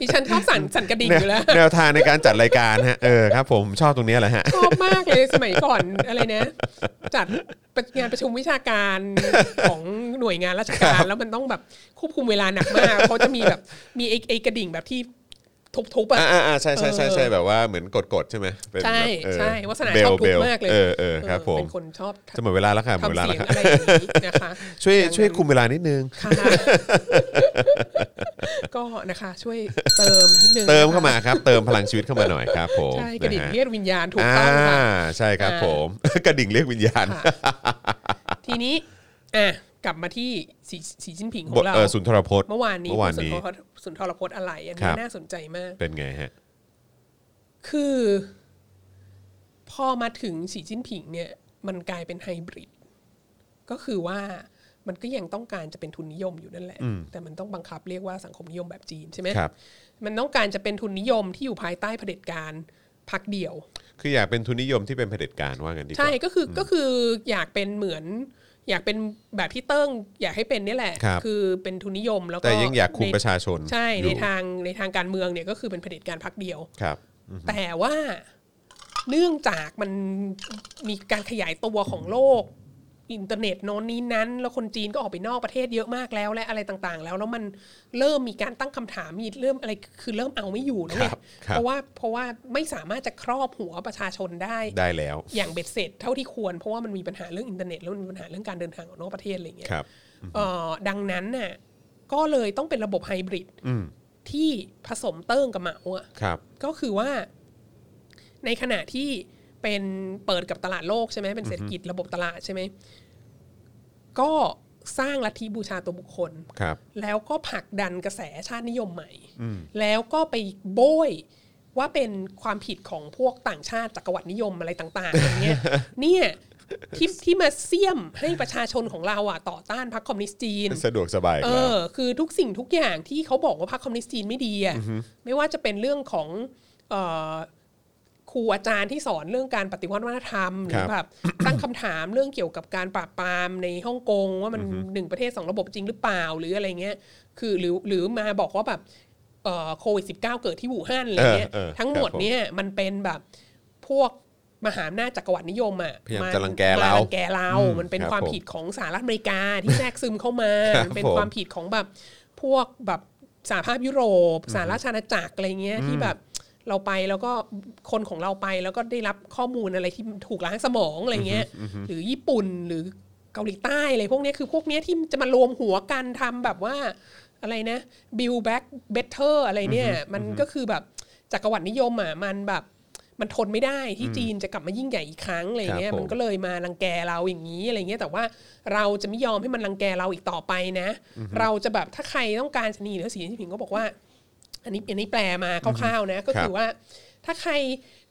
ดิฉันชอบสั่นสั่นกระดิ่งอยู่แล้ว
แนวทางในการจัดรายการฮะเออครับผมชอบตรงเนี้ยแหละฮะ
ชอบมากเลยสมัยก่อนอะไรนะ จัดงานประชุมวิชาการของหน่วยงานราชการ แล้วมันต้องแบบควบคุมเวลาหนักมาก เขาจะมีแบบมีไอ้ไอ้กระดิ่งแบบที่ทุบๆอะ
อ่าอ่าใช่ใช่ใช่ใช่
เออ
แบบว่าเหมือนกดกดๆใช่ไหมเป็น
ใช่
แบบเออ
ใช่วัสนา
เบ
ช
ล
อบทุ
เบล
บมากเลย
เออเออครับผม
เป็นคนชอบ
จะหมดเวลาแล้วค่ะหมดเว
ทำ
ลา
เสี
แล้ว
ยง
ค่ะ
อะไรอย่างนี้นะคะ
ช่วย
อย่างนั้น
ช่วยคุมเวลานิดนึง
ค่ะ ก็นะคะช่วยเติมนิดนึง
เติมเข้ามาครับ เติมพลังชีวิตเข้ามาหน่อยครับผม
ใช่กระดิ่ง
นฮ
เรียกวิญญาณถูกต้องค่ะ
าใช่ครับ
อ่า
ผม กระดิ่งเรียกวิญญาณ
ค่ะทีนี้อ่ะกลับมาที่สีสีจิ้นผิงขอบ
ท
งเรา
เอ่อสุนทรพจน์
เมื่อวานนี้
เมื่อวาน
คุณ
นี้
สุนทรพจน์สุนทรพจน์อะไรอัน
ครับ
นี้น่าสนใจมาก
เป็นไงฮะ
คือ พอมาถึงสีจิ้นผิงเนี่ยมันกลายเป็นไฮบริด ก็คือว่ามันก็ยังต้องการจะเป็นทุนนิยมอยู่นั่นแหละ แต่มันต้องบังคับเรียกว่าสังคมนิยมแบบจีนใช่ไหม
ครับ
มันต้องการจะเป็นทุนนิยมที่อยู่ภายใต้เผด็จการพรรคเดียว
คืออยากเป็นทุนนิยมที่เป็นเผด็จการว่ากันดีก
ใช่
ว่า
ก็คืออก็คืออยากเป็นเหมือน อยากเป็นแบบที่เติ้ง อยากให้เป็นนี่แหละ
ครับ
อเป็นทุนนิยมแล้วก็
แต่ยังอยากคุม
ใน
ประชาชน
ใช่
อ
ใน
ยู่
ทางในทางการเมืองเนี่ยก็คือเป็นเผด็จการพรรคเดียว
ครับ
แต่ว่าเนื่องจากมันมีการขยายตัวของโลก อินเทอร์เน็ตโน้นนี้นั้น แล้วคนจีนก็ออกไปนอกประเทศเยอะมากแล้วและอะไรต่างๆ แล้วแล้วมันเริ่มมีการตั้งคำถามมีเริ่มอะไรคือเริ่มเอาไม่อยู่แล้วเนี่
ครั
ย
บครับ
เพราะว่าเพราะว่าไม่สามารถจะครอบหัวประชาชนได้
ได้แล้ว
อย่างเบ็ดเสร็จเท่าที่ควร เพราะว่ามันมีปัญหาเรื่องอินเทอร์เน็ตแล้วมันมีปัญหาเรื่องการเดินทางออกนอกประเทศอะไรอย่างเงี้ย
ครับ
เอ่อดังนั้นน่ะก็เลยต้องเป็นระบบไฮบริด
อืม
ที่ผสมเติ้งกับเหมาอะ
ครับ
ก็คือว่าในขณะที่เป็นเปิดกับตลาดโลกใช่ไหมเป็นเศรษฐกิจระบบตลาดใช่ไหมก็สร้างลัทธิบูชาตัวบุคคล
ครับ
แล้วก็ผลักดันกระแสชาตินิยมใหม่
อืม
แล้วก็ไปโบยว่าเป็นความผิดของพวกต่างชาติจักรวรรดินิยมอะไรต่างๆอย่างเงี้ย
[laughs]
เนี่ยที่ที่มาเสี่ยมให้ประชาชนของเราอ่ะต่อต้านพรรคคอมมิวนิสต์จีน
สะดวกสบายค
เอ
รับ
อคือทุกสิ่งทุกอย่างที่เขาบอกว่าพรรคคอมมิวนิสต์จีนไม่ดีอ่ะไม่ว่าจะเป็นเรื่องของเอ่อครูอาจารย์ที่สอนเรื่องการปฏิวัติวัฒนธรรมหรื
ครั
อบ แบบ [coughs] ตั้งคำถามเรื่องเกี่ยวกับการปราบปรามในฮ่องกงว่ามันหนึ่งประเทศสองระบบจริงหรือเปล่าหรืออะไรเงี้ยคือหรือหรือมาบอกว่าแบบเอ่อโควิดสิเเกิดที่วู่ฮั่นอะไรเงี้ย
เออเออ
ทั้งหมด
ครับผม
เนี่ยมันเป็นแบบพวกมหาอำนาจจักรวรรดินิยมอ่ะ
พยายาม
น
จะรังแกเรา
มรังแกเรา
อืม
มันเป็น
ครับ
ความ
ผม
ผิดของสหรัฐอเมริกาที่แทรกซึมเข้ามา
ครับ
มันเป็น
ผม
ความ ผิดของแบบพวกแบบสหภาพยุโรปสหราชอาณาจักรอะไรเงี้ยที่แบบเราไปแล้วก็คนของเราไปแล้วก็ได้รับข้อมูลอะไรที่ถูกล้างสมองอะไรเงี้ยหรือญี่ปุ่นหรือเกาหลีใต้อะไรพวกเนี้ยคือพวกเนี้ยที่จะมารวมหัวกันทำแบบว่าอะไรนะ build back better อะไรเนี่ยมันก็คือแบบจักรวรรดินิยมอ่ะมันแบบมันทนไม่ได้ที่จีนจะกลับมายิ่งใหญ่อีกครั้งอะไรเงี้
ค
ย
รับผม
มันก็ ก็เลยมารังแกเราอย่างนี้อะไรเงี้ยแต่ว่าเราจะไม่ยอมให้มันรังแกเราอีกต่อไปนะ เราจะแบบถ้าใครต้องการจะหนีหรือสีที่ผิงก็บอกว่า อันนี้อันนี้แปลมาคร่าวๆนะก็คือว่า ถ้าใคร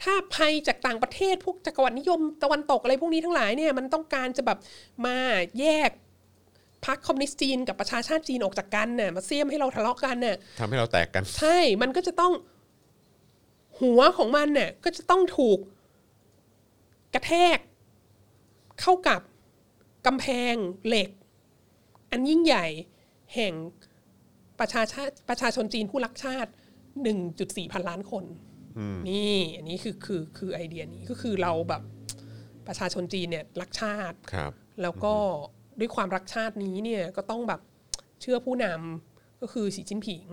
ถ้าภัยจากต่างประเทศพวกจักรวรรดินิยมตะวันตกอะไรพวกนี้ทั้งหลายเนี่ยมันต้องการจะแบบมาแยกพรรคคอมมิวนิสต์จีนกับประชาชาติจีนออกจากกันน่ะมาเสี่ยมให้เราทะเลาะกันน่ะ
ทำให้เราแตกกัน
ใช่ มันก็จะต้องหัวของมันเนี่ยก็จะต้องถูกกระแทกเข้ากับกำแพงเหล็ก อันยิ่งใหญ่แห่งประชาชาติประชาชนจีนผู้รักชาติ 1.4 พันล้านคน นี่ อันนี้คือคือคือไอเดียนี้ก็คือเราแบบประชาชนจีนเนี่ยรักชาติ
ครับ
แล้วก็ด้วยความรักชาตินี้เนี่ยก็ต้องแบบเชื่อผู้นำก็คือสีจิ้นผิง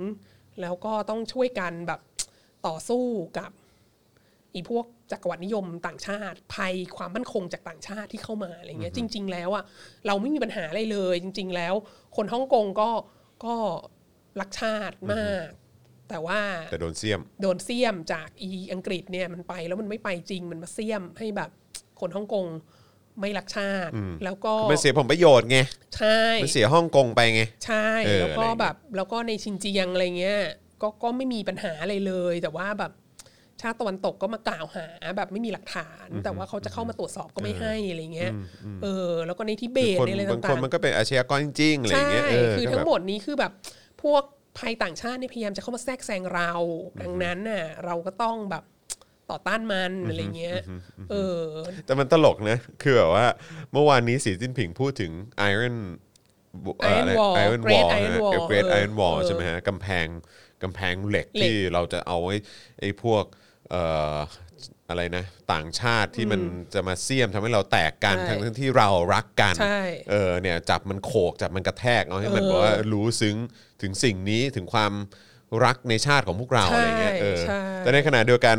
แล้วก็ต้องช่วยกันแบบต่อสู้กับไอีพวกจักรวรรดินิยมต่างชาติ ภัยความมั่นคงจากต่างชาติที่เข้ามาอะไรเงี้ยจริง ๆ แล้วอ่ะเราไม่มีปัญหาอะไรเลย จริง ๆ แล้ว คนฮ่องกงก็ก็รักชาติมาก แต่ว่า
แต่โดนเสียม
โดนเสียมจากอีอังกฤษเนี่ยมันไปแล้วมันไม่ไปจริงมันมาเสียมให้แบบคนฮ่องกงไม่รักชาติ แล้วก็
มันเสียผลประโยชน์ไง
ใช่
มันเสียฮ่องกงไปไง
ใช่
เออ
แล้วก็
อะไรเงี้ย
แบบแล้วก็ในชินเจียงอะไรเงี้ยก็ก็ไม่มีปัญหาอะไรเลย แต่ว่าแบบชาติตะวันตกก็มากล่าวหาแบบไม่มีหลักฐาน แต่ว่าเขาจะเข้ามาตรวจสอบก็ไม่ให้อะไรเงี้ยเออ แล้วก็ในทิเบ
คือ
ต
คน
ในอะไร
บางค
ต่าน ง
มันก็เป็นอาชญากรจริงๆอะ
ๆ
ไรอย่างเงี้ยเ
คือ
ก็
ทั้
แบบ
งหมดนี้คือแบบพวกภัยต่างชาติเนี่ยพยายามจะเข้ามาแทรกแซงเรา ดังนั้นน่ะเราก็ต้องแบบ ต่อต้านมันอะไรเงี้ย เออ
แต่มันตลกนะ คือแบบว่าเมื่อวานนี้สีจิ้นผิงพูดถึง Iron
Iron Wall
Iron
Great
Wall
Iron Wall
เกรด
เอ
ไอ
อ
รอนวอล
เออ
ใช่ไหมฮะกำแพงกำแพงเหล็ก
เหล็ก
ที่เราจะเอาไอ้ไอ้พวกเอ่ออะไรนะ ต่างชาติที่มันจะมาเสี่ยมทำให้เราแตกกัน
ใช่
ทั้งทั้งที่เรารักกัน
ใช่
เออเนี่ยจับมันโขกจับมันกระแทกเอาให้มัน
เออ
แบบว่ารู้ซึ้งถึงสิ่งนี้ถึงความรักในชาติของพวกเราอะ
ใช่
ไรเงี้ยเออ
ใช่
แต่ในขณะเดียวกัน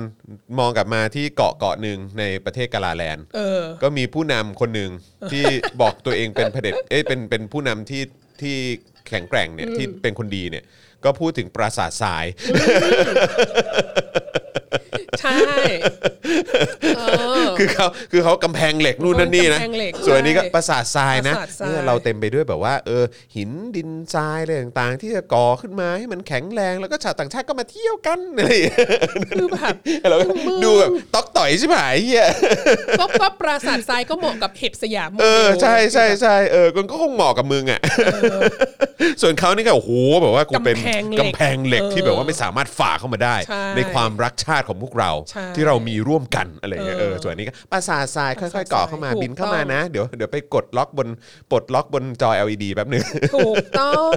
มองกลับมาที่เกาะเกาะหนึ่งในประเทศกาลาแลนด์
เออ
ก็มีผู้นำคนหนึ่งที่ [laughs] บอกตัวเองเป็นเผด็จเอ้ยเป็นเป็นผู้นำที่ที่แข็งแกร่งเนี่ยที่เป็นคนดีเนี่ย ก็พูดถึงปราสาททราย
ใช่เออ
[laughs] คือเขาคือเขากำแพงเหล็กนู่นนั่นนี่นะ
กำแพงเหล็ก
ส่วนอันนี้ก็
ใช่
ปราสาททรายนะ
ปราสาททราย
เนี่ยเราเต็มไปด้วยแบบว่าเออหินดินทรายอะไรต่างๆ ที่จะก่อขึ้นมาให้มันแข็งแรงแล้วก็ชาวต่างชาติก็มาเที่ยวกันอะไรอย่างเงี้ย
คือ [laughs] แบบ
เราก็ดูแบบตอกต่อยใช่ไหมเฮีย
ก็ก็ปราสาททรายก็เหมาะกับเห็บสยามโม
เอ
ดล
อใช่ใช่ใช่เออมันก็คงเหมาะกับมึงอ่ะส่วนเขานี่ก็โอ้โหแบบว่ากูเป็นกำแพงเหล็กที่แบบว่าไม่สามารถฝ่าเข้ามาได้ ในความรักชาติของพวกเรา ที่เรามีร่วมกันอะไรเงี้ยเออส่วนนี้ก็ปราสาททรายค่อยๆก่อเข้ามาบินเข้ามานะ เดี๋ยวเดี๋ยวไปกดล็อกบนปลดล็อกบนจอ LED แป๊บนึง
ถูกต้อง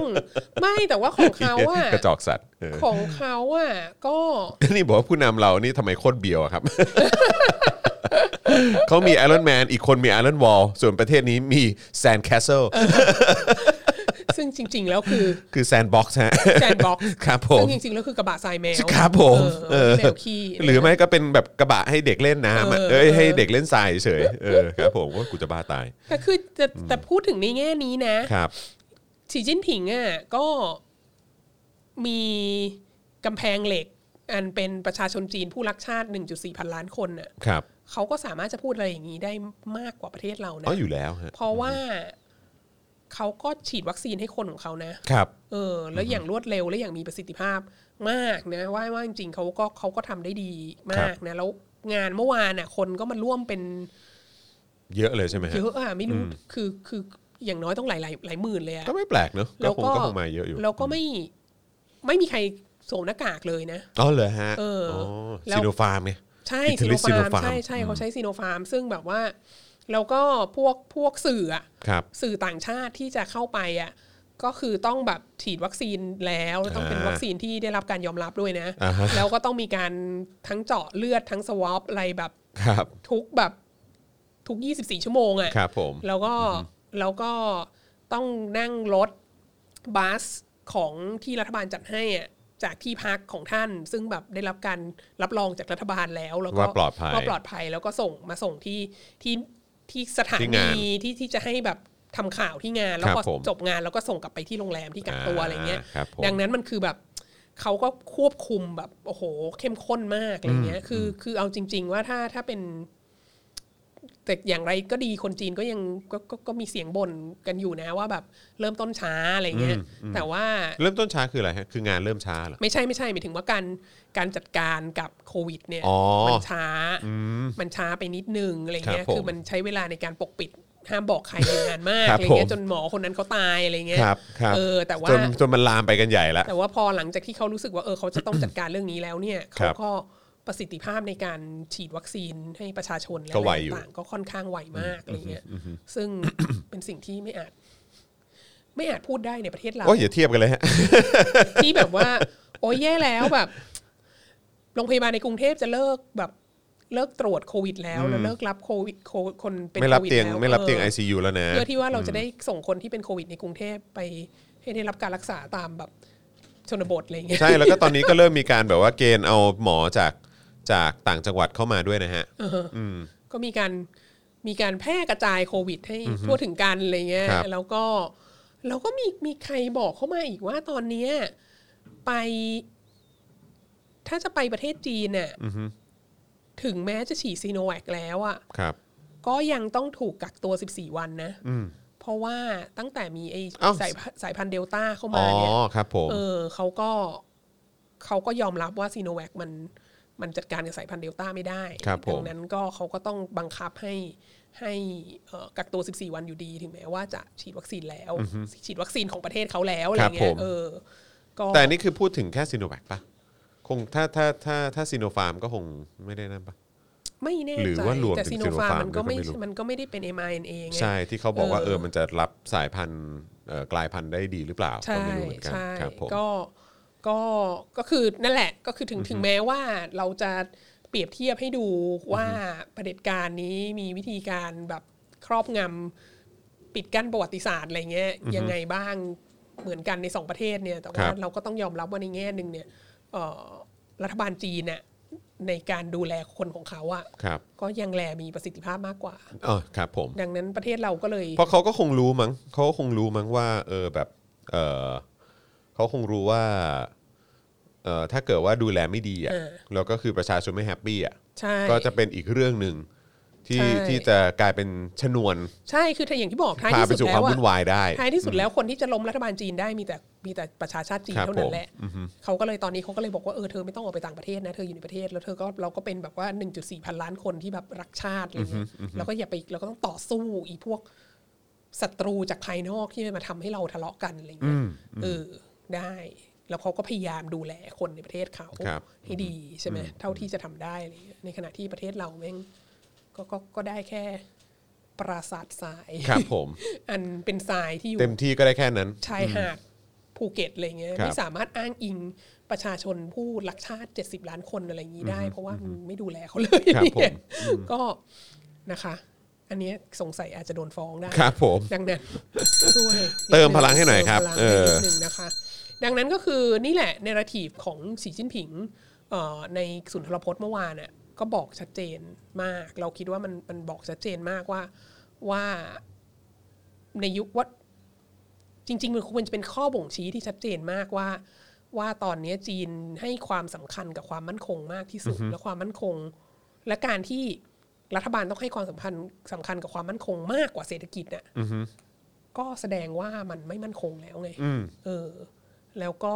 ไม่แต่ว่าของเขาอ่ะ
[laughs] กระจอกสัตว์
ของเขาอ่ะก็
นี่บอกว่าผู้นำเรานี่ทำไมโคตรเบียว [laughs] ครับเขามีไอรอนแมนอีกคนมีไอรอนวอลส่วนประเทศนี้มีแซนแคสเซิล
ซึ่งจริง ๆ แล้วคือ
คือแซนบ็อกซ์ฮะ
แซนบ็อกซ์
[laughs] ครับผม
ซึ่งจริง ๆ แล้วคือกระบะทรายแมว
ครับผม
เออแมวขี้
หรือไม่ก็เป็นแบบกระบะให้เด็กเล่นน้ำอะ
เออ
เอ้ยให้เด็กเล่นทรายเฉยๆเอ
[laughs]
อครับผมว่ากูจะบ้าตาย
แต่คือแต่แต่พูดถึงในแง่นี้นะ
ครับ
สีจิ้นผิงอ่ะก็มีกำแพงเหล็ก อันเป็นประชาชนจีนผู้รักชาติ 1.4 พันล้านคนน่ะ
ครับ
เขาก็สามารถจะพูดอะไรอย่างนี้ได้มากกว่าประเทศเรานะ
อ๋ออยู่แล้วฮะ
เพราะว่าเขาก็ฉีดวัคซีนให้คนของเขานะ
ครับ
เออ แล้วอย่างรวดเร็วและอย่างมีประสิทธิภาพมากนะว่าว่าจริงๆเขาก็เขาก็ทำได้ดีมากนะ แล้วงานเมื่อวานน่ะ คนก็มาร่วมเป็น
เยอะเลยใช่ไหมฮะ
เยอะอ่ะไม่รู้คือคืออย่างน้อยต้องหลายหลายหลายหมื่นเลยอ่ะ
ก็ไม่แปลกเนอะก็
แล้ว
คง
ก็
ก็คงมาเยอะอยู่
แล้วก็ไม่ไม่มีใครสวมหน้ากากเลยนะ
อ๋อเหรอฮะ
เออ
อ
แล้ว
ซีโนฟาร์มไง
ใช่
อิตา
ซ
ลี
ีโนฟา
Sinopharm
ร์มใช่ใช่เขาใช้ซีโนฟาร์ม ซึ่งแบบว่า แล้วก็พวกพวกสื่ออะ
ครับ
สื่อต่างชาติที่จะเข้าไปอ่ะก็คือต้องแบบฉีดวัคซีนแล้วแล้วต้องเป็น
อ่า
วัคซีนที่ได้รับการยอมรับด้วยนะ
อ่าฮะ
แล้วก็ต้องมีการทั้งเจาะเลือดทั้งสวอปอะไรแบบ
ครับ
ทุกแบบทุก 24 ชั่วโมงอ่ะ
ครับผม
แล้วก็แล้วก็ต้องนั่งรถบัสของที่รัฐบาลจัดให้อะจากที่พักของท่าน ซึ่งแบบได้รับการรับรองจากรัฐบาลแล้ว แล้วก็
ว่าปลอดภัย
ว่าปลอดภัยแล้วก็ส่งมาส่งที่ที่ที่สถา
ที่งา
นี
น
ที่ที่จะให้แบบทำข่าวที่งาน แล้ว
ค
พ
รั
อบ
ผม
จบงานแล้วก็ส่งกลับไปที่โรงแรมที่กักตัว
อ่า
อะไรเงี้ย
ครับผม
ดังนั้นมันคือแบบเขาก็ควบคุมแบบโอ้โห เข้มข้นมากอะไรเงี้ยคือคือเอาจริง ๆ ว่าถ้าถ้าเป็น แต่อย่างไรก็ดีคนจีนก็ยังกก็ก็มีเสียงบ่นกันอยู่นะว่าแบบเริ่มต้นช้าอะไรเงี้ย แต่ว่า
เริ่มต้นช้าคืออะไรฮะคืองานเริ่มช้าเหรอ
ไม่ใช่ไม่ใช่หมายถึงว่าการการจัดการกับโควิด เนี่ย
อ๋อ
มันช้า
อืม
มันช้าไปนิดนึงอะไรเงี้ย
ครับผม
คือมันใช้เวลาในการปกปิดห้ามบอกใครอยู่นานมาก
ครับ
อะไรเงี้
ผม
ยจนหมอคนนั้นเขาตายอะไรเงี้ย
ครับครับ
เออ แต่ว่า
จนจนมันลามไปกันใหญ่ละ
แต่ว่าพอหลังจากที่เขารู้สึกว่าเออเขาจะต้องจัดการเรื่องนี้แล้วเนี่ย
ครับ
เขาก็ประสิทธิภาพในการฉีดวัคซีนให้ประชาชนและ
ก็
อะ
ไว
ไร
อยู่
ต่างๆก็ค่อนข้างไวมากอะไรเงี้ยซึ่ง เป็นสิ่งที่ไม่อาจ ไม่อาจพูดได้ในประเทศเรา
โอ้ยอย่าเทียบกันเลยฮะ
ที่แบบว่า โอ้ยแย่แล้วแบบโรงพยาบาลในกรุงเทพจะเลิกแบบเลิกตรวจโควิด แล้วแล้วเลิกรับโควิดโคคนเป็น
ไม่รับ
โควิด
เตียง
แล้ว
ไม่รับเตียง
ออ
ICU แล้วนะ
เพื่อที่ว่าเราจะได้ส่งคนที่เป็นโควิดในกรุงเทพไปให้ได้รับการรักษาตามแบบชนบทอะไรเงี้ย
ใช่แล้วก็ตอนนี้ก็เริ่มมีการแบบว่าเกณฑ์เอาหมอจากจากต่างจังหวัดเข้ามาด้วยนะฮะ
ก็มีการมีการแพร่กระจายโควิด ให้ทั่วถึงกันอะไรเงี้ย
ครับ
แล้วก็แล้วก็มีมีใครบอกเข้ามาอีกว่าตอนเนี้ยไป ถ้าจะไปประเทศจีนเนี่ยถึงแม้จะฉีดซีโนแวคแล้วอะ่ะ
ครับ
ก็ยังต้องถูกกักตัว 14 วันนะเพราะว่าตั้งแต่มีไอ้
เอ้า
สายพันสายพันธุ์เดลต้าเข้า
อ๋
มา
อ
เนี่ย
ครับผม
เออเขาก็เขาก็ยอมรับว่าซีโนแวคมันมันจัดการกับสายพันธุ์เดลต้าไม่ได้
ครับผม
ดันั้นก็เขาก็ต้องบังคับให้ให้เอ่อกักตัว 14 วันอยู่ดี ถึงแม้ว่าจะฉีดวัคซีนแล้ว ฉีดวัคซีนของประเทศเขาแล้วอะไร
ครับผ
เงี้
ม
ยเออ ก็
แต่อันนี่คือพูดถึงแค่ซีโนแวคปะคงถ้าถ้าถ้าถ้าซีโนฟาร์มก็คงไม่ได้นั่นปะ
ไม่แน่
หรือ
ใจ
ว่ารวม
แต่
ถึง
ซีโน
Sinopharm
ฟาร์มมันก็ไม่
ด้วยก็ไม่รู้
มันก็ไม่ได้เป็น m อ n a ไง
ใช่ที่เขาบอกว่า
เออ
เออมันจะรับสายพันธุ์เอ่อกลายพันธุ์ได้ดีหรือเปล่า
ใช่
ก็ไม่รู้เหมือนกัน
ใช่
ครับผม
ก็ก็ก็คือนั่นแหละก็คือถึงถึงแม้ว่าเราจะเปรียบเทียบให้ดูว่าประเผด็จการนี้มีวิธีการแบบครอบงำปิดกั้นประวัติศาสตร์อะไรเงี้ยยังไงบ้างเหมือนกันในสองประเทศเนี่ยแต่
ครั
ว่า
บ
เราก็ต้องยอมรับว่าในแง่หนึ่งเนี่ยเอ่อรัฐบาลจีนเนี่ยในการดูแลคนของเขาอะ
ครับ
ก็ยังแลมีประสิทธิภาพมากกว่า
อ๋อครับผม
ดังนั้นประเทศเราก็เลย
เพราะเขาก็คงรู้มั้งเขาก็คงรู้มั้งว่า เออแบบเออ เขาคงรู้ว่าเอ่อถ้าเกิดว่าดูแลไม่ดีอ่ะ
เออ
แล้วก็คือประชาชนไม่แฮปปี้อ่ะ
ใช่
ก็จะเป็นอีกเรื่องหนึ่งที่
ใช่
ที่จะกลายเป็นชนวน
ใช่คือถ้าอย่างที่บอกท้าย
พา
ที่
ไป
สุด
สู่
แล้ว
คาม
ว
วุ่น
อะ
วายได้
ท้ายที่สุดแล้วคนที่จะล้มรัฐบาลจีนได้มีแต่มีแต่ประชาชาติจีน
ครับ
เท่านั้นแหละ
ผมอือฮึ
เขาก็เลยตอนนี้เขาก็เลยบอกว่าเออเธอไม่ต้องออกไปต่างประเทศนะเธออยู่ในประเทศแล้วเธอก็เราก็เป็นแบบว่า 1.4 พันล้านคนที่แบบรักชาติอะไรเงี้ยแล้วก็อย่าไปเราก็ต้องต่อสู้อีพวกศัตรูจากภายนอกที่มันมาทำให้เราทะเลาะกันอะไรเงี้ยเออได้ แล้วเขาก็พยายามดูแลคนในประเทศเขา
ครับ
ให้ดีใช่ไหมเท่าที่จะทำได้อะไรเงี้ยในขณะที่ประเทศเราแม่งก็ก็ก็ได้แค่ปราสาททราย
ครับผม
อันเป็นทรายที่อยู่
เต็มที่ก็ได้แค่นั้น
ชายหาดภูเก็ตอะไรเงี้ย
ครับ
ไม่สามารถอ้างอิงประชาชนผู้รักชาติ 70 ล้านคนอะไรอย่างนี้ได้ เพราะว่ามันไม่ดูแลเขาเลย
ครับผม
ก็นะคะ อันเนี้ยสงสัยอาจจะโดนฟ้องได้
ครับผม
ดังนั้นช่วย
เติมพลังให้หน่อยครับ
เติมพลังให้
เออ
นิดนึงนะคะ ดังนั้นก็คือนี่แหละเนราทีฟของสีจิ้นผิงเอ่อในสุนทรพจน์เมื่อวานน่ะก็บอกชัดเจนมาก เราคิดว่ามันมันบอกชัดเจนมากว่าว่าในยุคว่าจริง ๆ มันควรจะเป็นข้อบ่งชี้ที่ชัดเจนมากว่า ว่าตอนนี้จีนให้ความสำคัญกับความมั่นคงมากที่สุดและความมั่นคง และการที่รัฐบาลต้องให้ความสำคัญสำคัญกับความมั่นคงมากกว่าเศรษฐกิจน่ะ ก็แสดงว่ามันไม่มั่นคงแล้วไง
อืม
เออ แล้วก็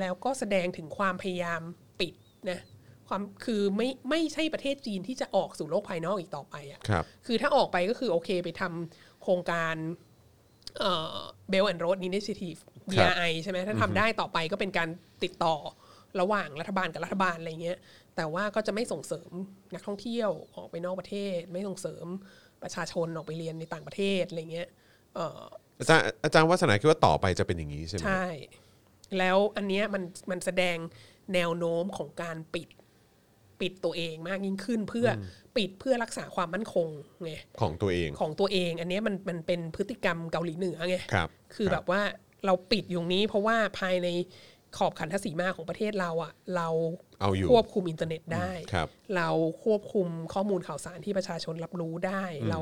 แล้วก็แสดงถึงความพยายามปิดนะ ความ คือไม่ ไม่ใช่ประเทศจีนที่จะออกสู่โลกภายนอกอีกต่อไปอ่ะ
ครับ
คือถ้าออกไปก็คือโอเคไปทำโครงการเบลแอนด์โรดนิเนชิทีฟ
ครับ
DRI ใช่ไหมถ้าทำได้ต่อไปก็เป็นการติดต่อระหว่างรัฐบาลกับรัฐบาลอะไรเงี้ย แต่ว่าก็จะไม่ส่งเสริมนักท่องเที่ยวออกไปนอกประเทศ ไม่ส่งเสริมประชาชนออกไปเรียนในต่างประเทศอะไรเงี้ยเอ่อ
อาจารย์อาจารย์วัฒนาคิดว่าต่อไปจะเป็นอย่างนี้ใช่ไหม
ใช่ แล้วอันเนี้ยมันมันแสดงแนวโน้มของการปิด ปิดตัวเองมากยิ่งขึ้นเพื่ออปิดเพื่อรักษาความมั่นคงไง
ของตัวเอง
ของตัวเอง อันเนี้ยมันมันเป็นพฤติกรรมเกาหลีเหนือไง
ครับ
คือแบบว่าเราปิดอยู่นี้เพราะว่าภายในขอบขันทศีมาของประเทศเราอะ่ะ เรา
เอาอยู่
ควบคุมอินเทอร์เน็ตได้
ครับ
เราควบคุมข้อมูลข่าวสารที่ประชาชนรับรู้ได้ เรา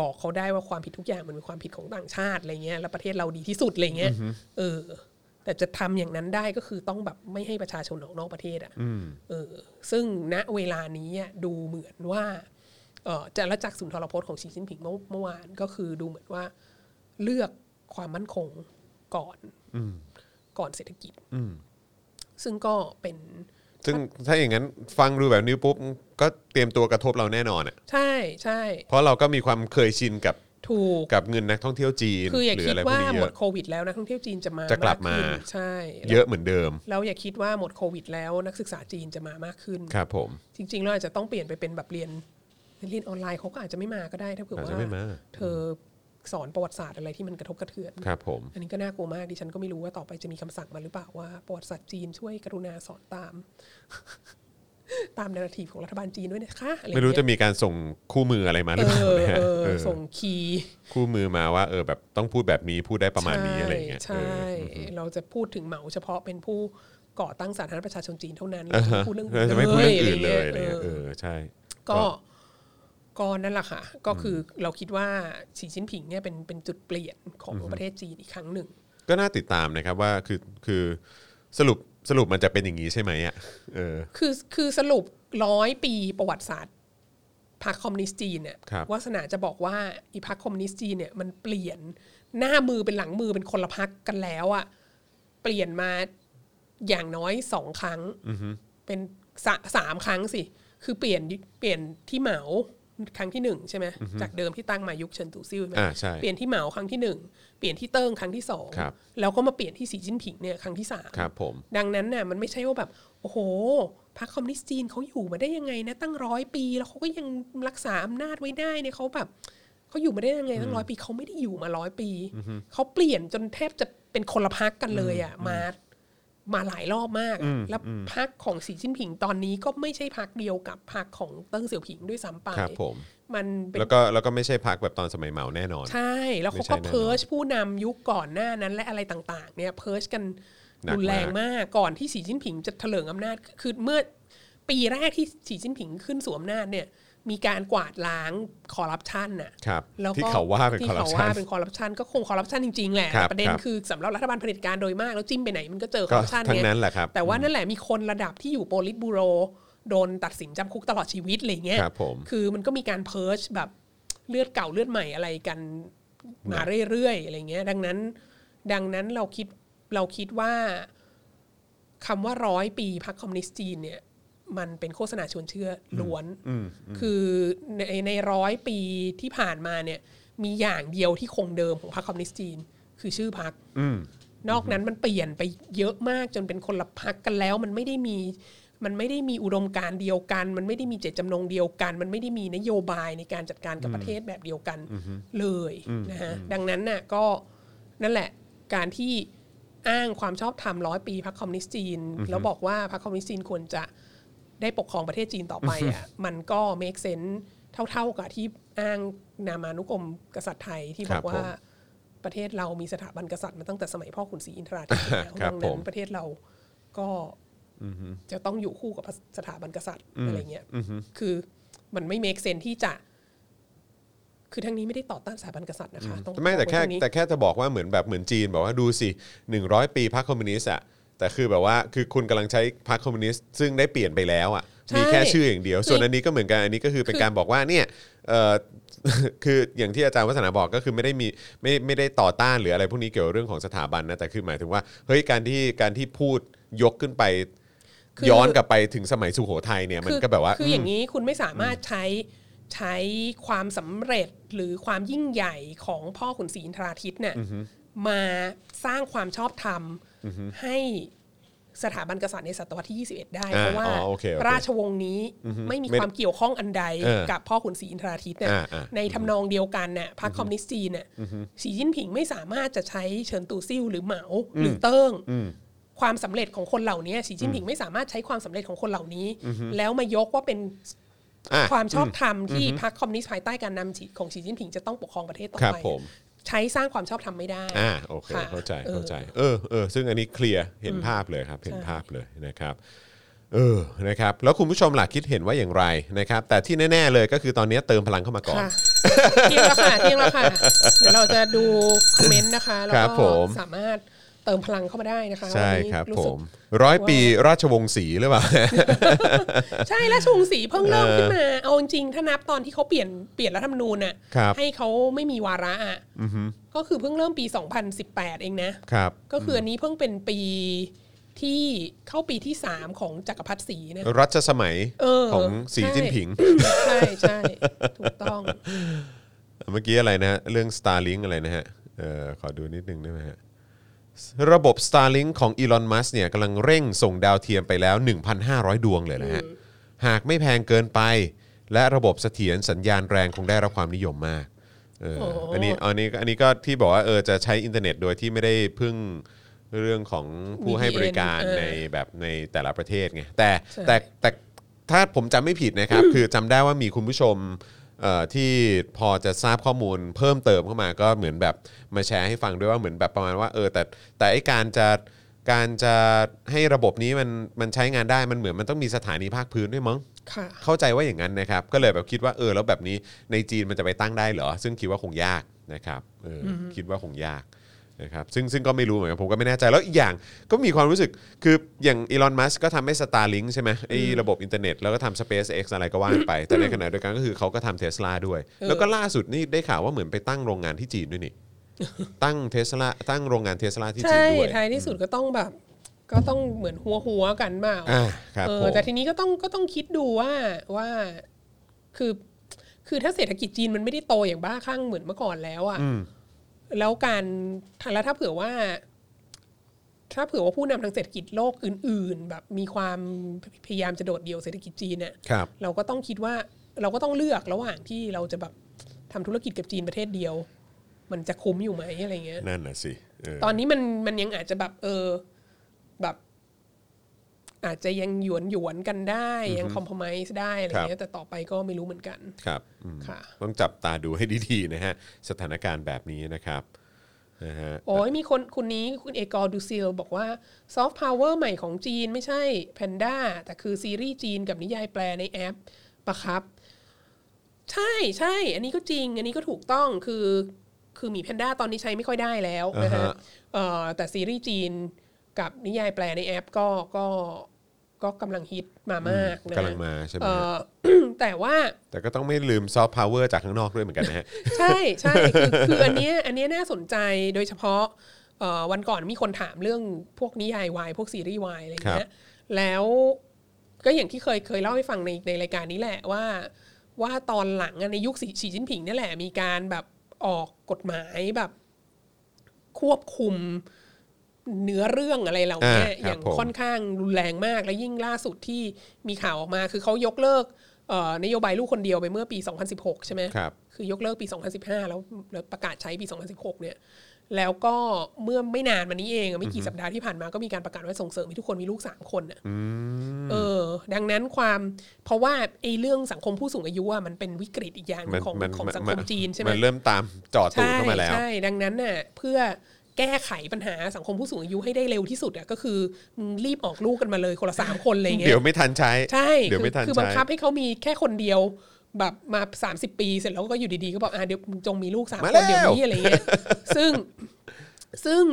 บอกเขาได้ว่าความผิดทุกอย่างมันเป็นความผิดของต่างชาติอะไรเงี้ยแล้วประเทศเราดีที่สุดอะไรเงี้ยเออ แต่จะทำอย่างนั้นได้ก็คือต้องแบบไม่ให้ประชาชนออกนอกประเทศอ่ะเออ ซึ่งณเวลานี้อะดูเหมือนว่าเออจะละจากสุนทรพจน์ของสีจิ้นผิงเมื่อเมื่อวานก็คือดูเหมือนว่า เลือกความมั่นคงก่อนก่อนเศรษฐกิจซึ่งก็เป็น
ซึ่งถ้าอย่างนั้นฟังดูแบบนี้ปุ๊บ ก็เตรียมตัวกระทบเราแน่นอนอ่ะ
ใช่ใช่
เพราะเราก็มีความเคยชินกับ
ถูก
กับเงินนักท่องเที่ยวจีน
คืออย่า
หรือ
คิด
อะไรพวก
ว่า
นี้เย
หม
อะ
ดโควิดแล้วนะท่องเที่ยวจีนจะมา
จะกลับ
ขึ้น
มา
ใช่
เยอะเหมือนเดิม
แล้วอย่าคิดว่าหมดโควิด แล้วนักศึกษาจีนจะมามากขึ้น
ครับผม
จริงๆเราอาจจะต้องเปลี่ยนไปเป็นแบบเรียนเรียนออนไลน์เขาก็อาจจะไม่มาก็ได้ถ้าเผื่อ
อาจ
ว่า
จะไม่มา
เธอสอนประวัติศาสตร์อะไรที่มันกระทบกระเทือน
ครับผม
อันนี้ก็น่ากลัวมากดิฉันก็ไม่รู้ว่าต่อไปจะมีคำสั่งมาหรือเปล่าว่าประวัติศาสตร์จีนช่วยกรุณาสอนตาม [laughs] ตามแนวทีของรัฐบาลจีนด้วยนะคะอเงี้ย
ไม่รู้จะมีการส่งคู่มืออะไรมาห
เอ
รือเปล่า
อ
นะฮะ
เออ
เออ
ส่งคีย์
คู่มือมาว่าเออแบบต้องพูดแบบนี้พูดได้ประมาณนี้อะไรอย่างเงี้ย
ใช่
เออ
ใช่เราจะพูดถึงเหมาเฉพาะเป็นผู้ก่อตั้งสาธารณรัฐประชาชนจีนเท่านั้น
อ่าฮะ
เราจะไม่พูดเรื่อง
เราจะไม่พูดเรื่องอื่น
ะ
เลย
ไาง
อะไร
งี้
เงี้ย
เอ
เอ
อ
อใช่
ก็ก็นั่นแหละค่ะ ก็คือเราคิดว่าสีชิ้นผิงเนี่ยเป็นเป็นจุดเปลี่ยนของประเทศจีนอีกครั้งหนึ่ง
ก็น่าติดตามนะครับว่าคือคือสรุปสรุปมันจะเป็นอย่างนี้ใช่ไหมอ่ะเออ
คือคือสรุปร้อยปีประวัติศาสตร์พรรคคอมมิวนิสต์จีนเนี่ย
ครับ
วาสนาจะบอกว่าอีพรรคคอมมิวนิสต์จีนเนี่ยมันเปลี่ยนหน้ามือเป็นหลังมือเป็นคนละพรรคกันแล้วอะเปลี่ยนมาอย่างน้อยสองครั้งเป็นสะสามครั้งสิ คือเปลี่ยนเปลี่ยนที่เหมาครั้งที่หนึ่งใช่ไหมจากเดิมที่ตั้งมายุคเฉินตู่ซิ่วใช่ไหม
อ่าใช่
เปลี่ยนที่เหมาครั้งที่หนึ่งเปลี่ยนที่เติ้งครั้งที่สอง
ครับ
แล้วก็มาเปลี่ยนที่สีจิ้นผิงเนี่ยครั้งที่สาม
ครับผม
ดังนั้นน่ะมันไม่ใช่ว่าแบบ โอ้โหพรรคคอมมิวนิสต์จีนเขาอยู่มาได้ยังไงนะตั้งร้อยปี แล้วเขาก็ยังรักษาอำนาจไว้ได้เนี่ยเขาแบบเขาอยู่มาได้ยังไงตั้งร้อยปีเขาไม่ได้อยู่มาร้อยปีเขาเปลี่ยนจนแทบจะเป็นคนละพรรคกันเลยอ่ะมามาหลายรอบมากอะแล้วพรรคของสีจิ้นผิงตอนนี้ก็ไม่ใช่พรรคเดียวกับพรรคของเติ้งเสี่ยวผิงด้วยซ้ำไป
ครับผม
มันเป็น
แล้วก็แล้วก็ไม่ใช่พักแบบตอนสมัยเหมาแน่นอน
ใช่ แล้วเขา
ไม่ใช่
ก็
แน่นอน
เพิร์ชผู้นำยุคก่อนหน้านั้นและอะไรต่าง ๆ เนี่ยเพิร์ชกัน
หนักมาก
รุนแรงมากก่อนที่สีจิ้นผิงจะเถลิงอำนาจคือเมื่อปีแรกที่สีจิ้นผิงขึ้นสู่อำนาจเนี่ย มีการกวาดล้างคอร์รัปชันน่ะ
ครับ
แล้วก็
ที่เขาว่าเป็นค
ที่
อร์รัป
เขา
ชั
ว่าน เป็นคอร์รัปชันก็คงคอร์รัปชันจริงๆแหละ
ครับ
แต่ประเด็น
ครับ
คือสำหรับรัฐบาลเผด็จการโดยมากแล้วจิ้มไปไหนมันก็เจอคอ
ก็
ร์รัปชัน
ทั้ง
ไง
นั้นแหละครับ
แต่ว่านั่นแหละมีคนระดับที่อยู่โปลิตบูโร โดนตัดสินจำคุกตลอดชีวิตอะไรเงี้ย
ครับผม
คือมันก็มีการเพิร์ชแบบเลือดเก่าเลือดใหม่อะไรกันมา
นะ
เรื่อยๆอะไรเงี้ยดังนั้นดังนั้นเราคิดเราคิดว่าคำว่าร้อยปีพรรคคอมมิวนิสต์จีนเนี่ยมันเป็นโฆษณาชวนเชื่อล้วน
อืม
คือในในร้อยปีที่ผ่านมาเนี่ยมีอย่างเดียวที่คงเดิมของพรรคคอมมิวนิสต์จีน คือชื่อพรรค
อืม
นอกนั้นมันเปลี่ยนไปเยอะมากจนเป็นคนละพรรคกันแล้ว มันไม่ได้มีมันไม่ได้มีอุดมการณ์เดียวกัน มันไม่ได้มีเจตจำนงเดียวกัน มันไม่ได้มีนโยบายในการจัดการกับประเทศแบบเดียวกันเลยนะฮะดังนั้นน่ะก็นั่นแหละการที่อ้างความชอบธรรมร้อยปีพรรคคอมมิวนิสต์จีนแล้วบอกว่าพรรคคอมมิวนิสต์จีนควรจะ ได้ปกครองประเทศจีนต่อไปอ่ะ มันก็ make sense เท่าๆกับที่อ้างนามานุกรมกษัตริย์ไทยที่บ
ครั
อบ ก
ผ
ว่า
ม
ประเทศเรามีสถาบันกษัตริย์มาตั้งแต่สมัยพ่อขุนศรีอินทราธิราชแล้ว
ครับ
ดัง
ผ
นั้
ม
นประเทศเราก็จะต้องอยู่คู่กับสถาบันกษัตริย์อะไรเงี้ยคือมันไม่ make sense ที่จะ คือทั้งนี้ไม่ได้ต่อต้านสถาบันกษัตริย์นะคะต้อง
ไม่แต่แค่
บอกว้รงนี้
แต่แค่จะบอกว่าเหมือนแบบเหมือนจีนแบบว่าดูสิ 100 ปีพรรคคอมมิวนิสต์อะแต่คือแบบว่าคือคุณกำลังใช้พรรคคอมมิวนิสต์ซึ่งได้เปลี่ยนไปแล้วอะ
ใช่
มีแค่ชื่ออย่างเดียว
คือ
ส่วนอันนี้ก็เหมือนกันอันนี้ก็คือเป็น
คือ
การบอกว่าเนี่ยเอ่ [laughs] อ คืออย่างที่อาจารย์วัฒนาบอกก็คือไม่ได้มีไม่ไม่ได้ต่อต้านหรืออะไรพวกนี้เกี่ยวกับเรื่องของสถาบันนะแต่คือหมายถึงว่าเฮ้ยการที่การที่พูดยกขึ้นไป
คือ
ย้อนกลับไปถึงสมัยสุโขทัยเนี่ยมันก็แบบว่า
คืออย่างนี้คุณไม่สามารถใช้ใช้ความสำเร็จหรือความยิ่งใหญ่ของพ่อขุนศรีอินทราทิตย์เนี่ยมาสร้างความชอบธรรมให้สถาบันกษัตริย์ในศตวรรษที่ 21 ได้
อ่า
เพราะว่า
อ๋อโอเคโอเค
ราชวงศ์นี้ไม่มี
ไม่
ความเกี่ยวข้องอันใด
เออ
กับพ่อขุนศรีอินทราทิตย์เนี่ย
อ่าอ่า
ในทำนองเดียวกันเนี่ยพรรคคอมมิวนิสต์จีนเนี่ยสีจิ้นผิงไม่สามารถจะใช้เฉินตู่ซิ่วหรือเหมาหรือเติ้ง ความสำเร็จของคนเหล่านี้สีจิ้นผิงไม่สามารถใช้ความสำเร็จของคนเหล่านี้ แล้วมายกว่าเป็น
อ่ะ
ความชอบธรรมที่พรรคคอมมิวนิสต์ภายใต้การนำฉีของสีจิ้นผิงจะต้องปกครองประเทศต่อ
ครับ
ไป
ผม
ใช้สร้างความชอบธรรมไม่ได้
อ่าโอเค
ค่ะ
เข้าใจ
เออ
เข้าใจเออเออซึ่งอันนี้เคลียร์เห็นภาพเลยครับเห็นภาพเลยนะครับเออนะครับแล้วคุณผู้ชมหลักคิดเห็นว่าอย่างไรนะครับแต่ที่แน่ๆเลยก็คือตอนนี้เติมพลังเข้ามาก่อน
ค่ะเที่ยงแล้วค่ะเที่ยง
[laughs]
แล้วค่ะเดี๋ยวเราจะดูคอมเมนต์นะคะแล้ว
ครับผ
ก็
ม
สามารถเติมพลังเข้ามาได้นะคะ
ใช่
วันนี้
ครับ
รู้
ผ
สึก
มร้อย
ว่า
ปีราชวงศ์ศรีหรือเปล่า [laughs]
ใช่และชวงศ์ศรีเพิ่งเริ่มขึ้นมาเอาจริงๆถ้านับตอนที่เขาเปลี่ยนเปลี่ยนรัฐธรรมนูญน่ะ
ครับ
ให้เขาไม่มีวาระอ่ะก็คือเพิ่งเริ่มปี 2018 เองนะ
ครับ
ก็คืออันนี้เพิ่งเป็นปีที่เข้าปีที่สามของจักรพรรดิศรีนะ
รัชสมัย
เออ
ของสี
ใช่
จิ้นผิง
ใช่ใช่ถูกต้อง
เมื่อกี้อะไรนะฮะเรื่อง Starlink อะไรนะฮะเออขอดูนิดนึงได้ไหมฮะระบบ Starlink ของ Elon Musk เนี่ยกำลังเร่งส่งดาวเทียมไปแล้ว 1,500 ดวงเลยนะฮะ หากไม่แพงเกินไป และระบบเสถียรสัญญาณแรงคงได้รับความนิยมมากเออ
โอ้โห
อันนี้อันนี้อันนี้ก็ที่บอกว่าเออจะใช้อินเทอร์เน็ตโดยที่ไม่ได้พึ่งเรื่องของผู้ให้บริการใน ในแบบในแต่ละประเทศไงแต่
ใช่
แต่แต่ถ้าผมจำไม่ผิด
[coughs]
นะครับ คือจำได้ว่ามีคุณผู้ชมเอ่อที่พอจะทราบข้อมูลเพิ่มเติมเข้ามาก็เหมือนแบบมาแชร์ให้ฟังด้วยว่าเหมือนแบบประมาณว่าเออแต่แต่ไอการจะการจะให้ระบบนี้มันมันใช้งานได้มันเหมือนมันต้องมีสถานีภาคพื้นด้วยมั้ง
ค่ะ
เข้าใจว่าอย่างนั้นนะครับ ก็เลยแบบคิดว่าเออแล้วแบบนี้ในจีนมันจะไปตั้งได้เหรอ ซึ่งคิดว่าคงยากนะครับเอออคิดว่าคงยากนะครับซึ่งซึ่งก็ไม่รู้เหมือนกันผมก็ไม่แน่ใจแล้วอีกอย่างก็มีความรู้สึกคืออย่างอีลอนมัสก็ทำให้ Starlink ใช่ไหมไอ้ระบบอินเทอร์เน็ตแล้วก็ทำ SpaceX อะไรก็ว่างไป แต่ในขณะเดียวกันก็คือเขาก็ทำเทสลาด้วย
เออ
แล้วก็ล่าสุดนี่ได้ข่าวว่าเหมือนไปตั้งโรงงานที่จีนด้วยนี่
[laughs]
ตั้งเทสลาตั้งโรงงาน [laughs] เทสลาที่จี
ใช่
นด้วย
ท้ายที่สุดก็ต้องแบบ ก็ต้องเหมือนหัวหัวๆกันมาก
อ่าครับ
เอ
ผ
อ
ม
แต่ทีนี้ก็ต้องก็ต้องคิดดูว่าว่าคือคือถ้าเศรษฐกิจจีนมันไม่ได้โตอย่างบ้าคลั่งเหมือนเมื่อก่อนแล้วอะ่ะ
อืม
แล้วการแล้วถ้าเผื่อว่า ถ้าเผื่อว่าผู้นำทางเศรษฐกิจโลกอื่น ๆ แบบมีความพยายามจะโดดเดี่ยวเศรษฐกิจจีนเนี่ย
ครับ
เราก็ต้องคิดว่าเราก็ต้องเลือกระหว่างที่เราจะแบบทำธุรกิจกับจีนประเทศเดียว มันจะคุ้มอยู่ไหมอะไรเงี้ย
นั่นน่ะสิเ
ตอนนี้มันมันยังอาจจะแบบเออแบบ อาจจะยังหยวนหยวนๆกันได้ยังคอมเพลมไ์ได้อะไร
ครับ
เงี้ยแต่ต่อไปก็ไม่รู้เหมือนกัน
ครับอืม
ค่ะ
ต้องจับตาดูให้ดีๆนะฮะ สถานการณ์แบบนี้นะครับนะฮะ
โอ้ยมีคนคุณนี้คุณเอกอร์ดูซิลบอกว่าซอฟต์พาวเวอร์ใหม่ของจีนไม่ใช่แพนด้าแต่คือซีรีส์จีนกับนิยายแปลในแอปปะครับ ใช่ใช่อันนี้ก็จริง อันนี้ก็ถูกต้องคือคือหมีแพนด้าตอนนี้ใช้ไม่ค่อยได้แล้วนะฮะ
อ่าฮะ
เอ่อแต่ซีรีส์จีนกับนิยายแปลในแอปก็ก็ก็กำลังฮิตมามากนะฮะ
กำลังมาใช่ไหม
เอ่
ฮะ
อ [clears throat] แต่ว่า
แต่ก็ต้องไม่ลืมซอฟต์พาวเวอร์จากข้างนอกด้วยเหมือนกันนะ
[laughs]
ฮะ
ใช่ใช่
[laughs]
คือคืออันเนี้ยอันเนี้ยน่าสนใจโดยเฉพาะเอ่อวันก่อนมีคนถามเรื่องพวกนิยายวายพวกซีรีส์วายอะไรอย่างเงี้ยแล้วก็อย่างที่เคยเคยเล่าให้ฟังในในรายการนี้แหละว่า ว่าตอนหลังอะในยุคสีฉีจิ้นผิงเนี่ยแหละมีการแบบออกกฎหมายแบบ ควบคุมเนื้อเรื่องอะไรเหล่าเนี้ย
อ่าครับ
อย่าง
ผม
ค่อนข้างรุนแรงมากและยิ่งล่าสุดที่มีข่าวออกมา คือเขายกเลิกเอ่อนโยบายลูกคนเดียวไปเมื่อปี 2016 ใช่ไหม
ครับ
คือยกเลิกปี 2015 แล้วแล้วประกาศใช้ปี 2016 เนี่ย แล้วก็เมื่อไม่นานมานี้เองอะไม่กี่สัปดาห์ที่ผ่านมาก็มีการประกาศว่าส่งเสริมให้ทุกคนมีลูก 3 คนน่ะ
อืม
เออ ดังนั้นความเพราะว่าไอ้เรื่องสังคมผู้สูงอายุอะมันเป็นวิกฤตอีกอย่างหนึ่งของของสังคมจีนใช่ไหม
มันเริ่มตามจอดตูดเข้ามาแล้ว
ใช่ดังนั้นน่ะเพื่อแก้ไขปัญหาสังคมผู้สูงอายุให้ได้เร็วที่สุดอ่ะก็คือมึงรีบออกลูกกันมาเลยคนละสามคนอะไรเงี้ย
เดี๋ยวไม่ทันใช้
ใช่
เดี๋ยว
คื
ไม่ทัน
คื
ใช้
บังคับให้เขามีแค่คนเดียวแบบมา 30 ปีเสร็จแล้วก็อยู่ดีๆ ก็บอกอ่ะเดี๋ยวมึงจงมีลูกสาม
มา
ค
แล้ว
นเดี๋ยวนี้อะไร
[laughs]
เงี้ยซึ่งซึ่ง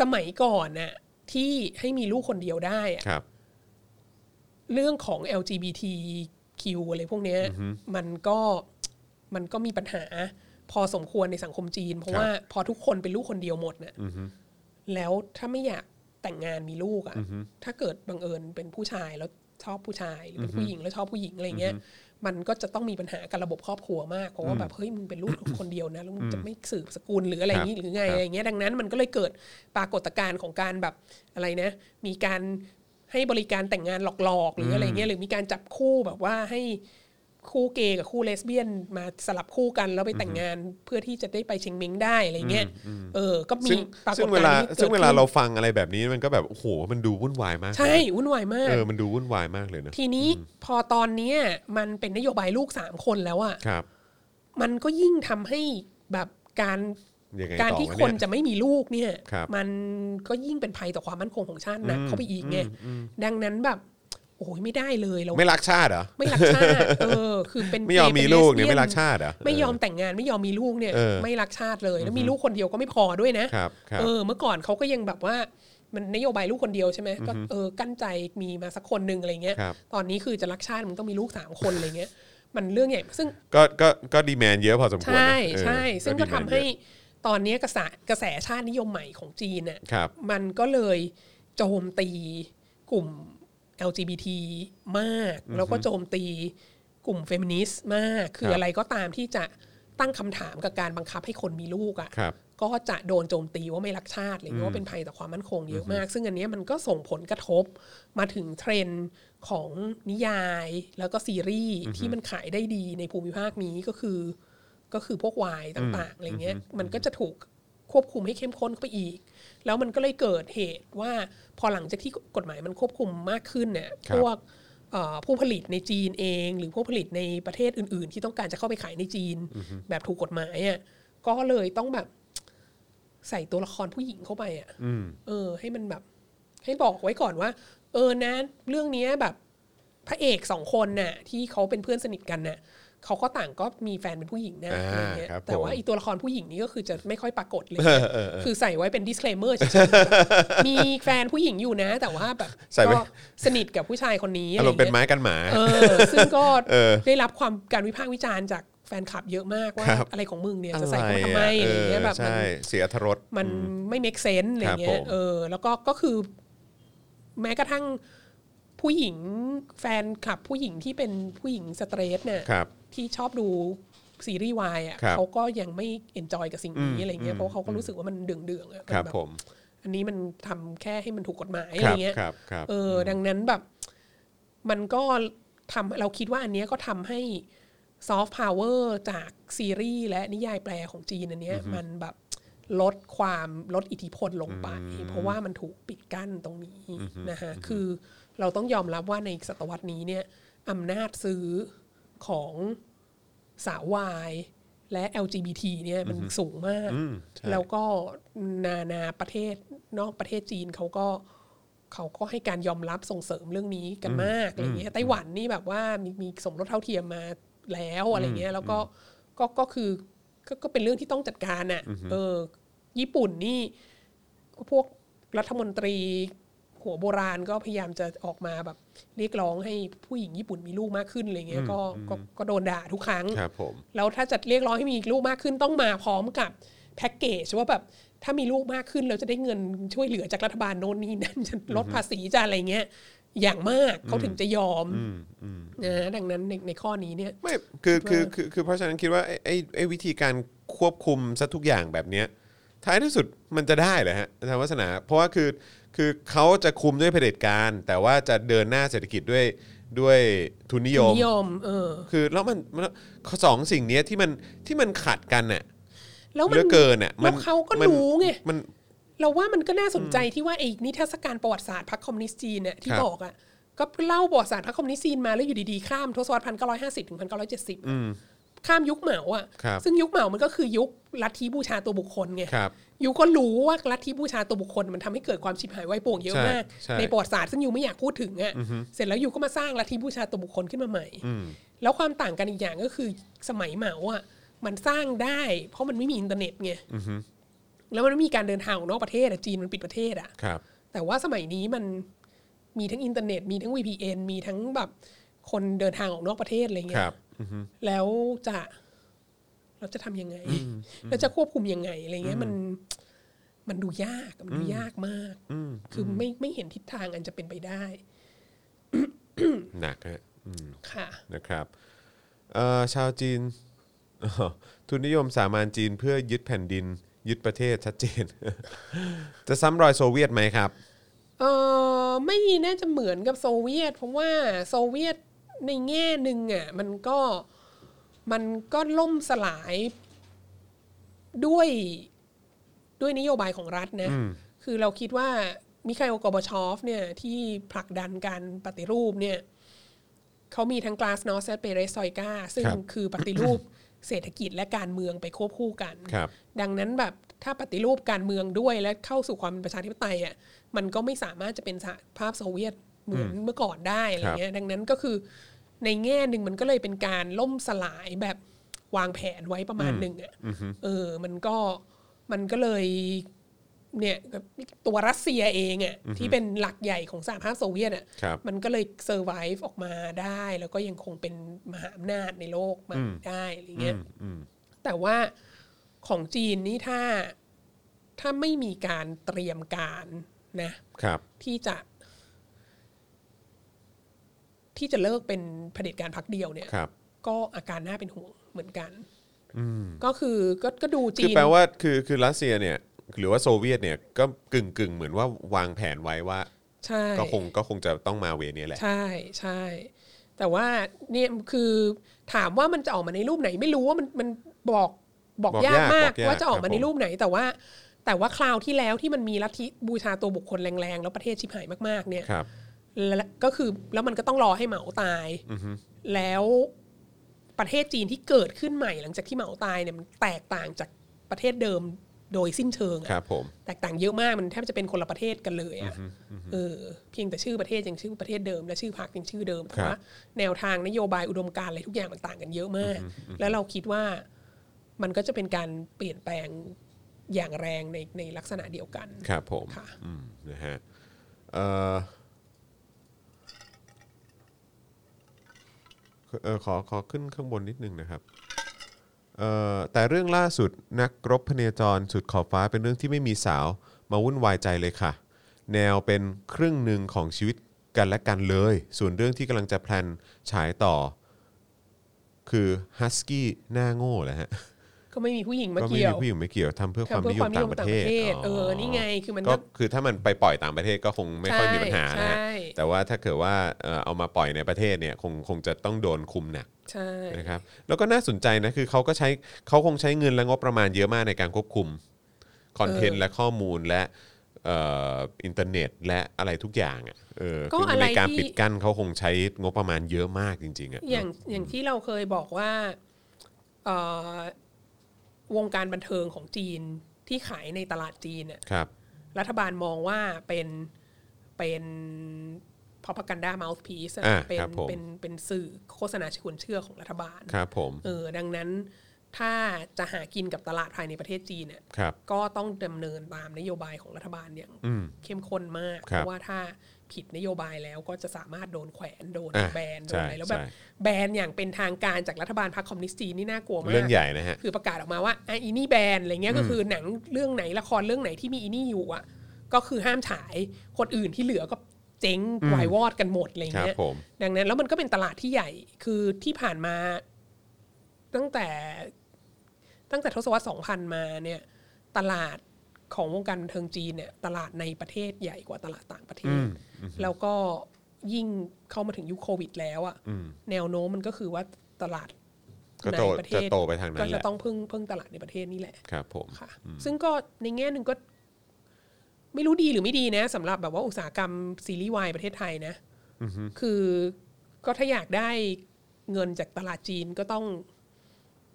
สมัยก่อนน่ะที่ให้มีลูกคนเดียวได้อะ
ครับ
เรื่องของ LGBTQ อะไรพวกเนี้ยมันก็มันก็มีปัญหาพอสมควรในสังคมจีน เพราะ
ครับ
ว่าพอทุกคนเป็นลูกคนเดียวหมดเนี่ยแล้วถ้าไม่อยากแต่งงานมีลูกอะถ้าเกิดบังเอิญเป็นผู้ชายแล้วชอบผู้ชายหรือเป็นผู้หญิงแล้วชอบผู้หญิงอะไรเงี้ยมันก็จะต้องมีปัญหากับระบบครอบครัวมากเพราะว่าแบบเฮ้ยมึงเป็นลูก [coughs] คนเดียวนะแล้วมึงจะไม่สืบสกุลหรืออะไรอย่างนี้หรือไง
ครับ
อะไรเงี้ยดังนั้นมันก็เลยเกิดปรากฏการณ์ของการแบบอะไรนะมีการ ให้บริการแต่งงานหลอกๆ หรืออะไรเงี้ยหรือมีการจับคู่แบบว่าให้คู่เกย์กับคู่เลสเบี้ยนมาสลับคู่กันแล้วไปแต่งงานเพื่อที่จะได้ไปเชงเม้งได้อะไรเงี้ยเออ ก็มี
ซึ่ง
ปราก
ซึ่
ฏ
งเว
กา
ลาร
ณ์ที่กิด
ซึ่งเวลา
ขึ้น
เราฟังอะไรแบบนี้มันก็แบบโอ้โหมันดูวุ่นวายมาก
ใช่วุ่นวายมาก
เออมันดูวุ่นวายมากเลยนะ
ทีนี้พอตอนเนี้ยมันเป็นนโยบายลูกสามคนแล้วอะ
ครับ
มันก็ยิ่งทำให้แบบการ
ยังไง
การ
ต่อ
ที่
ว
คน
เนี่ย
จะไม่มีลูกเนี่ย
ครับ
มันก็ยิ่งเป็นภัยต่อความมั่นคงของชาติหนักเข้าไปอีกไงดังนั้นแบบโอ้ยไม่ได้เลยเรา
ไม่รักชาติเหรอ
ไม่รักชาติ เออ คือเป็น
[laughs] ไม่ยอม
ก
มี
ป็
ลูกเนี่ย
ป็
ไม่รักชาติเหรอ
ไม่ยอมแต่งงานไม่ยอมมีลูกเนี่ย
เออ
ไม่รักชาติเลย แล้วมีลูกคนเดียวก็ไม่พอด้วยนะ
ครับครับ
เออ เมื่อก่อนเขาก็ยังแบบว่า มันนโยบายลูกคนเดียวใช่ไหมก็เออกั้นใจมีมาสักคนหนึ่งอะไรเงี้ย
ครับ
ตอนนี้คือจะรักชาติมึงต้องมีลูกสามคนอะไรเงี้ย มันเรื่องใหญ่ ซึ่ง
ก็ก็ก็ดีแมนเยอะพอสมควรนะ
ใช่
เออ
ใช่ ซึ่งก็ทำ
ดีแมนเยอะ
ให้ตอนนี้กระแสกระแสชาตินิยมใหม่ของจีนน่ะ
ครับ
มันก็เลยโจมตีกลุ่ม LGBT มาก แล้วก็โจมตีกลุ่มเฟมินิสต์มาก คื
ครั
อ
บ
อะไรก็ตามที่จะตั้งคำถามกับการบังคับให้คนมีลูกอะ
ครับ
ก็จะโดนโจมตีว่าไม่รักชาติหรือว่าเป็นภัยต่อความมั่นคงเยอะมาก ซึ่งอันเนี้ยมันก็ส่งผลกระทบมาถึงเทรนด์ของนิยาย แล้วก็ซีรีส์ที่มันขายได้ดีในภูมิภาคนี้ก็คือ ก็คือพวกวายต่างๆอะไรเงี้ยมันก็จะถูกควบคุมให้เข้มข้นเข้าไปอีก แล้วมันก็เลยเกิดเหตุว่าพอหลังจากที่กฎหมายมันควบคุมมากขึ้นเนี่ย
ครับ
พวกเอ่อผู้ผลิตในจีนเอง หรือผู้ผลิตในประเทศอื่น ๆ ที่ต้องการจะเข้าไปขายในจีน แบบถูกกฎหมายอ่ะก็เลยต้องแบบใส่ตัวละครผู้หญิงเข้าไปอ่ะ
อืม
เออให้มันแบบ ให้บอกไว้ก่อนว่า เออนะ เรื่องเนี้ยแบบพระเอกสองคนน่ะ ที่เขาเป็นเพื่อนสนิทกันน่ะเขาก็ต่างก็มีแฟนเป็นผู้หญิงนะ
อ่า
อะไรเงี้ย
ครับ
แต่ว่า
ผม
อีตัวละครผู้หญิงนี่ก็คือจะไม่ค่อยปรากฏเลย
[laughs] เออเออเออ
คือใส่ไว้เป็น disclaimer เฉยๆแบบ
[laughs]
มีแฟนผู้หญิงอยู่นะ แต่ว่าแบบ
ใส่ไว้
ก็สนิทกับผู้ชายคนนี้อะ
อา
ไร
รม
เงี้ย
ณ์เป็นไม้กันหมา
เออซึ่งก็
เออ
ได้รับความการวิพากษ์วิจารณ์จากแฟนคลับเยอะมากว่า
ครับ
อะไรของมึงเนี่ย
อะ
จะ
ไร
ใส่เขามาทำไมอะไรเงี้ยแบบมัน
ใช่เสียอรรถรส
มันไม่ make sense อะไร
ครับ
เงี้
ผ
ย
ม
เออ แล้วก็ก็คือ แม้กระทั่งผู้หญิงแฟนคลับผู้หญิงที่เป็นผู้หญิงสเตรทเนี่ย
ครับ
ที่ชอบดูซีรีส์วายอ่ะ
ครับ
เขาก็ยังไม่ enjoy กับสิ่ง
อืม
นี้อะไรเงี้
อื
ย
ม
เพราะเขาก็รู้สึกว่ามันเดืองเดืองๆอ่ะ
ครับ
แบบ
ผม
อันนี้มันทำแค่ให้มันถูกกฎหมาย
ค
อะไร
รับ
เงี้ย
ครับครับ
เออ ดังนั้นแบบ มันก็ทำเราคิดว่าอันเนี้ยก็ทำให้ซอฟต์พาวเวอร์จากซีรีส์และนิยายแปลของจีนอันเนี้ยมันแบบลดความลดอิทธิพลลงไป เพราะว่ามันถูกปิดกั้นตรงนี้นะฮะคือเราต้องยอมรับว่าในศตวรรษนี้เนี่ยอำนาจซื้อของสาววายและ LGBT เนี่ยมันสูงมาก
อืมใช่
แล้วก็นานาประเทศนอกประเทศจีนเขาก็ เขาก็ให้การยอมรับส่งเสริมเรื่องนี้กันมากอะไรเงี้ยไต้หวันนี่แบบว่ามีมีสมรสเท่าเทียมมา แล้วอะไรเงี้ยแล้วก็ก็ก็คือก็ก็เป็นเรื่องที่ต้องจัดการอ่ะเออ ญี่ปุ่นนี่พวกรัฐมนตรีหัวโบราณก็พยายามจะออกมาแบบเรียกร้องให้ผู้หญิงญี่ปุ่นมีลูกมากขึ้นอะไรเงี้ยก็ก็ก็โดนด่าทุกครั้ง
ครับผม
แล้วถ้าจะเรียกร้องให้มีลูกมากขึ้นต้องมาพร้อมกับแพ็กเกจว่าแบบถ้ามีลูกมากขึ้นเราจะได้เงินช่วยเหลือจากรัฐบาลโน่นนี่นั่น [laughs] จะลดภาษีจะอะไรเงี้ยอย่างมากเขาถึงจะยอมนะดังนั้นในในข้อนี้เนี่ย
ไม่คือคือ
เออ
คือคือเพราะฉะนั้นคิดว่าไอ้ไอ้ไอ้วิธีการควบคุมซะทุกอย่างแบบเนี้ยท้ายที่สุดมันจะได้เหรอฮะอาจารย์วัฒนาเพราะว่าคือคือเขาจะคุมด้วยเผด็จการ แต่ว่าจะเดินหน้าเศรษฐกิจด้วยด้วยทุนนิยม
นิยมเออ
คือแล้วมันมันสองสิ่งเนี้ยที่มันที่มันขัดกันน่ะ
แล้ว
เห
มั
ลื
น
อเกินน่ะ
แล้วเขาก็
มัน
รู้ไง
มัน
เราว่ามันก็น่าสนใจที่ว่าไอ้นิทรรศการประวัติศาสตร์พรรคคอมมิวนิสต์จีนเนี่ยที่
ครับ
บอกอ่ะก็เล่าประวัติศาสตร์พรรคคอมมิวนิสต์จีนมาแล้วอยู่ดีๆข้ามทศวรรษพันเก้าร้อยห้าสิบถึงพันเก้าร้อยเจ็ดสิบข้ามยุคเหมาอ่ะ
ครับ
ซึ่งยุคเหมามันก็คือยุคลัทธิบูชาตัวบุคคลไง
ครับ
ยูก็รู้ว่าลัทธิบูชาตัวบุคคลมันทำให้เกิดความชิบหายไวายป่วงเยอะมาก
ใช่ใช่
ในประวัติศาสตร์ซึ่งยูไม่อยากพูดถึงอะ่ะเสร็จแล้วยูก็มาสร้างลัทธิบูชาตัวบุคคลขึ้นมาใหม่ แล้วความต่างกันอีกอย่างก็คือสมัยเหมาอ่ะมันสร้างได้ เพราะมันไม่มีอินเทอร์เน็ตไงแล้วมันไม่มีการเดินทางออกนอกประเทศอะจีนมันปิดประเทศอ่ะ
ครับ
แต่ว่าสมัยนี้มันมีทั้งอินเทอร์เน็ต มีทั้ง VPN มีทั้งแบบคนเดินทางออกนอกประเทศอะไร
ค
เงี้
รั
ย
บ
แล้วจะเราจะทำยังไงเราจะควบคุมยังไงอะไรเงี้ยมันมันดูยากมันดูยากมากคืออไม่ไม่เห็นทิศทางอันจะเป็นไปได้
หนักฮะอืม
ค่ะ
นะครับเอ่อชาวจีน [laughs] อ๋อทุนนิยมสามัญจีนเพื่อยึดแผ่นดิน ยึดประเทศชัดเจน [laughs] จะซ้ำรอยโซเวียตไหมครับ
เออไม่น่าจะเหมือนกับโซเวียต เพราะว่าโซเวียตในแง่หนึ่งอ่ะมันก็มันก็ล่มสลายด้วยด้วยนโยบายของรัฐนะ คือเราคิดว่ามิคาโอลกอร์บาชอฟเนี่ยที่ผลักดันการปฏิรูปเนี่ยเขามีทั้งกลาสนอสและเปเรสซอยกาซึ่ง
ครับ
คือปฏิรูปเศรษฐกิจและการเมืองไปควบคู่กัน
ครับ
ดังนั้นแบบถ้าปฏิรูปการเมืองด้วยและเข้าสู่ความเป็นประชาธิปไตยอ่ะมันก็ไม่สามารถจะเป็นสหภาพโซเวียตเหมือนเมื่อก่อนได้อะไรเงี้ยดังนั้นก็คือในแง่หนึ่งมันก็เลยเป็นการล่มสลายแบบวางแผนไว้ประมาณหนึ่งอ่ะเออมันก็มันก็เลยเนี่ยตัวรัสเซียเองอ่ะที่เป็นหลักใหญ่ของสหภาพโซเวียตอ่ะ
ครับ
มันก็เลยเซอร์ไวฟ์ออกมาได้ แล้วก็ยังคงเป็นมหาอำนาจในโลกมาได้อะไรเงี้ย แต่ว่าของจีนนี่ถ้าถ้าไม่มีการเตรียมการนะ
ครับ
ที่จะ ที่จะเลิกเป็นเผด็จการพักเดียวเนี่ย
ครับ
ก็อาการน่าเป็นห่วงเหมือนกันก็คือก็ก็ดูจี
คือน แปลว่าคือคือรัสเซียเนี่ย หรือว่าโซเวียตเนี่ยก็กึ่งกึ่งๆเหมือนว่าวางแผนไว้ว่า
ใช่
ก็คงก็คงจะต้องมาเวเนี้แหละ
ใช่ใช่ แต่ว่าเนี่ยคือถามว่ามันจะออกมาในรูปไหน ไม่รู้ว่ามันมันบอกบอก
บอก
ยาก
ยาก
มาก
บอกยาก
ว่าจะออ
ค
ก
รั
มา
บ
ใน
ผม
รูปไหน แต่ว่า แต่ว่าคราวที่แล้วที่มันมีลัทธิบูชาตัวบุคคลแรงๆแล้วประเทศชิบหายมากๆเนี่ย
ครับ
และก็คือแล้วมันก็ต้องรอให้เหมาตาย แล้วประเทศจีนที่เกิดขึ้นใหม่หลังจากที่เหมาตายเนี่ยมันแตกต่างจากประเทศเดิมโดยสิ้นเชิงอะ
ครับผม
แตกต่างเยอะมากมันแทบจะเป็นคนละประเทศกันเลยอะเออเพียงแต่ชื่อประเทศยังชื่อประเทศเดิม และชื่อพรรคยังชื่อเดิมแต่
ครับ
ว่าแนวทางนโยบายอุดมการณ์อะไรทุกอย่างมันต่างกันเยอะมาก แล้วเราคิดว่ามันก็จะเป็นการเปลี่ยนแปลงอย่างแรงในในลักษณะเดียวกัน
ครับผม
ค่ะ
อืม นะฮะเอ่อเอ่อขอขอขึ้นข้างบนนิดนึงนะครับเอ่อแต่เรื่องล่าสุดนักรบพเนจรสุดขอบฟ้าเป็นเรื่องที่ไม่มีสาว มาวุ่นวายใจเลยค่ะ แนวเป็นครึ่งหนึ่งของชีวิตกันและกันเลย ส่วนเรื่องที่กำลังจะแพลนฉายต่อ คือฮัสกี้หน้าโง่แหละฮะ
ก็ไม่มีผู้หญิงมา
ก็ไม่
เกี่ย
มี
ว
ผู้หญิงไม่เกี่ยวทำเพื่อความนิยมต่างประเทศ
เออ
อ
นี่ไง คือมัน
ก็
ก็
คือถ้ามันไปปล่อยต่างประเทศก็คงไม่ค่อยมีปัญหานะฮะ
ใช่
แต่ว่าถ้าเกิดว่าเอ่อเอามาปล่อยในประเทศเนี่ยคงคงจะต้องโดนคุมหนัก
ใช่
นะครับแล้วก็น่าสนใจนะคือเขาก็ใช้เขาคงใช้เงินและงบประมาณเยอะมากในการควบคุมคอนเทนต์และข้อมูลและเอ่ออินเทอร์เน็ตและอะไรทุกอย่างอ่ะเออคือในการปิดกั้นเขาคงใช้งบประมาณเยอะมากจริงๆอ่ะ
อย่างอย่างที่เราเคยบอกว่าเอ่อวงการบันเทิงของจีนที่ขายในตลาดจีนน่ะ
ครับ
รัฐบาลมองว่าเป็นเป็นพ propaganda mouthpiece อะ
อ่า
เป็น
ครับผม
เป็นเป็นสื่อโฆษณาชวนเชื่อของรัฐบาล
ครับผม
เออดังนั้นถ้าจะหากินกับตลาดภายในประเทศจีนเนี่ย
ครับ
ก็ต้องดำเนินตามนโยบายของรัฐบาลอย่าง
อืม
เข้มข้นมาก
ครับ
เพราะว่าถ้าผิดนโยบายแล้วก็จะสามารถโดนแขวนโดน
อ่ะ
แบนโด
ใช่
นอะไรแล้วแบบ
ใช่
แบนอย่างเป็นทางการจากรัฐบาลพรรคคอมมิวนิสต์จีนนี่น่ากลัวมาก
เรื่องใหญ่นะฮะ
คือประกาศออกมาว่าอ่ะอีนี่แบนอะไรเงี้ยก็คือหนังเรื่องไหนละครเรื่องไหนที่มีอีนี่อยู่อ่ะก็คือห้ามฉายคนอื่นที่เหลือก็เจ๊งวายวอดกันหมดอะไร
ครับ
เงี้ย
ผม
ดังนั้นแล้วมันก็เป็นตลาดที่ใหญ่คือที่ผ่านมาตั้งแต่ตั้งแต่ทศวรรษ2000 มาเนี่ยตลาดของวงการบันเทิงจีนเนี่ยตลาดในประเทศใหญ่กว่าตลาดต่างประเท
อื
ศ
ม
แล้วก็ยิ่งเข้ามาถึงยุคโควิด แล้วอะ
อืม
แนวโน้มมันก็คือว่าตลาด
ก็โต
ในประเท
จะ
ศ
โตไปทางนั้
ก็
นแห
จะ
ละ
ต้องพึ่งพึ่งตลาดในประเทศนี่แหละ
ครับผม
ค่ะ ซึ่งก็ในแง่หนึ่งก็ ไม่รู้ดีหรือไม่ดีนะสำหรับแบบว่าอุตสาหกรรมซีรีส์วายประเทศไทยนะคือก็ถ้าอยากได้เงินจากตลาดจีนก็ต้อง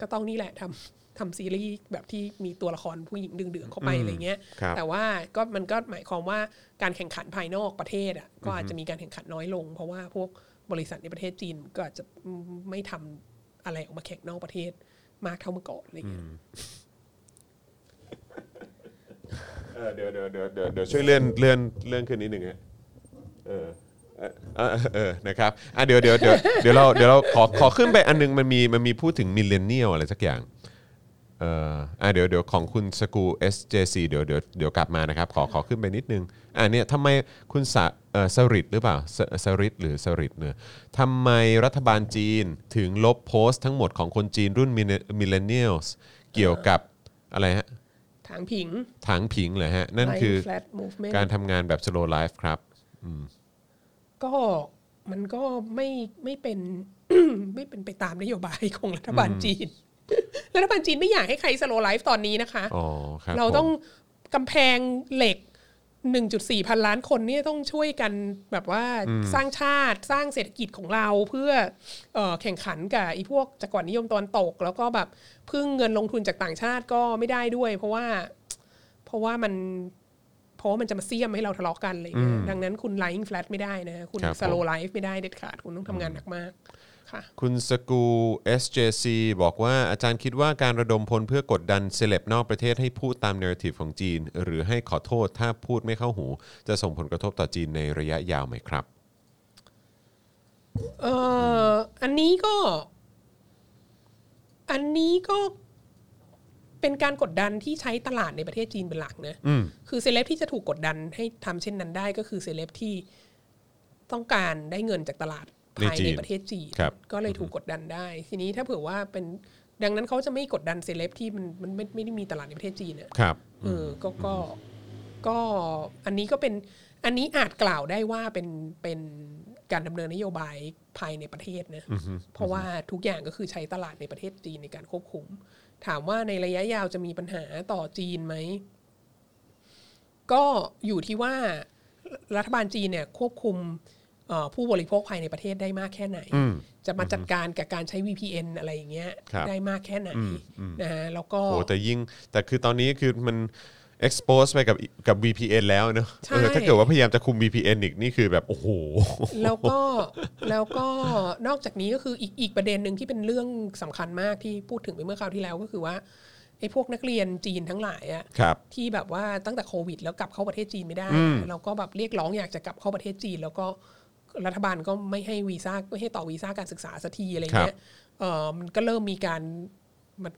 ก็ต้องนี่แหละทำทำซีรีส์แบบที่มีตัวละครผู้หญิงดึงเดืองเข้าไป
อืม
อะไรเงี้ย
ครับ
แต่ว่าก็มันก็หมายความว่าการแข่งขันภายนอกประเทศอ่ะก็อาจจะมีการแข่งขันน้อยลง เพราะว่าพวกบริษัทในประเทศจีนก็อาจจะไม่ทำอะไรออกมาแข่งนอกประเทศมากเท่าเมื่อก่อนอะไรเงี้ย
เออเดี๋ยวเดี๋ยวเดี๋ยวเดี๋ยวเดี๋ยวช่วยเลื่อนเลื่อนเลื่อนขึ้นนิดหนึ่งฮะเออเออเออเออนะครับอ่ะเดี๋ยวเดี๋ยวเดี๋ยวเดี๋ยวเราเดี๋ยวเราขอขอขึ้นไปอันนึงมันมีมันมีพูดถึงมิลเลนเนียลอะไรสักอย่างเอออ่ะเดี๋ยวเดี๋ยวของคุณสกู SJC เดี๋ยวเดี๋ยวเดี๋ยวกลับมานะครับ ขอขอขึ้นไปนิดนึงอ่ะเนี่ยทำไมคุณสะเออสริดหรือเปล่าสสริดหรือสริดเนี่ยทำไมรัฐบาลจีนถึงลบโพสต์ทั้งหมดของคนจีนรุ่นมิลเลนเนียลเกี่ยวกับอะไรฮะ
ถางผิง
ถางผิงเหรอฮะ นั่นคือ
Line flat movement
การทำงานแบบ slow life ครับ
ก็มันก็ไม่ไม่เป็น [coughs] ไม่เป็นไปตามนโยบายของรัฐบาลจีน [laughs] รัฐบาลจีนไม่อยากให้ใครสโลไลฟ์ตอนนี้นะคะ
อ๋อครับ
เรา
ผม
ต้องกำแพงเหล็ก 1.4 พันล้านคนเนี่ยต้องช่วยกันแบบว่าสร้างชาติสร้างเศรษฐกิจของเราเพื่อเออแข่งขันกับไอ้พวกจักรวรรดินิยมตะวันตก แล้วก็แบบพึ่งเงินลงทุนจากต่างชาติก็ไม่ได้ด้วย เพราะว่าเพราะว่ามันเพราะว่ามันจะมาเสี่ยมให้เราทะเลาะกันอะไรอย่างเลยดังนั้นคุณ lying flat ไม่ได้นะคุณ
ครับผม
slow life ไม่ได้เด็ดขาด คุณต้องทำงานหนักมากค่ะ
คุณสกู SJC บอกว่าอาจารย์คิดว่าการระดมพลเพื่อกดดันเซเลบนอกประเทศให้พูดตามเน r ร t i v e ของจีน หรือให้ขอโทษถ้าพูดไม่เข้าหู จะส่งผลกระทบต่อจีนในระยะยาวไหมครับ
เอออันนี้ก็ อันนี้ก็เป็นการกดดันที่ใช้ตลาดในประเทศจีนเป็นหลักนะ
อืม
คือเซเลบที่จะถูกกดดันให้ทำเช่นนั้นได้ก็คือเซเลบที่ต้องการได้เงินจากตลาดภาย
ในจี
ใน
น
ประเทศจีน
ครับ
ก็เลยถูกกดดันได้ ทีนี้ถ้าเผื่อว่าเป็นดังนั้นเขาจะไม่กดดันเซเลบที่มันมันไม่ไม่ได้มีตลาดในประเทศจีนเนี่ย
ครับ
เออก็ก็ก็อันนี้ก็เป็นอันนี้อาจกล่าวได้ว่าเป็นเป็นการดำเนินนโยบายภายในประเทศนะเพราะว่าทุกอย่างก็คือใช้ตลาดในประเทศจีนในการควบคุม ถามว่าในระยะยาวจะมีปัญหาต่อจีนไหม ก็อยู่ที่ว่ารัฐบาลจีนเนี่ยควบคุมเอ่อผู้บริโภคภายในประเทศได้มากแค่ไหน
อืม
จะมาจัดการกับการใช้ VPN อะไรอย่างเงี้ย
ครับ
ได้มากแค่ไหนนะฮะแล้วก็
โอ้แต่ยิ่งแต่คือตอนนี้คือมัน expose ไปกับกับ VPN แล้วเนอะ
ใช่
เออถ้าเกิดว่าพยายามจะคุม VPN อีกนี่คือแบบโอ้โห
แล้วก็แล้วก็นอกจากนี้ก็คืออีกอีกประเด็นหนึ่งที่เป็นเรื่องสำคัญมากที่พูดถึงไปเมื่อคราวที่แล้วก็คือว่าไอ้พวกนักเรียนจีนทั้งหลายอะ
ครับ
ที่แบบว่าตั้งแต่โควิด แล้วกลับเข้าประเทศจีนไม่ได้
อืม
เราก็แบบเรียกร้องอยากจะกลับเข้าประเทศจีน แล้วก็รัฐบาลก็ไม่ให้วีซ่าไม่ให้ต่อวีซ่าการศึกษาสักทีอะไรเงี้ยเออมันก็เริ่มมีการมัน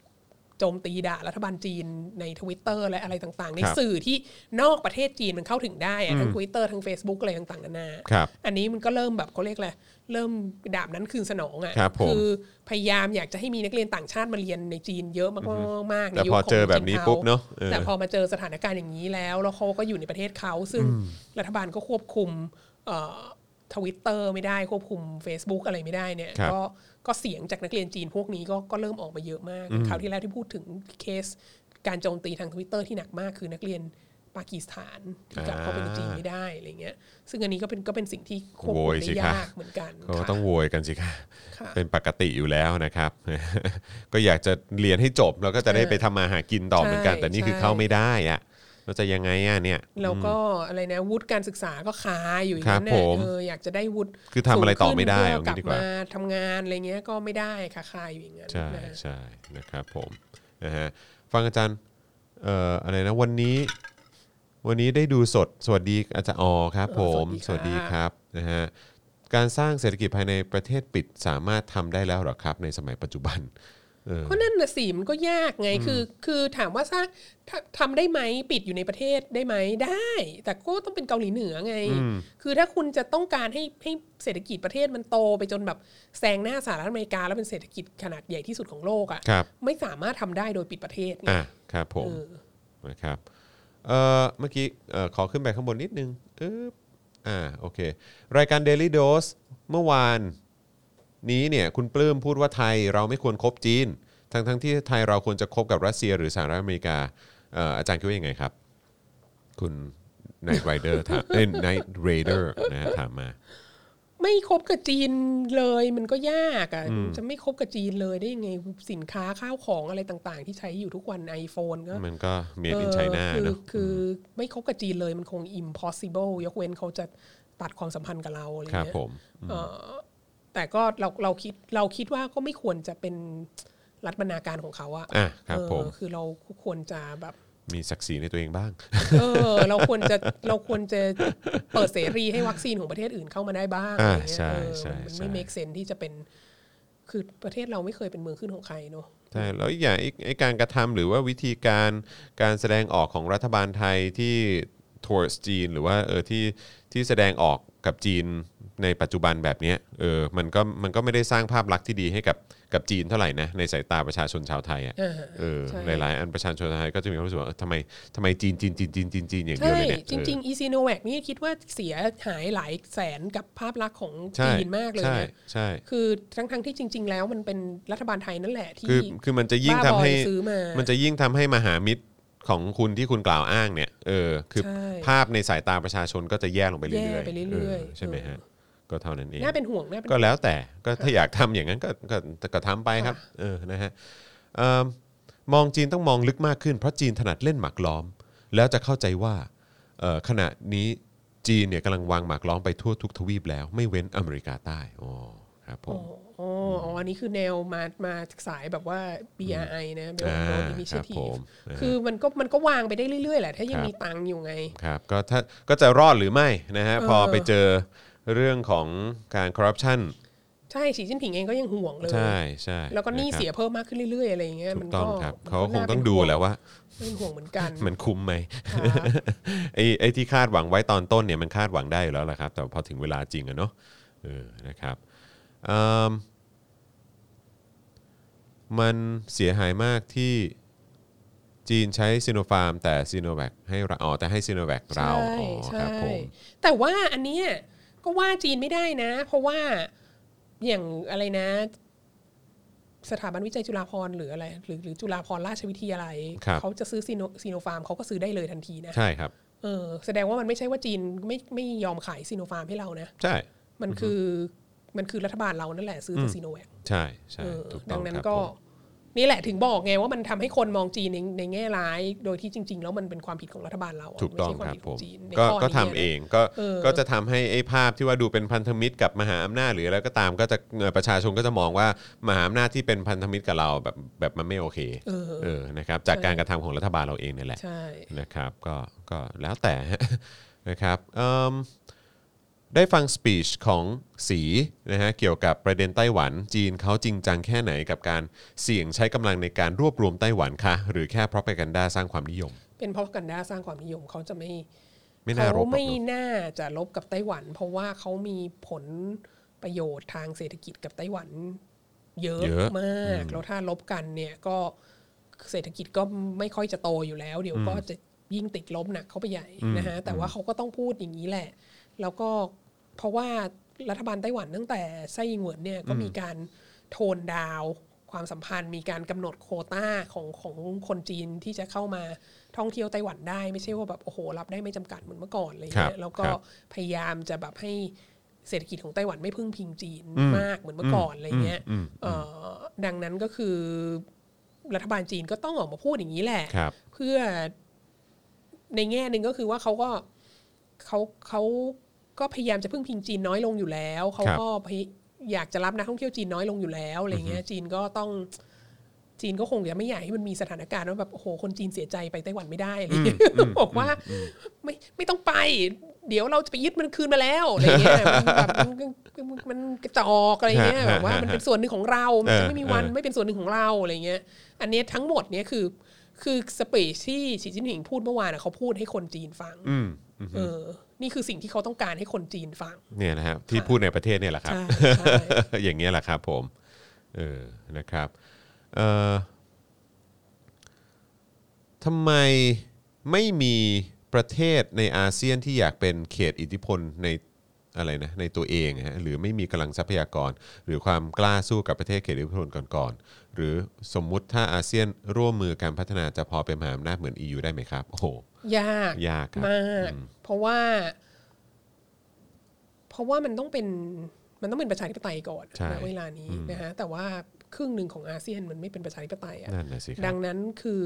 โจมตีด่ารัฐบาลจีนในทวิตเตอร์และอะไรต่างๆ ในสื่อที่นอกประเทศจีนมันเข้าถึงได้อะทั้งทวิตเตอร์ทั้ง Facebook อะไรต่างๆนานา
ครับ
อันนี้มันก็เริ่มแบบเขาเรียกอะไรเริ่มดาบนั้นคืนสนองอ่ะ
ครับผม
อพยายามอยากจะให้มีนักเรียนต่างชาติมาเรียนในจีนเยอะมากๆมากใน
แต่
ยุค
พอ
ขง
เจอแบบนี้
จีข
ปุ๊บเนอะเออ
แต่พอมาเจอสถานการณ์อย่างนี้แล้ว แล้วเขาก็อยู่ในประเทศเขาซึ่งรัฐบาลก็ควบคุมทวิตเตอร์ไม่ได้ควบคุม Facebook อะไรไม่ได้เนี่ย
ครับ
ก็ก็เสียงจากนักเรียนจีนพวกนี้ก็ก็เริ่มออกมาเยอะมากคราวที่แล้วที่พูดถึงเคสการโจมตีทางทวิตเตอร์ที่หนักมากคือนักเรียนปากีสถานที่กลับเข้าไปในจีน
อ่า
ไม่ได้ ได้อะไรเงี้ย ซึ่งอันนี้ก็เป็นก็เป็นสิ่งที่ควบคุ
โว
ม
ยสิ
ได้
คะ
ยากเหมือนกัน
ก็
ค่ะ
ต้องโวยกันสิครับ
ค่ะ
เป็นปกติอยู่แล้วนะครับ [laughs] ก็อยากจะเรียนให้จบแล้วก็จะได้ไปทำมาหากินต่อเหมือนกัน แต่นี่คือเข้าไม่ได้อะ เราจะยังไงอ่ะเนี่ย
แล้วก็อะไรนะวุฒิการศึกษาก็คาอยู่อย่างนั้น
ครับผ
น่ะ
ม
เอออยากจะได้วุฒิ
คือทำอะไรต่อไม่ได้
สูง
เอา
ขึ้น
งี้
เพื่
ดี
ก
ก
ลับ
ว่า
มาทำงานอะไรเงี้ยก็ไม่ได้ค่ะคาอยู่อย่างนั้น
ใช่
นะ
ใช่นะครับผมนะฮะฟังอาจารย์เอ่ออะไรนะวันนี้ วันนี้ได้ดูสดสวัสดีอาจารย์อ๋อครับ
เอ
ผ
อ
ม ส
สวั
วัส
ส
ดี
ดี
ค
ครั
รับบ นะฮะการสร้างเศรษฐกิจภายในประเทศปิดสามารถทำได้แล้วเหรอครับ ในสมัยปัจจุบันเออ
ก็นั่นน่ะสิมันก็ยากไงคือคือถามว่าสร้างถ้าทำได้ไหมปิดอยู่ในประเทศได้ไหมได้ แต่ก็ต้องเป็นเกาหลีเหนือไง
อืม
คือถ้าคุณจะต้องการให้ให้เศรษฐกิจประเทศมันโตไปจนแบบแซงหน้าสหรัฐอเมริกา แล้วเป็นเศรษฐกิจขนาดใหญ่ที่สุดของโลก
ค
อะ่ะ
รับ
ไม่สามารถทำได้โดยปิดประเทศไง
อ่ะครับผม
เออ
นะครับเอ่อเมื่อกี้เอ่อขอขึ้นไปข้างบนนิดนึงอึ๊บอ่าโอเค รายการ Daily Dose เมื่อวาน นี้เนี่ยคุณปลื้มพูดว่าไทยเราไม่ควรคบจีน ทั้งทั้งๆที่ไทยเราควรจะคบกับรัสเซียหรือสหรัฐอเมริกาเอ่ออาจารย์คิดว่ายังไงครับ คุณนายไรเดอร์ถามเอ้ยนายเรเดอร์นะฮะถามมา
ไม่คบกับจีนเลยมันก็ยากอะ่ะจะไม่คบกับจีนเลยได้ยังไงสินค้าข้าวของอะไรต่างๆ ที่ใช้อยู่ทุกวัน iPhone ก็
มันก็เมียดินไชน่า
เออคือ
เนอะ
คือไม่คบกับจีนเลยมันคง impossible ยกเว้นเขาจะตัดความสัมพันธ์กับเราอะไร
ครับ
เงี้ย
ผม
เอ่อแต่ก็เราเราคิดเราคิดว่าก็ไม่ควรจะเป็นรัฐบรรณาการของเขาอะ
อ่ะครับ
เออ
ผม
คือเราควรจะแบบ
มีศักดิ์ศรีในตัวเองบ้าง
เออ เราควรจะเราควรจะเปิดเสรีให้วัคซีนของประเทศอื่นเข้ามาได้บ้าง
อ่า
อะไรเงี้ย
ใช่
เออ
ใช่
มัน
ใช่
ไม่ make sense ที่จะเป็น คือประเทศเราไม่เคยเป็นเมืองขึ้นของใครเนอะ
ใช่แล้วอีกอย่างไอ้ไอ้การกระทำหรือว่าวิธีการการแสดงออกของรัฐบาลไทยที่ towards จีน หรือว่าเออที่ที่แสดงออกกับจีนในปัจจุบันแบบเนี้ยเออมันก็มันก็ไม่ได้สร้างภาพลักษณ์ที่ดีให้กับกับจีนเท่าไหร่นะในสายตาประชาชนชาวไทยอ่ะ
เออ
เออ
ใช่
หลายๆอันประชาชนชาวไทยก็จะมีความรู้สึกว่าเออทำไมทำไมจีนจีนจีนจีนจีนจีนอย่างเดียว
ใช่
เลยเนี่ย
จริง ๆ อีซีโนแวคนี่คิดว่าเสียหายหลายแสนกับภาพลักษณ์ของ
ใช่
จีนมากเลย
ใช่
นะ
ใช่
คือทั้งทั้งๆที่จริง ๆ แล้วมันเป็นรัฐบาลไทยนั่นแหละที่
คือคือมันจะยิ่ง
บ้า
ทำ
บอ
ให้
ซื้อมาม
มันจะยิ่งทำให้มหามิตรของคุณที่คุณกล่าวอ้างเนี่ยเออคือ
ใช่
ภาพในสายตาประชาชนก็จะแย่ลงไปเรื่อยๆ
แย่ไปเรื่อยๆ
เใช่ไหมฮะ
เอ
ก็เท่านั้นเอง
น่าเป็นห่วงน่าเป็น
ก็แล้วแต่ก็ถ้าอยากทำอย่างนั้นก็ก็ก็ทำไปครับเออนะฮะเอิ่มมองจีนต้องมองลึกมากขึ้น เพราะจีนถนัดเล่นหมากล้อม แล้วจะเข้าใจว่าเอ่อขณะนี้จีนเนี่ยกำลังวางหมากล้อมไปทั่วทุกทวีปแล้วไม่เว้นอเมริกาใต้อ๋อครับผม
อ๋ออ๋ออันนี้คือแนวมามาสายแบบว่า BRI นะ Belt and Road
อ่า
Initiative
ครับผมนะฮะ
คือมันก็มันก็วางไปได้เรื่อยๆ แหละ ถ้ายังมีตังค์อยู่ไง
ครับก็ถ้าก็จะรอดหรือไม่นะฮะพอ
เออ
ไปเจอเรื่องของการคอร์รัปชัน
ใช่สีจิ้นผิงเองก็ยังห่วงเลย
ใช่ใช่
แล้วก็หนี่
ะครับ
เสียเพิ่มมากขึ้นเรื่อยๆ อะไรอย่างเงี้ย
ถู
มั
ก
น
ต้อ
ก็
งครับเขาก็คงต้องดูแหล้วว่า
เป็นห่วงเหมือนกัน
มันคุ้มไหม [laughs] ไอ้ไอ้ที่คาดหวังไว้ตอนต้นเนี่ยมันคาดหวังได้อยู่แล้วล่ะครับ แต่พอถึงเวลาจริงอะเนาะเออนะครับอืมมันเสียหายมากที่จีนใช้ซีโนฟาร์ม แต่ซีโนแวคให้เราอ๋อแต่ให้ซีโนแวคเราอ๋อครับผม
แต่ว่าอันเนี้ยก็ว่าจีนไม่ได้นะ เพราะว่าอย่างอะไรนะ สถาบันวิจัยจุฬาภรณ์หรืออะไร หรือหรือจุฬาภรณ์ราชวิทยาลัย
ครับ
เขาจะซื้อซีโนซีโนฟาร์มเขาก็ซื้อได้เลยทันทีนะ
ใช่ครับ
เออแสดงว่ามันไม่ใช่ว่าจีนไม่ไม่ยอมขายซีโนฟาร์มให้เรานะ
ใช่
มันคือมันคือรัฐบาลเรานั่นแหละซื้อแต่ซีโนแวค
ใช่ใช่
เออ
ถูกต้
ดั
อง ง
นั้น
ครับ
ก็
ผม
นี่แหละถึงบอกไงว่ามันทำให้คนมองจีนในในแง่ร้าย โดยที่จริง ๆ แล้วมันเป็นความผิดของรัฐบาลเราะ
ถูกต้อง
ไม่
ค
ใช่วา
รับ
ผิด
ผ
ขอ
ม
งจีนใน
ก็
ข้นี้
ก็ทำเองก็
เออ
ก็จะทำให้ไอ้ภาพที่ว่าดูเป็นพันธมิตรกับมหาอำนาจหรืออะไรก็ตามก็จะเอ่อประชาชนก็จะมองว่ามหาอำนาจที่เป็นพันธมิตรกับเราแบบแบบมันไม่โอเค
เออ
เออนะครับจากการกระทำของรัฐบาลเราเองเนี่ยแหละ
ใช่
นะครับก็ก็แล้วแต่ [laughs] นะครับเอิ่มได้ฟังสปีชของสีนะฮะเกี่ยวกับประเด็นไต้หวัน จีนเขาจริงจังแค่ไหนกับการเสี่ยงใช้กำลังในการรวบรวมไต้หวันคะหรือแค่เพราะไปกันด้าสร้างความนิยม
เป็นเพราะกันดาสร้างความนิยมเขาจะไม่
ไม่น่า
เขา
รบหรอก
ไม่
เนอะ
น่าจะลบกับไต้หวัน เพราะว่าเขามีผลประโยชน์ทางเศรษฐกิจกับไต้หวัน เยอะ
เยอะ
มาก แล้วถ้าลบกันเนี่ยก็เศรษฐกิจก็ไม่ค่อยจะโตอยู่แล้ว เดี๋ยวก็จะยิ่งติดลบหนักเข้าไปใหญ่นะฮะแต่ว่าเขาก็ต้องพูดอย่างนี้แหละ แล้วก็เพราะว่ารัฐบาลไต้หวันตั้งแต่ไส้อิงเหวินเนี่ยก็มีการโทนดาวน์ความสัมพันธ์ มีการกำหนดโควต้าของของคนจีนที่จะเข้ามาท่องเที่ยวไต้หวันได้ ไม่ใช่ว่าแบบโอ้โหรับได้ไม่จำกัดเหมือนเมื่อก่อนอะไร
ครั
เงี้
บ
ยแล้วก็
ครับ
พยายามจะแบบให้เศรษฐกิจของไต้หวันไม่พึ่งพิงจีน
อืม
มากเหมือนเมื่อก่อนอะไรเงี้ย
อืม
เอ่อดังนั้นก็คือรัฐบาลจีนก็ต้องออกมาพูดอย่างนี้แหละ
ครับ
เพื่อ ในแง่หนึ่งก็คือว่าเขาก็เขาเขาก็พยายามจะพึ่งพิงจีนน้อยลงอยู่แล้วเขาก็พยอยากจะรับนักท่องเที่ยวจีนน้อยลงอยู่แล้วอะไรเงี้ยจีนก็ต้องจีนก็คงจะไม่อยากให้มันมีสถานการณ์ว่าแบบโอ้โหคนจีนเสียใจไปไต้หวันไม่ได้อะไรเงี้ย [laughs] บอกว่าไม่ไม่ต้องไป เดี๋ยวเราจะไปยึดมันคืนมาแล้วอะไรเงี้ยมันแบบมันมันกระจอกอะไรเงี้ยแบบว่ามันเป็นส่วนหนึ่งของเรามันจะไม่มีวัน ไม่เป็นส่วนหนึ่งของเราอะไรเงี้ย อันเนี้ยทั้งหมดเนี้ยคือ คือสเปซที่สีจิ้นผิงพูดเมื่อวานอะเขาพูดให้คนจีนฟัง
อืมอืม
เออ นี่คือสิ่งที่เขาต้องการให้คนจีนฟัง
เนี่ยนะครับที่พูดในประเทศเนี่ยแหละครับ
ใช่ใช่
[laughs] อย่างเงี้ยแหละครับผม เออ นะครับเอ่อทำไมไม่มีประเทศในอาเซียนที่อยากเป็นเขตอิทธิพลในอะไรนะในตัวเองฮะหรือไม่มีกำลังทรัพยากร หรือความกล้าสู้กับประเทศเขตอิทธิพลก่อนๆหรือสมมุติถ้าอาเซียนร่วมมือการพัฒนาจะพอเป็นมหาอำนาจเหมือน EU ได้ไหมครับ โอ้โห
ยาก
ยากครับ
มาก เพราะว่า เพราะว่ามันต้องเป็นมันต้องเป็นประชาธิปไตยก่อน
ใช่
ณเวลานี้นะฮะแต่ว่าครึ่งหนึ่งของอาเซียนมันไม่เป็นประชาธิปไตยอะ
นั่นนะสิค
ดั
รับ
งนั้นคือ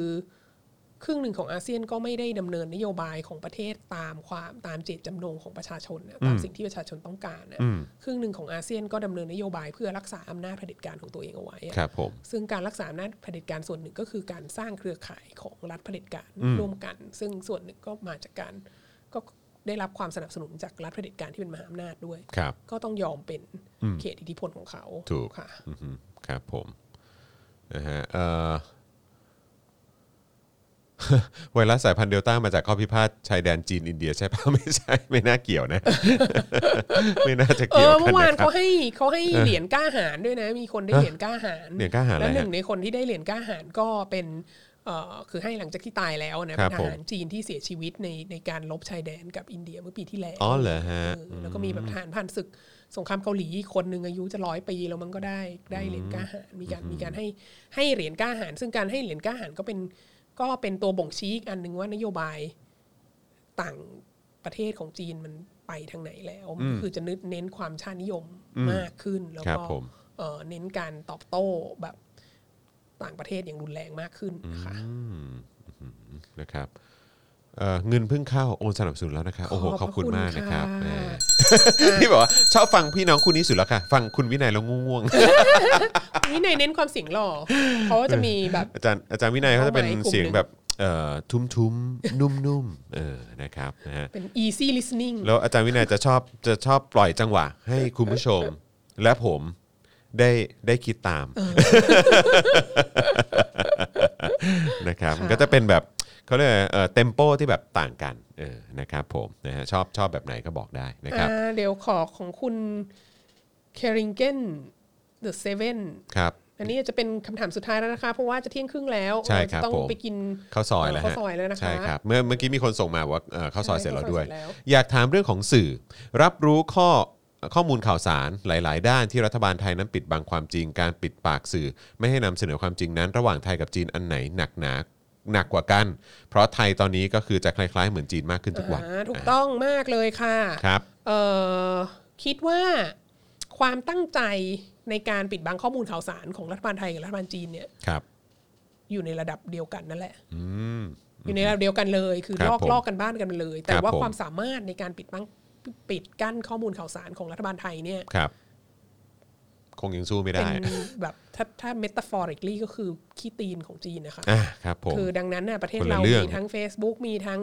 ครึ่งหนึ่งของอาเซียนก็ไม่ได้ดำเนินนโยบายของประเทศตามความตามเจตจำนงของประชาชนนะตามสิ่งที่ประชาชนต้องการนะ
อืม
ครึ่งหนึ่งของอาเซียนก็ดำเนินนโยบายเพื่อรักษาอำนาจเผด็จการของตัวเองเอาไว้อะ
ครับผม
ซึ่งการรักษาอำนาจเผด็จการส่วนหนึ่งก็คือการสร้างเครือข่ายของรัฐเผด็จการร่วมกัน ซึ่งส่วนหนึ่งก็มาจากการก็ได้รับความสนับสนุนจากรัฐเผด็จการที่เป็นมหาอำนาจด้วย
ครับ
ก็ต้องยอมเป็นเขตอิทธิพลของเขา
ถูก
ค่ะ
อือฮึครับผมนะฮะเอ่อ [laughs] ไวรัสสายพันธุ์เดลต้ามาจากข้อพิพาทชายแดนจีนอินเดียใช่ปะ [laughs] ไม่ใช่ ไม่น่าเกี่ยวนะ [laughs] ไม่น่าจะ
เอ
เกี่ยว
อ
กั
เมื่
น
อวาน
นะครับ
เขาให้เขาให้เหรียญกล้าหารด้วยนะ มีคนได้เหรียญกล้าหาร
เหรียญกล้าหาญอะไร
แล้วหนึ่ง
ฮะ
ในคนที่ได้เหรียญกล้าหารก็เป็นเอ่อคือให้หลังจากที่ตายแล้วนะ
ครับ
เป็นทหารจีนที่เสียชีวิตในในการลบชายแดนกับอินเดียเมื่อปีที่แล้ว
อ๋อเหรอฮะ
เออแล้วก็มีแบบทหารผ่านศึกสงครามเกาหลีอีกคนหนึ่งอายุจะร้อยปีแล้วมันก็ได้ได้เหรียญกล้าหารมีการมีการให้ให้เหรียญกล้าหารซึ่งการให้เหรียญกล้าหารก็เป็นก็เป็นตัวบ่งชี้อีกอันหนึ่งว่านโยบาย ต่างประเทศของจีนมันไปทางไหนแล้วมันคือจะนึกเน้นความชาตินิยมมากขึ้น แล้ว
ครั
ก็
บผม
เอ่อเน้นการตอบโต้แบบต่างประเทศอย่างรุนแรงมากขึ้นค่ะ
อืมอือฮึนะครับเอ่อเงินเพิ่งเข้าโอนสนับสนุนแล้วนะคะโอ้โหขอบบ
ขอพระคุ
คุณ
ณ
มากนะครับ
ค่ะ
แหม [laughs] ที่บอกว่าชอบฟังพี่น้องคู่นี้สุดแล้วค่ะ ฟังคุณวินัยแล้วง่วง
นี่ในเน้นความเสียงหล่อเขาก็จะมีแบบ
ๆ อาจารย์อาจารย์วินัยเขาจะเป็น
เอาไว้กลุ่ม
เสียงแบบเอ่อทุ้มๆนุ่มๆเออนะครับนะฮะ
เป็น easy listening
แล้วอาจารย์วินัยจะชอบจะชอบปล่อยจังหวะ ให้คุณผู้ชม และผมได้ได้คิดตามนะครับมันก็จะเป็นแบบเขาเรียกอะไรเอ่อเต็มโปที่แบบต่างกันเออนะครับผมนะฮะชอบชอบแบบไหนก็บอกได้นะครับ
อ่าเดี๋ยวขอของคุณ k e r i n g e n the seven
ครับ
อันนี้จะเป็นคำถามสุดท้ายแล้วนะคะ เพราะว่าจะเที่ยงครึ่งแล้ว
ใช่ครับ
เาจะต้อง
ผม
ไปกิน
ข้าวซอยแล้วฮะ
เออข้าวซอยแล้วนะคะ
ใช่ครับเมื่อเมื่อกี้มีคนส่งมาบอกว่าเอ่อข้าวซอยเสร็จแล้วด้วย
ข้าวซอยเสร็จแล้ว
อยากถามเรื่องของสื่อ รับรู้ข้อข้อมูลข่าวสารหลาย ๆ ด้านที่รัฐบาลไทยนั้นปิดบังความจริง การปิดปากสื่อ ไม่ให้นำเสนอความจริงนั้น ระหว่างไทยกับจีนอันไหนหนักหนาหนักกว่ากัน เพราะไทยตอนนี้ก็คือจะคล้าย ๆ เหมือนจีนมากขึ้นทุกวัน
อ่าถูกต้องมากเลยค่ะ
ครับ
เอ่อคิดว่าความตั้งใจในการปิดบังข้อมูลข่าวสารของรัฐบาลไทยกับรัฐบาลจีนเนี่ย
ครับ
อยู่ในระดับเดียวกันนั่นแหละ
อืม
อยู่ในระดับเดียวกันเลย คือ
ครับ
ลอก
ผม
ลอกกันบ้านกันไปเลย แต่
ครับ
ว่า
ผม
ความสามารถในการปิดบังปิดกั้นข้อมูลข่าวสารของรัฐบาลไทยเนี่ย
ครับ คงยังสู้ไม่
เป็
ได้
นแบบถ้าถ้าเมตาฟอริกลี่ก็คือขี้ตีนของจีนนะคะ
อ่ะครับผม
คือดังนั้นน่ะประเทศ
คนละ
เรา
เรื่อง
มีทั้ง Facebook มีทั้ง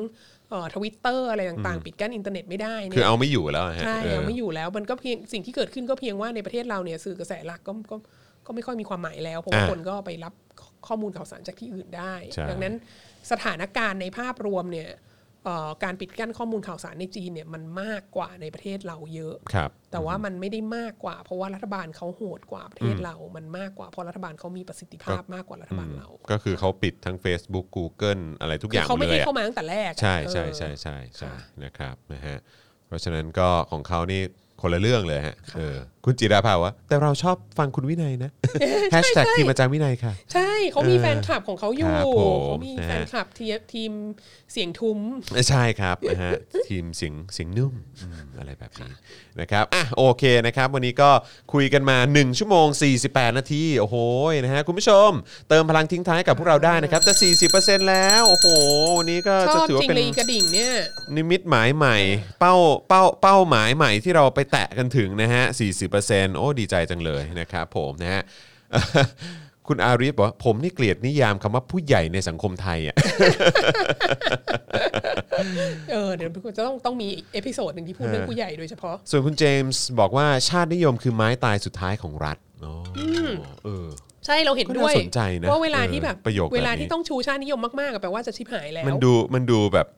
ทวิตเตอร์อะไรต่างๆ ปิดกั้นอินเทอร์เน็ตไม่ได้เนี่
คือย เอาไม่อยู่แล้วอะฮะ
ใช่
เออ
ยังไม่อยู่แล้วมันก็เพียงสิ่งที่เกิดขึ้นก็เพียงว่าในประเทศเราเนี่ยสื่อกระแสหลักก็ก็ก็ไม่ค่อยมีความหมายแล้วเพราะว่า
อ่า
คนก็ไปรับข้อมูลข่าวสารจากที่อื่นได้
ใช่
ดังนั้นสถานการณ์ในภาพรวมเนี่ยเอ่อการปิดกั้นข้อมูลข่าวสารในจีนเนี่ยมันมากกว่าในประเทศเราเยอะ
ครับ
แต่ว่ามันไม่ได้มากกว่า เพราะว่ารัฐบาลเขาโหดกว่าประเทศเรา มันมากกว่าเพราะรัฐบาลเขามีประสิทธิภาพมากกว่ารัฐบาลเรา
ก็คือเขาปิดทั้ง Facebook Google อะไรทุกอ
คือย่า
ห
ง
ม
เขา
ด
ไม่
เล
ให้
ยอะ
เข้ามาตั้งแต่แรกอะ
ใช่ใช่
เออ
ใช่ใช่ใช่
ค่ะ
นะครับนะฮะเพราะฉะนั้นก็ของเขานี่คนละเรื่องเลยฮะ
ค่ะ [laughs]
เออคุณจิราภาวะแต่เราชอบฟังคุณวินัยนะ แฮชแท็กทีมอาจารย์วินัยค่ะ
ใช่ เขามีแฟนคลับของเขาอ
ค
ยู่
รับผม
เขามีแฟนคลับทีมทีมเสียงทุ้ม
ใช่ครับนะฮะ ทีมเสียงเสียงนุ่มอืมอะไรแบบนี้นะครับอ่ะโอเคนะครับ วันนี้ก็คุยกันมา 1 ชั่วโมง 48 นาที โอ้โหนะฮะคุณผู้ชม เติมพลังทิ้งท้ายกับพวกเราได้นะครับจะ40%แล้ว โอ้โหวันนี้ก็
ช
จะ
อบ
ถือ
จ
ว่า
ริ
งเป็น
เลยกระดิ่งเนี่ย
นิมิตหมายใหม่ เป้าเป้าเป้าหมายใหม่ที่เราไปแตะกันถึงนะฮะ 40%โอ้ดีใจจังเลยนะครับผมนะฮ [laughs] ะ คุณอาริฟบอกว่าผมนี่เกลียดนิยามคำว่าผู้ใหญ่ในสังคมไทยอ่ะ [laughs]
เออเดี๋ยวจะต้องต้องมีเอพิโซดหนึ่งที่พูดเรื่องผู้ใหญ่โดยเฉพาะ
ส่วนคุณเจมส์บอกว่าชาตินิยมคือไม้ตายสุดท้ายของรัฐอ๋ออเออ
ใช่เราเห็นด้วย
ก็น่าสนใจนะ
ว่าเวลาที่แบบ
เออประโยคแบบนี้
เวลาที่ต้องชูชาตินิยมมากๆอะแปลว่าจะชิบหายแล้ว
มันดูมันดูแบบ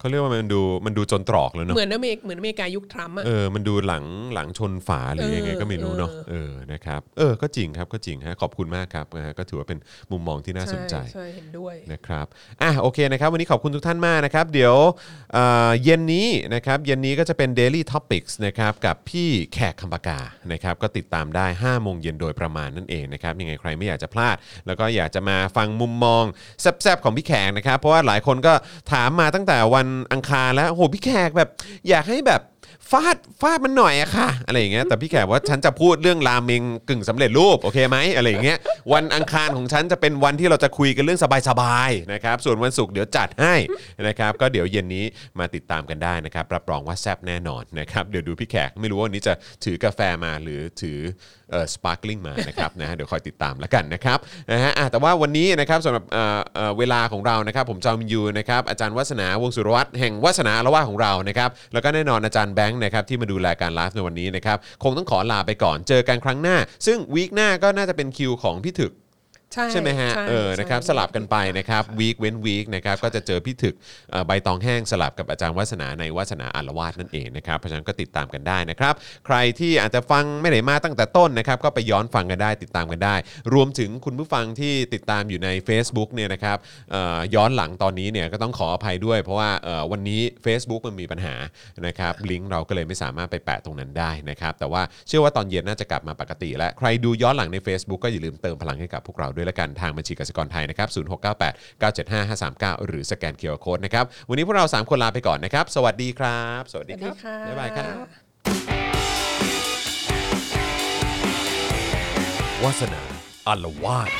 เขาเรียกว่ามันดูมันดูจนตรอกแล้วเนอะ
เหมือนอเมริกเหมือนอเมริกายุคทรัมป์อะ
เออมันดูหลังหลังชนฝาหรือยังไงก็ไม่รู้เนาะ
เออ
เออนะครับเออก็จริงครับก็จริงฮะขอบคุณมากครับนะฮะก็ถือว่าเป็นมุมมองที่น่าสนใจ
ใช่เห็นด้วย
นะครับ อ่ะ โอเคนะครับ วันนี้ขอบคุณทุกท่านมากนะครับ เดี๋ยวเอ่อเย็นนี้นะครับ เย็นนี้ก็จะเป็น Daily Topics นะครับ กับพี่แขกคำปากา นะครับ ก็ติดตามได้ 5 โมงเย็นโดยประมาณนั่นเองนะครับ ยังไงใครไม่อยากจะพลาด แล้วก็อยากจะมาฟังมุมมองแซ่บๆของพี่แขกนะครับ เพราะว่าหลายคนก็ถามมาตั้งแต่วันอังคารแล้วโอ้โห พี่แขกแบบอยากให้แบบ ฟาดฟาดมันหน่อยอะค่ะ อะไรอย่างเงี้ยแต่พี่แขกว่าฉันจะพูดเรื่องราเมงกึ่งสำเร็จรูปโอเคไหมอะไรอย่างเงี้ยวันอังคารของฉันจะเป็นวันที่เราจะคุยกันเรื่องสบายๆนะครับส่วนวันศุกร์เดี๋ยวจัดให้นะครับก็เดี๋ยวเย็นนี้มาติดตามกันได้นะครับรับรองว่าแซ่บแน่นอนนะครับเดี๋ยวดูพี่แขกไม่รู้ว่าวันนี้จะถือกาแฟมาหรือถือเอ่อสปาร์คลิงมานะครับ [laughs] นะฮะเดี๋ยวคอยติดตามแล้วกันนะครับนะฮะอ่ะแต่ว่าวันนี้นะครับสำหรับเอ่อเอ่อเวลาของเรานะครับผมจอมยูนะครับอาจารย์วัฒนาวงศ์สุรวัตรแห่งวัฒนาละว่าของเรานะครับแล้วก็แน่นอนอาจารย์แบงค์นะครับที่มาดูแลการไลฟ์ในวันนี้นะครับคงต้องขอลาไปก่อนเจอกันครั้งหน้า ซึ่งวีคหน้าก็น่าจะเป็นคิวของพี่ถึก
ใช่
ใช่ไหมฮะ
ใช่
เออ นะครับ
ใช่
สลับกันไปนะครับ วีคเว้นวีคนะครับ ก็จะเจอพี่ถึกเอ่อใบตองแห้งสลับกับอาจารย์วัฒนาในวัฒนาอารวาสนั่นเองนะครับ เพราะฉะนั้นก็ติดตามกันได้นะครับ ใครที่อาจจะฟังไม่ได้มาตั้งแต่ต้นนะครับ ก็ไปย้อนฟังกันได้ ติดตามกันได้ รวมถึงคุณผู้ฟังที่ติดตามอยู่ใน Facebook เนี่ยนะครับเอ่อย้อนหลังตอนนี้เนี่ยก็ต้องขออภัยด้วย เพราะว่าเอ่อวันนี้ Facebook มันมีปัญหานะครับ ลิงก์เราก็เลยไม่สามารถไปแปะตรงนั้นได้นะครับ แต่ว่าเชื่อว่าตอนเย็นน่าจะกลับมาปกติ และใครดูย้อนหลังใน Facebook ก็อย่าลืมเติมพลังให้กับพวกเราด้วยละกันทางบัญชีกสิกรไทยนะครับศูนย์หกเก้หรือสแกนเคอร์โคดนะครับ วันนี้พวกเรา 3 คนลาไปก่อนนะครับ สวัสดีครับ สวัส
ส
ดี
วัส
ค
ดี
รับ
ค่ะ
บ๊ายบายครับวาสนาอัลวาด